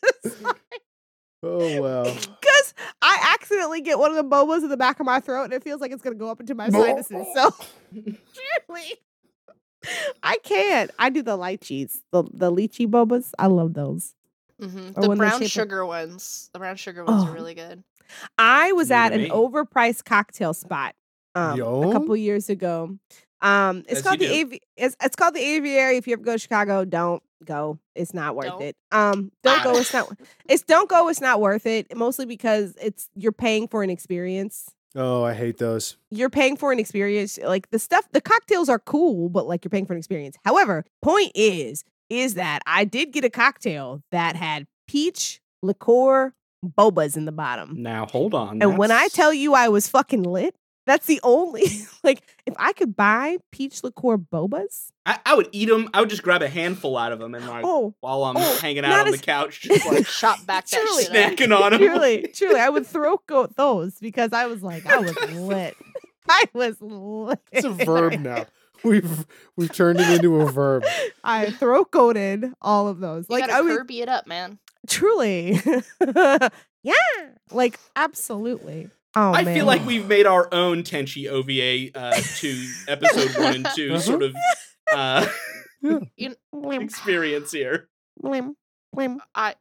[SPEAKER 1] oh wow!
[SPEAKER 2] because I accidentally get one of the bobas in the back of my throat, and it feels like it's gonna go up into my sinuses. So
[SPEAKER 4] oh.
[SPEAKER 2] really. I can't. I do the lychees, the the lychee bobas. I love those.
[SPEAKER 4] Mhm.
[SPEAKER 2] Or
[SPEAKER 4] The
[SPEAKER 2] when they
[SPEAKER 4] brown
[SPEAKER 2] shape it.
[SPEAKER 4] sugar ones. The brown sugar ones
[SPEAKER 2] Oh.
[SPEAKER 4] are really good.
[SPEAKER 2] I was
[SPEAKER 3] New to
[SPEAKER 2] at an
[SPEAKER 3] me.
[SPEAKER 2] overpriced cocktail spot um, a
[SPEAKER 1] Yo.
[SPEAKER 2] couple years ago. Um, it's
[SPEAKER 3] As
[SPEAKER 2] called
[SPEAKER 3] you
[SPEAKER 2] the Avi- it's, it's called the Aviary. If you ever go to Chicago, don't go. It's not worth
[SPEAKER 4] Don't.
[SPEAKER 2] it. Um, don't go. It's not. It's don't go. It's not worth it. Mostly because it's you're paying for an experience.
[SPEAKER 1] Oh, I hate those.
[SPEAKER 2] You're paying for an experience. Like the stuff, the cocktails are cool, but like you're paying for an experience. However, point is, is that I did get a cocktail that had peach liqueur bobas in the bottom.
[SPEAKER 3] Now hold on.
[SPEAKER 2] And when I
[SPEAKER 3] that's-
[SPEAKER 2] tell you I was fucking lit, that's the only like if I could buy peach liqueur bobas.
[SPEAKER 3] I, I would eat them. I would just grab a handful out of them and like
[SPEAKER 2] Oh,
[SPEAKER 3] while I'm
[SPEAKER 2] oh,
[SPEAKER 3] hanging out
[SPEAKER 2] not
[SPEAKER 3] on the
[SPEAKER 2] as-
[SPEAKER 3] couch, just like
[SPEAKER 4] Shot back that
[SPEAKER 2] Truly.
[SPEAKER 4] shit up.
[SPEAKER 3] snacking on them.
[SPEAKER 2] truly, truly, I would throat goat those because I was like, I was lit. I was lit.
[SPEAKER 1] It's a verb now. We've we've turned it into a verb.
[SPEAKER 2] I throat goated all of those.
[SPEAKER 4] You
[SPEAKER 2] like
[SPEAKER 4] gotta
[SPEAKER 2] I would
[SPEAKER 4] Kirby it up, man.
[SPEAKER 2] truly, yeah, like absolutely. Oh,
[SPEAKER 3] I
[SPEAKER 2] man.
[SPEAKER 3] feel like we've made our own Tenchi OVA uh, to episode one and 2
[SPEAKER 1] Uh-huh.
[SPEAKER 3] sort of uh,
[SPEAKER 2] Blim,
[SPEAKER 3] experience here.
[SPEAKER 2] blim, blim.
[SPEAKER 4] I,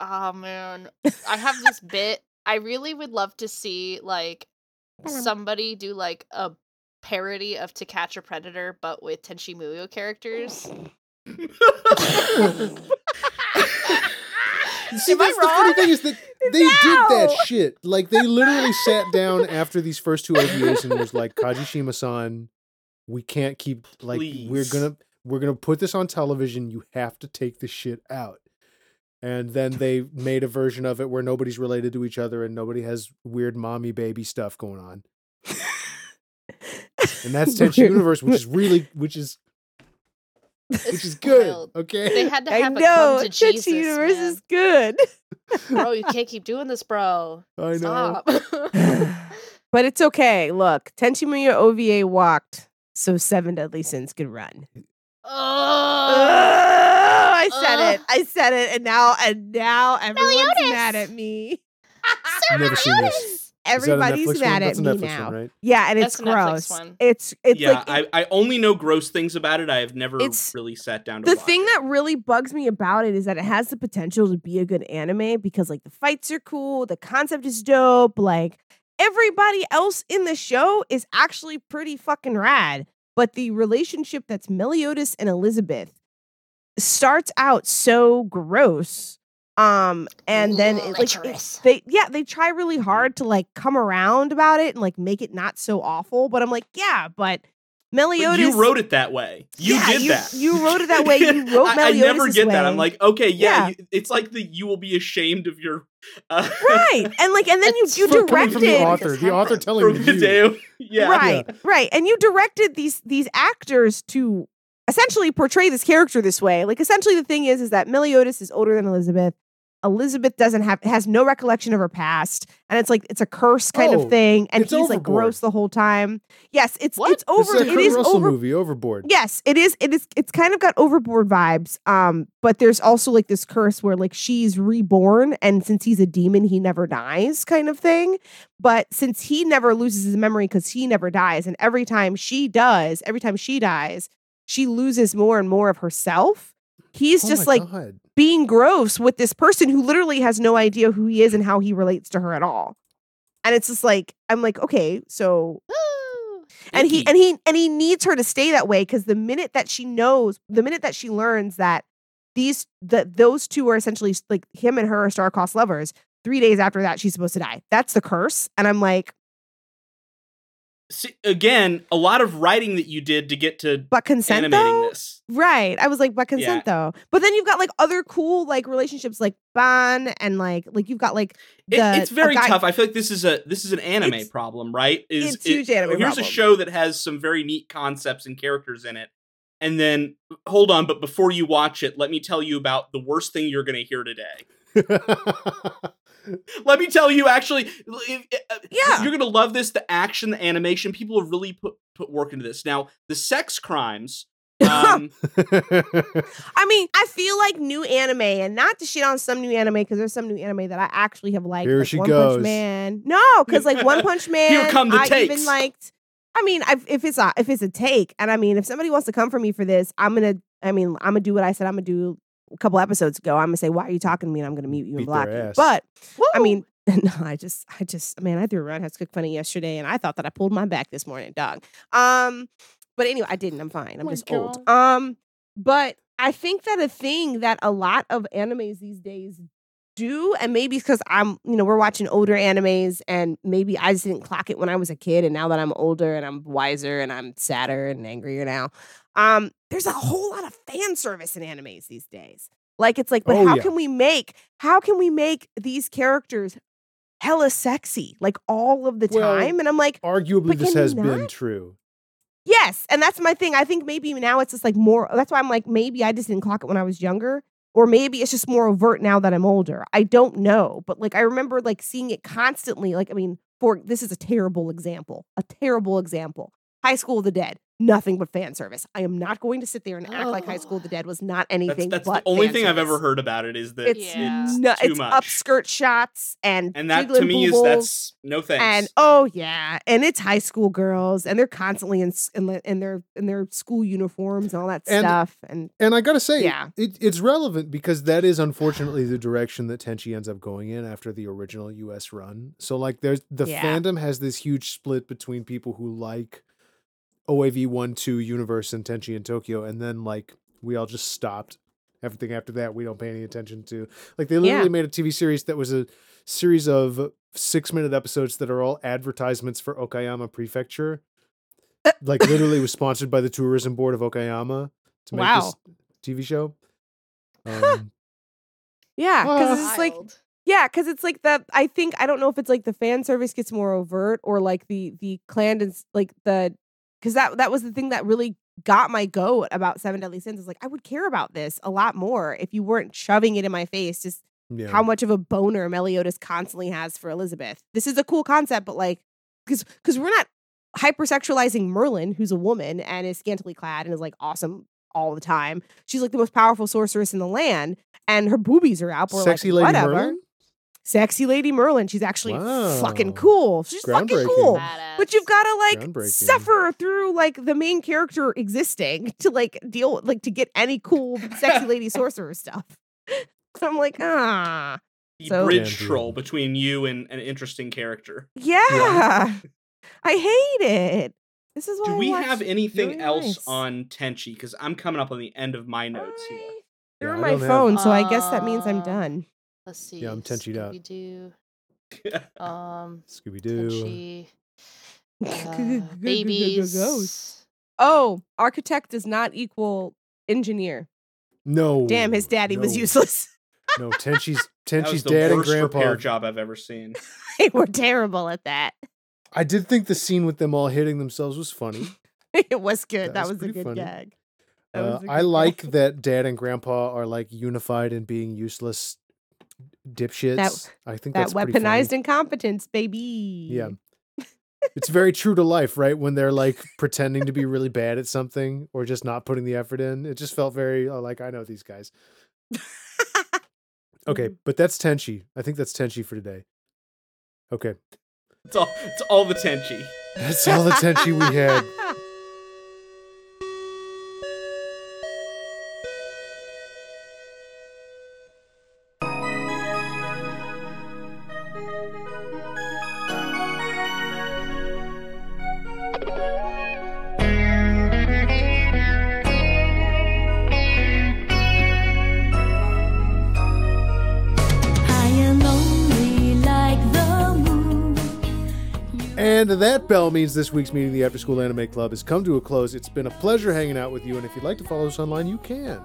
[SPEAKER 4] oh man, I have this bit. I really would love to see like somebody do like a parody of To Catch a Predator, but with Tenshi Muyo characters.
[SPEAKER 1] See,
[SPEAKER 4] Am I
[SPEAKER 1] that's the funny
[SPEAKER 4] wrong?
[SPEAKER 1] thing is that they did that shit. Like they literally sat down after these first two OVAs and was like, Kajishima-san, we can't keep like we're
[SPEAKER 3] Please.
[SPEAKER 1] gonna we're gonna put this on television. You have to take this shit out. And then they made a version of it where nobody's related to each other and nobody has weird mommy baby stuff going on. And that's Tenchi
[SPEAKER 2] Weird.
[SPEAKER 1] Universe, which is really which is which is good.
[SPEAKER 4] wild. They
[SPEAKER 1] Okay.
[SPEAKER 4] had to
[SPEAKER 2] I
[SPEAKER 4] have a come
[SPEAKER 2] know.
[SPEAKER 4] to
[SPEAKER 2] Tenchi
[SPEAKER 4] Jesus,
[SPEAKER 2] Universe
[SPEAKER 4] man.
[SPEAKER 2] is good.
[SPEAKER 4] bro. You can't keep doing this, bro.
[SPEAKER 1] I know.
[SPEAKER 4] Stop.
[SPEAKER 2] but it's okay. Look, Tenchi Muyo OVA walked, so Seven Deadly Sins could run.
[SPEAKER 4] Ugh.
[SPEAKER 2] Oh, I said
[SPEAKER 4] uh.
[SPEAKER 2] it. I said it, and now and now everyone's
[SPEAKER 4] Meliodas.
[SPEAKER 2] mad at me.
[SPEAKER 4] Sir
[SPEAKER 1] Never seen this.
[SPEAKER 4] Meliodas!
[SPEAKER 1] Is that a
[SPEAKER 2] Everybody's
[SPEAKER 1] Netflix
[SPEAKER 2] mad
[SPEAKER 1] one? That's
[SPEAKER 2] at
[SPEAKER 1] a
[SPEAKER 2] me
[SPEAKER 1] Netflix
[SPEAKER 2] now.
[SPEAKER 1] one, right?
[SPEAKER 2] Yeah, and it's
[SPEAKER 4] That's a Netflix
[SPEAKER 2] gross.
[SPEAKER 4] one.
[SPEAKER 2] It's it's
[SPEAKER 3] yeah,
[SPEAKER 2] like it-
[SPEAKER 3] I, I only know gross things about it. I have never
[SPEAKER 2] It's-
[SPEAKER 3] really sat down to
[SPEAKER 2] the
[SPEAKER 3] watch
[SPEAKER 2] thing
[SPEAKER 3] it.
[SPEAKER 2] that really bugs me about it is that it has the potential to be a good anime because like the fights are cool, the concept is dope, like everybody else in the show is actually pretty fucking rad. But the relationship that's Meliodas and Elizabeth starts out so gross. Um, and then it, like, it-
[SPEAKER 4] Lecherous.
[SPEAKER 2] they yeah they try really hard to like come around about it and like make it not so awful. But I'm like yeah, but
[SPEAKER 3] But
[SPEAKER 2] Meliodas
[SPEAKER 3] you wrote it that way. You
[SPEAKER 2] Yeah,
[SPEAKER 3] did
[SPEAKER 2] you-
[SPEAKER 3] that.
[SPEAKER 2] you wrote it that way. You wrote
[SPEAKER 3] I, I never
[SPEAKER 2] Meliodas'
[SPEAKER 3] get that. I'm
[SPEAKER 2] way.
[SPEAKER 3] like, okay, yeah.
[SPEAKER 2] Yeah.
[SPEAKER 3] You, it's like the you will be ashamed of your uh,
[SPEAKER 2] right and like and then you
[SPEAKER 4] It's
[SPEAKER 2] you
[SPEAKER 4] from-
[SPEAKER 1] Coming from the
[SPEAKER 2] directed
[SPEAKER 1] author, the author telling
[SPEAKER 3] from
[SPEAKER 1] you.
[SPEAKER 3] Hideo. Yeah.
[SPEAKER 2] right right and you directed these these actors to essentially portray this character this way like essentially the thing is is that meliodas is older than elizabeth elizabeth doesn't have has no recollection of her past and it's like it's a curse kind
[SPEAKER 1] Oh,
[SPEAKER 2] of thing and
[SPEAKER 1] it's
[SPEAKER 2] he's like
[SPEAKER 1] Overboard.
[SPEAKER 2] gross the whole time yes it's
[SPEAKER 4] What?
[SPEAKER 2] it's
[SPEAKER 1] It's
[SPEAKER 2] over
[SPEAKER 1] that
[SPEAKER 2] it
[SPEAKER 1] Kurt
[SPEAKER 2] is
[SPEAKER 1] Russell
[SPEAKER 2] over
[SPEAKER 1] movie, Overboard.
[SPEAKER 2] Yes, it is. It is. It's kind of got overboard vibes. Um, but there's also like this curse where like she's reborn, and since he's a demon, he never dies, kind of thing. But since he never loses his memory because he never dies, and every time she does, every time she dies, she loses more and more of herself. He's
[SPEAKER 1] Oh
[SPEAKER 2] just
[SPEAKER 1] my
[SPEAKER 2] like
[SPEAKER 1] God.
[SPEAKER 2] being gross with this person who literally has no idea who he is and how he relates to her at all. And it's just like I'm like, okay, so
[SPEAKER 4] Woo!
[SPEAKER 2] and he
[SPEAKER 3] Icky.
[SPEAKER 2] and he and he needs her to stay that way because the minute that she knows the minute that she learns that these that those two are essentially s- like him and her are star crossed lovers three days after that she's supposed to die that's the curse and i'm like
[SPEAKER 3] See, again, a lot of writing that you did to get to
[SPEAKER 2] but consent
[SPEAKER 3] animating
[SPEAKER 2] though
[SPEAKER 3] this.
[SPEAKER 2] right i was like but consent though but then you've got like other cool like relationships like ban and like like you've got like
[SPEAKER 3] It,
[SPEAKER 2] the-
[SPEAKER 3] it's
[SPEAKER 2] a
[SPEAKER 3] very
[SPEAKER 2] guy-
[SPEAKER 3] tough. I feel like this is a this is an anime
[SPEAKER 2] It's-
[SPEAKER 3] problem, right? Is
[SPEAKER 2] it's huge anime
[SPEAKER 3] Here's
[SPEAKER 2] problem.
[SPEAKER 3] a show that has some very neat concepts and characters in it. And then hold on, but before you watch it, let me tell you about the worst thing you're going to hear today. Let me tell you actually if- uh,
[SPEAKER 2] Yeah.
[SPEAKER 3] you're going to love this the action, the animation, people have really put put work into this. Now, the sex crimes um,
[SPEAKER 2] i mean i feel like new anime and not to shit on some new anime because there's some new anime that i actually have liked
[SPEAKER 1] Here
[SPEAKER 2] like
[SPEAKER 1] she
[SPEAKER 2] one
[SPEAKER 1] goes.
[SPEAKER 2] punch man no because like one punch man
[SPEAKER 3] come the
[SPEAKER 2] i
[SPEAKER 3] takes.
[SPEAKER 2] even liked i mean I've, if it's a if it's a take and i mean if somebody wants to come for me for this i'm gonna i mean i'm gonna do what i said i'm gonna do a couple episodes ago i'm gonna say why are you talking to me and i'm gonna mute you
[SPEAKER 1] Beat
[SPEAKER 2] and block
[SPEAKER 1] their
[SPEAKER 2] you
[SPEAKER 1] ass.
[SPEAKER 2] but i
[SPEAKER 4] Woo!
[SPEAKER 2] mean no, I just, I just, man, I threw Roundhouse Cook Funny yesterday, and I thought that I pulled my back this morning, dog. Um, but anyway, I didn't. I'm fine. I'm
[SPEAKER 4] my
[SPEAKER 2] just old. Um, but I think that a thing that a lot of animes these days do, and maybe because I'm, you know, we're watching older animes, and maybe I just didn't clock it when I was a kid, and now that I'm older and I'm wiser and I'm sadder and angrier now, um, there's a whole lot of fan service in animes these days. Like it's like, but
[SPEAKER 1] Oh,
[SPEAKER 2] how
[SPEAKER 1] yeah.
[SPEAKER 2] can we make how can we make these characters hella sexy like all of the
[SPEAKER 1] Well,
[SPEAKER 2] time? And I'm like,
[SPEAKER 1] Arguably,
[SPEAKER 2] But
[SPEAKER 1] this
[SPEAKER 2] can you
[SPEAKER 1] has been
[SPEAKER 2] not?
[SPEAKER 1] true.
[SPEAKER 2] Yes, and that's my thing. I think maybe now it's just like more. That's why I'm like maybe I just didn't clock it when I was younger, or maybe it's just more overt now that I'm older. I don't know, but like I remember like seeing it constantly. Like I mean, for this is a terrible example, a terrible example. High School of the Dead, nothing but fan service. I am not going to sit there and act like High
[SPEAKER 4] Oh.
[SPEAKER 2] School of the Dead was not
[SPEAKER 3] that's,
[SPEAKER 2] anything.
[SPEAKER 3] that's the
[SPEAKER 2] but
[SPEAKER 3] only
[SPEAKER 2] fan
[SPEAKER 3] thing I've ever
[SPEAKER 2] service.
[SPEAKER 3] heard about it is that
[SPEAKER 2] It's
[SPEAKER 4] Yeah.
[SPEAKER 3] it's
[SPEAKER 2] no,
[SPEAKER 3] too
[SPEAKER 2] it's
[SPEAKER 3] much.
[SPEAKER 2] upskirt shots and
[SPEAKER 3] and that to
[SPEAKER 2] jiggling
[SPEAKER 3] me is
[SPEAKER 2] boobles
[SPEAKER 3] that's no thanks.
[SPEAKER 2] and oh yeah and it's high school girls and they're constantly in s- in, the- in their in their school uniforms and all that
[SPEAKER 1] And-
[SPEAKER 2] stuff and
[SPEAKER 1] And I gotta say,
[SPEAKER 2] Yeah.
[SPEAKER 1] it, it's relevant because that is unfortunately the direction that Tenchi ends up going in after the original U.S. run. So like, there's the
[SPEAKER 2] Yeah.
[SPEAKER 1] fandom has this huge split between people who like OAV one two universe and Tenchi in Tokyo, and then like we all just stopped. Everything after that, we don't pay any attention to. Like they literally
[SPEAKER 2] Yeah.
[SPEAKER 1] made a TV series that was a series of six minute episodes that are all advertisements for Okayama Prefecture.
[SPEAKER 2] Uh.
[SPEAKER 1] Like literally was sponsored by the tourism board of Okayama to make
[SPEAKER 2] Wow.
[SPEAKER 1] this TV show. Um,
[SPEAKER 2] yeah because it's like
[SPEAKER 4] Wild.
[SPEAKER 2] yeah because it's like the i think i don't know if it's like the fan service gets more overt or like the the clandestine like the because that that was the thing that really got my goat about seven deadly sins is like i would care about this a lot more if you weren't shoving it in my face just
[SPEAKER 1] yeah.
[SPEAKER 2] how much of a boner Meliodas constantly has for Elizabeth. This is a cool concept, but like, because because we're not hypersexualizing Merlin, who's a woman and is scantily clad and is like awesome all the time. She's like the most powerful sorceress in the land, and her boobies are out. But we're
[SPEAKER 1] Sexy
[SPEAKER 2] like,
[SPEAKER 1] Lady
[SPEAKER 2] whatever.
[SPEAKER 1] Merlin?
[SPEAKER 2] Sexy Lady Merlin. She's actually fucking
[SPEAKER 1] Wow.
[SPEAKER 2] cool. She's fucking
[SPEAKER 1] Groundbreaking.
[SPEAKER 2] cool.
[SPEAKER 4] Badass.
[SPEAKER 2] But you've got to like
[SPEAKER 1] Groundbreaking.
[SPEAKER 2] suffer through like the main character existing to like deal with like to get any cool sexy lady sorcerer stuff. So I'm like, ah,
[SPEAKER 3] the
[SPEAKER 2] So-
[SPEAKER 3] bridge
[SPEAKER 1] Andrew.
[SPEAKER 3] troll between you and an interesting character.
[SPEAKER 2] Yeah. I hate it. This is why
[SPEAKER 3] Do
[SPEAKER 2] I
[SPEAKER 3] we
[SPEAKER 2] watch
[SPEAKER 3] have anything
[SPEAKER 2] Yuri
[SPEAKER 3] else
[SPEAKER 2] Nice.
[SPEAKER 3] on Tenchi? Because I'm coming up on the end of my notes here.
[SPEAKER 4] I-
[SPEAKER 2] They're
[SPEAKER 1] Yeah,
[SPEAKER 2] on
[SPEAKER 1] I
[SPEAKER 2] my
[SPEAKER 1] don't have-
[SPEAKER 2] phone, so I guess that means I'm
[SPEAKER 4] Uh,
[SPEAKER 2] done.
[SPEAKER 4] Let's see.
[SPEAKER 1] Yeah, I'm tenchied out.
[SPEAKER 4] Do
[SPEAKER 2] Oh.
[SPEAKER 4] um
[SPEAKER 1] Scooby Doo.
[SPEAKER 4] tenchi, uh, babies.
[SPEAKER 2] Oh, architect does not equal engineer.
[SPEAKER 1] No.
[SPEAKER 2] Damn, his daddy was
[SPEAKER 1] no,
[SPEAKER 2] useless.
[SPEAKER 1] No, Tenchi's
[SPEAKER 3] That was
[SPEAKER 1] Tenchi's
[SPEAKER 3] the
[SPEAKER 1] dad and
[SPEAKER 3] worst repair
[SPEAKER 1] grandpa.
[SPEAKER 3] job I've ever seen.
[SPEAKER 2] they were terrible at that.
[SPEAKER 1] I did think the scene with them all hitting themselves was funny.
[SPEAKER 2] it was good.
[SPEAKER 1] That
[SPEAKER 2] That,
[SPEAKER 1] was
[SPEAKER 2] was, a
[SPEAKER 1] pretty
[SPEAKER 2] good
[SPEAKER 1] funny.
[SPEAKER 2] gag. That
[SPEAKER 1] Uh,
[SPEAKER 2] was a
[SPEAKER 1] I
[SPEAKER 2] good
[SPEAKER 1] like
[SPEAKER 2] gag.
[SPEAKER 1] that dad and grandpa are like unified in being useless dipshits. I think
[SPEAKER 2] that
[SPEAKER 1] that's pretty funny.
[SPEAKER 2] weaponized incompetence, baby.
[SPEAKER 1] Yeah. It's very true to life, right? When they're like pretending to be really bad at something or just not putting the effort in. It just felt very uh, like I know these guys. Okay,
[SPEAKER 2] Mhm.
[SPEAKER 1] but that's Tenchi. I think that's Tenchi for today. Okay.
[SPEAKER 3] It's all, it's all the Tenchi.
[SPEAKER 1] That's all the Tenchi we had.
[SPEAKER 5] I am lonely like the moon.
[SPEAKER 1] And that bell means this week's meeting of the After School Anime Club has come to a close. It's been a pleasure hanging out with you, and if you'd like to follow us online, you can.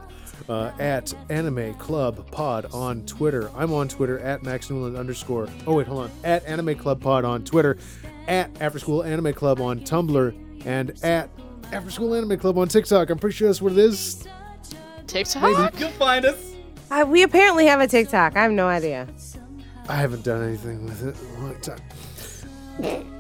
[SPEAKER 1] Uh, at Anime Club Pod on Twitter. I'm on Twitter at Max Newland underscore. Oh, wait, hold on. At Anime Club Pod on Twitter. At After School Anime Club on Tumblr. And at After School Anime Club on TikTok. I'm pretty sure that's what it is.
[SPEAKER 4] TikTok.
[SPEAKER 3] You'll find us.
[SPEAKER 2] Uh, we apparently have a TikTok. I have no idea.
[SPEAKER 1] I haven't done anything with it in a long time.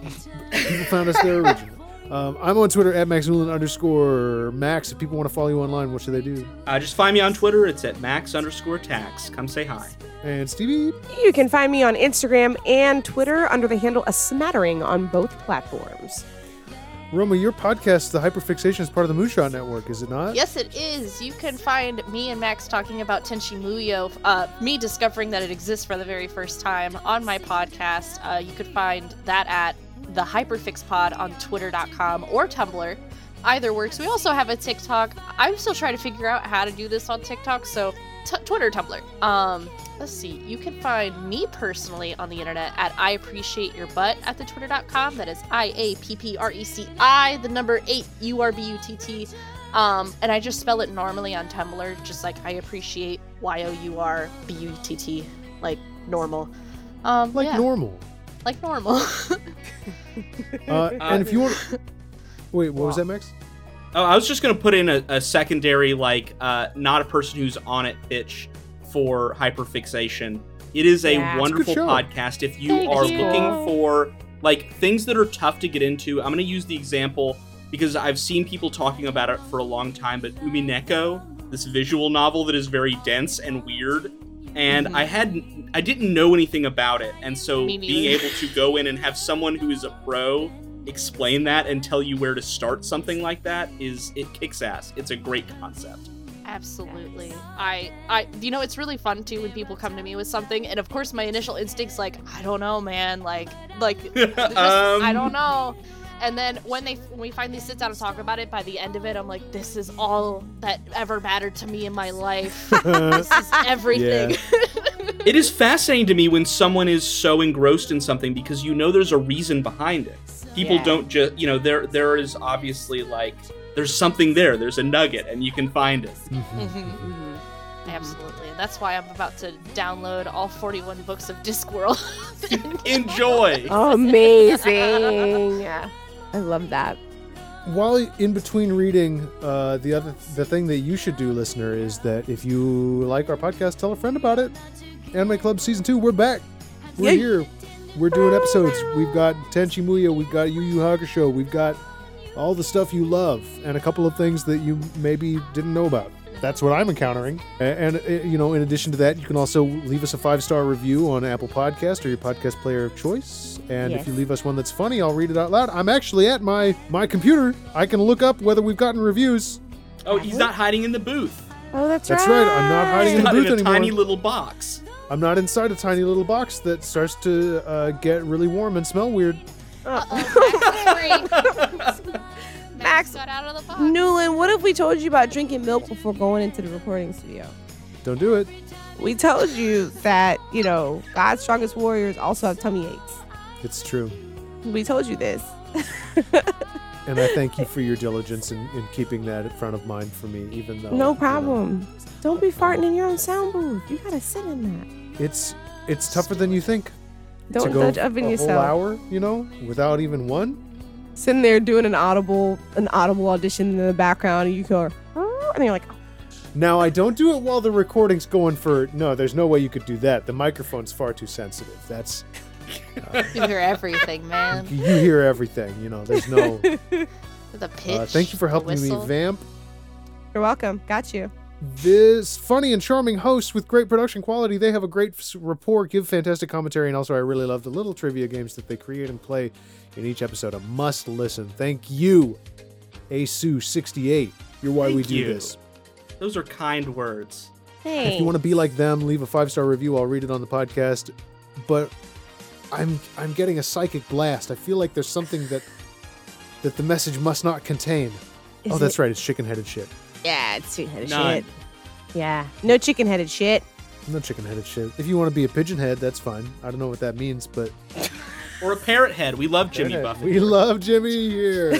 [SPEAKER 1] people found us there originally. Um, I'm on Twitter at Max Newland underscore Max. If people want to follow you online, what should they do?
[SPEAKER 3] Uh, just find me on Twitter. It's at max underscore tax. Come say hi.
[SPEAKER 1] And Stevie,
[SPEAKER 2] You can find me on Instagram and Twitter under the handle A Smattering on both platforms.
[SPEAKER 1] Roma, your podcast, The Hyperfixation, is part of the Moonshot Network, is it not?
[SPEAKER 4] Yes, it is. You can find me and Max talking about Tenchi Muyo, uh, me discovering that it exists for the very first time on my podcast. Uh, you could find that at the Hyperfix Pod on Twitter.com or Tumblr. Either works. We also have a TikTok. I'm still trying to figure out how to do this on TikTok, so t- Twitter, Tumblr. Um, let's see. You can find me personally on the internet at I appreciate your butt at the Twitter.com. That is I A P P R E C I, the number eight U R B U T T. Um, and I just spell it normally on Tumblr, just like I appreciate Y O U R B U T T, like normal. Um,
[SPEAKER 1] Like
[SPEAKER 4] yeah,
[SPEAKER 1] normal.
[SPEAKER 4] like normal.
[SPEAKER 1] Uh, and if you want. Wait, what was that, Max?
[SPEAKER 3] Oh, I was just gonna put in a, a secondary, like, uh, not a person who's on it pitch for hyperfixation. It is a
[SPEAKER 2] Yeah. It's a good
[SPEAKER 3] wonderful
[SPEAKER 1] show.
[SPEAKER 3] podcast. If you
[SPEAKER 4] Thank
[SPEAKER 3] are
[SPEAKER 4] you.
[SPEAKER 3] looking for like things that are tough to get into, I'm gonna use the example because I've seen people talking about it for a long time. But Umineko, this visual novel that is very dense and weird, and
[SPEAKER 4] Mhm.
[SPEAKER 3] I had I didn't know anything about it, and so
[SPEAKER 4] Me
[SPEAKER 3] being
[SPEAKER 4] neither.
[SPEAKER 3] able to go in and have someone who is a pro explain that and tell you where to start something like that is it kicks ass. It's a great concept.
[SPEAKER 4] Absolutely. I, I, you know, it's really fun too when people come to me with something, and of course my initial instinct's like, I don't know, man, like, like, just, I
[SPEAKER 3] Um,
[SPEAKER 4] don't know. And then when they, when we finally sit down and talk about it, by the end of it, I'm like, this is all that ever mattered to me in my life.
[SPEAKER 1] Uh,
[SPEAKER 4] this is everything.
[SPEAKER 3] It is fascinating to me when someone is so engrossed in something because you know there's a reason behind it. People
[SPEAKER 2] Yeah.
[SPEAKER 3] don't just, you know, there there is obviously like there's something there. There's a nugget, and you can find it.
[SPEAKER 4] Mm-hmm.
[SPEAKER 1] Mhm.
[SPEAKER 4] Absolutely. And that's why I'm about to download all 41 books of Discworld.
[SPEAKER 3] Enjoy.
[SPEAKER 2] Amazing. I love that.
[SPEAKER 1] While in between reading, uh, the other the thing that you should do, listener, is that if you like our podcast, tell a friend about it. Anime Club Season Two, we're back. We're
[SPEAKER 2] Yay.
[SPEAKER 1] here. We're doing episodes. We've got Tenchi Muyo. We've got Yu Yu Hakusho. We've got all the stuff you love and a couple of things that you maybe didn't know about. That's what I'm encountering. A- And, and you know, in addition to that, you can also leave us a five star review on Apple Podcast or your podcast player of choice. And if
[SPEAKER 2] Yes.
[SPEAKER 1] you leave us one that's funny, I'll read it out loud. I'm actually at my my computer. I can look up whether we've gotten reviews.
[SPEAKER 3] Oh, he's not hiding in the booth.
[SPEAKER 2] Oh, that's,
[SPEAKER 1] That's right, I'm not hiding
[SPEAKER 3] He's
[SPEAKER 1] in the
[SPEAKER 3] not
[SPEAKER 1] booth
[SPEAKER 3] in a tiny
[SPEAKER 1] anymore.
[SPEAKER 3] little box.
[SPEAKER 1] I'm not inside a tiny little box that starts to uh, get really warm and smell weird.
[SPEAKER 4] Uh-oh, Max is free.
[SPEAKER 2] Max-
[SPEAKER 4] Max got out of the box.
[SPEAKER 2] Newland, what if we told you about drinking milk before going into the recording studio?
[SPEAKER 1] Don't do it.
[SPEAKER 2] We told you that, you know, God's strongest warriors also have tummy aches.
[SPEAKER 1] It's true.
[SPEAKER 2] We told you this.
[SPEAKER 1] And I thank you for your diligence in, in keeping that in front of mind for me, even though. you
[SPEAKER 2] no
[SPEAKER 1] know,
[SPEAKER 2] problem. Don't be farting in your own sound booth. You gotta sit in that.
[SPEAKER 1] it's it's tougher than you think.
[SPEAKER 2] Don't
[SPEAKER 1] to go
[SPEAKER 2] touch
[SPEAKER 1] a
[SPEAKER 2] up in
[SPEAKER 1] whole
[SPEAKER 2] yourself.
[SPEAKER 1] hour, you know, without even one.
[SPEAKER 2] Sitting there doing an audible, an audible audition in the background, and you go, "Oh," and you're like,
[SPEAKER 1] Now I don't do it while the recording's going for. No, there's no way you could do that. The microphone's far too sensitive. That's
[SPEAKER 4] You hear everything, man.
[SPEAKER 1] you hear everything. You know, there's no.
[SPEAKER 4] The pitch.
[SPEAKER 1] Uh, thank you for
[SPEAKER 4] the
[SPEAKER 1] helping me,
[SPEAKER 4] whistle.
[SPEAKER 1] Vamp.
[SPEAKER 2] "You're welcome. Got you."
[SPEAKER 1] this funny and charming host with great production quality. They have a great s- rapport, give fantastic commentary, and also I really love the little trivia games that they create and play in each episode. A must listen. Thank you, Asu68. You're why we
[SPEAKER 3] Thank
[SPEAKER 1] do
[SPEAKER 3] you.
[SPEAKER 1] this.
[SPEAKER 3] Those are kind words.
[SPEAKER 1] If you want to be like them, leave a five star review. I'll read it on the podcast. But I'm I'm getting a psychic blast. I feel like there's something that that the message must not contain. oh,
[SPEAKER 2] Is
[SPEAKER 1] that's right. It's chicken headed shit.
[SPEAKER 2] Yeah, it's sweet headed
[SPEAKER 3] None.
[SPEAKER 2] shit. Yeah, no chicken headed shit.
[SPEAKER 1] No chicken headed shit. If you want to be a pigeon head, that's fine. I don't know what that means, but
[SPEAKER 3] Or a parrot head. We love Jimmy Buffett.
[SPEAKER 1] We love Jimmy here.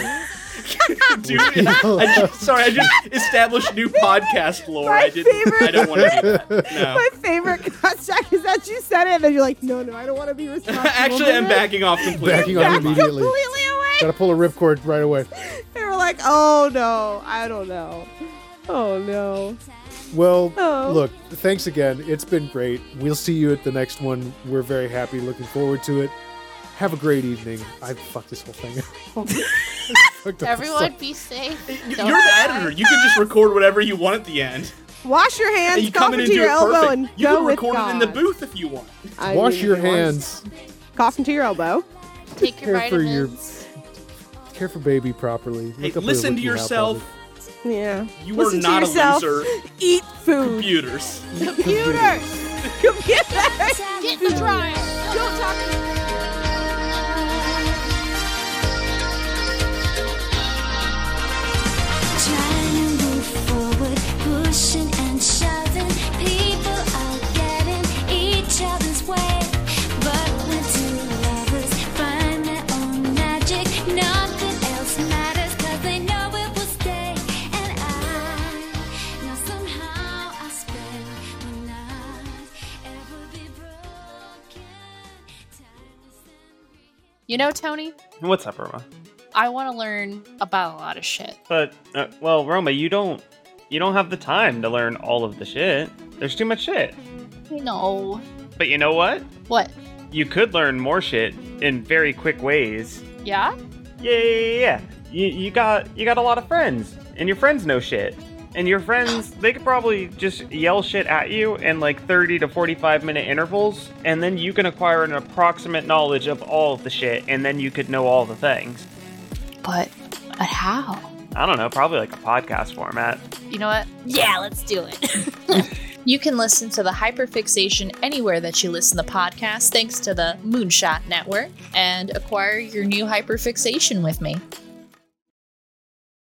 [SPEAKER 3] Dude, I just, sorry, I just established new podcast lore.
[SPEAKER 2] My
[SPEAKER 3] I didn't. I
[SPEAKER 2] favorite-
[SPEAKER 3] don't want to do that.
[SPEAKER 2] My
[SPEAKER 3] No.
[SPEAKER 2] favorite check is that you said it, and then you're like, "No, no, I don't want to be responsible."
[SPEAKER 3] Actually, I'm backing off completely.
[SPEAKER 1] Backing off
[SPEAKER 3] Never mind.
[SPEAKER 1] immediately.
[SPEAKER 2] completely away.
[SPEAKER 1] Gotta pull a ripcord right away.
[SPEAKER 2] They were like, "Oh no, I don't know." Oh no.
[SPEAKER 1] Well,
[SPEAKER 2] Oh.
[SPEAKER 1] look, thanks again. It's been great. We'll see you at the next one. We're very happy. Looking forward to it. Have a great evening. I fucked this whole thing up. Fucked up this
[SPEAKER 4] Everyone,
[SPEAKER 1] whole-
[SPEAKER 4] be safe.
[SPEAKER 3] You- You're
[SPEAKER 4] Don't
[SPEAKER 3] the
[SPEAKER 4] die.
[SPEAKER 3] editor. You can just record whatever you want at the end.
[SPEAKER 2] Wash your hands,
[SPEAKER 3] And you
[SPEAKER 2] cough
[SPEAKER 3] come in and
[SPEAKER 2] into
[SPEAKER 3] do
[SPEAKER 2] your
[SPEAKER 3] it
[SPEAKER 2] elbow,
[SPEAKER 3] perfect.
[SPEAKER 2] and
[SPEAKER 3] You
[SPEAKER 2] go
[SPEAKER 3] can
[SPEAKER 2] with
[SPEAKER 3] record it in
[SPEAKER 2] God.
[SPEAKER 3] the booth if you want.
[SPEAKER 2] I
[SPEAKER 1] Wash
[SPEAKER 2] mean,
[SPEAKER 1] your
[SPEAKER 2] wash-
[SPEAKER 1] hands.
[SPEAKER 2] Cough into your elbow.
[SPEAKER 4] Take your
[SPEAKER 1] Care for your-
[SPEAKER 4] vitamins.
[SPEAKER 1] Care for baby properly.
[SPEAKER 3] Hey,
[SPEAKER 1] Look up
[SPEAKER 3] listen
[SPEAKER 1] your Wiki
[SPEAKER 3] to
[SPEAKER 1] How
[SPEAKER 3] yourself.
[SPEAKER 1] probably.
[SPEAKER 2] Yeah.
[SPEAKER 3] You
[SPEAKER 2] Listen
[SPEAKER 3] are
[SPEAKER 2] to
[SPEAKER 3] not
[SPEAKER 2] yourself.
[SPEAKER 3] a loser.
[SPEAKER 2] Eat food.
[SPEAKER 3] Computers.
[SPEAKER 2] Computers. Computers.
[SPEAKER 4] Get the drive.
[SPEAKER 2] Don't talk to me.
[SPEAKER 5] Trying to move forward, pushing and shoving. People are getting each other's way. But when two lovers find their own magic, nothing else matters, cause they know it will stay. And I know somehow I spell will not ever be broken. Time to stand
[SPEAKER 4] You know, Tony,
[SPEAKER 6] What's up, Roma?
[SPEAKER 4] I want to learn about a lot of shit.
[SPEAKER 6] But uh, well, Roma, you don't you don't have the time to learn all of the shit. There's too much shit.
[SPEAKER 4] I know.
[SPEAKER 6] But you know what?
[SPEAKER 4] What?
[SPEAKER 6] You could learn more shit in very quick ways.
[SPEAKER 4] Yeah?
[SPEAKER 6] Yeah, yeah, yeah. yeah. You, you got you got a lot of friends, and your friends know shit. And your friends, they could probably just yell shit at you in like 30 to 45 minute intervals, and then you can acquire an approximate knowledge of all of the shit, and then you could know all the things.
[SPEAKER 4] But, but how?
[SPEAKER 6] I don't know, probably like a podcast format.
[SPEAKER 4] You know what? Yeah, let's do it. you can listen to the hyperfixation anywhere that you listen to podcasts thanks to the Moonshot Network and acquire your new hyperfixation with me.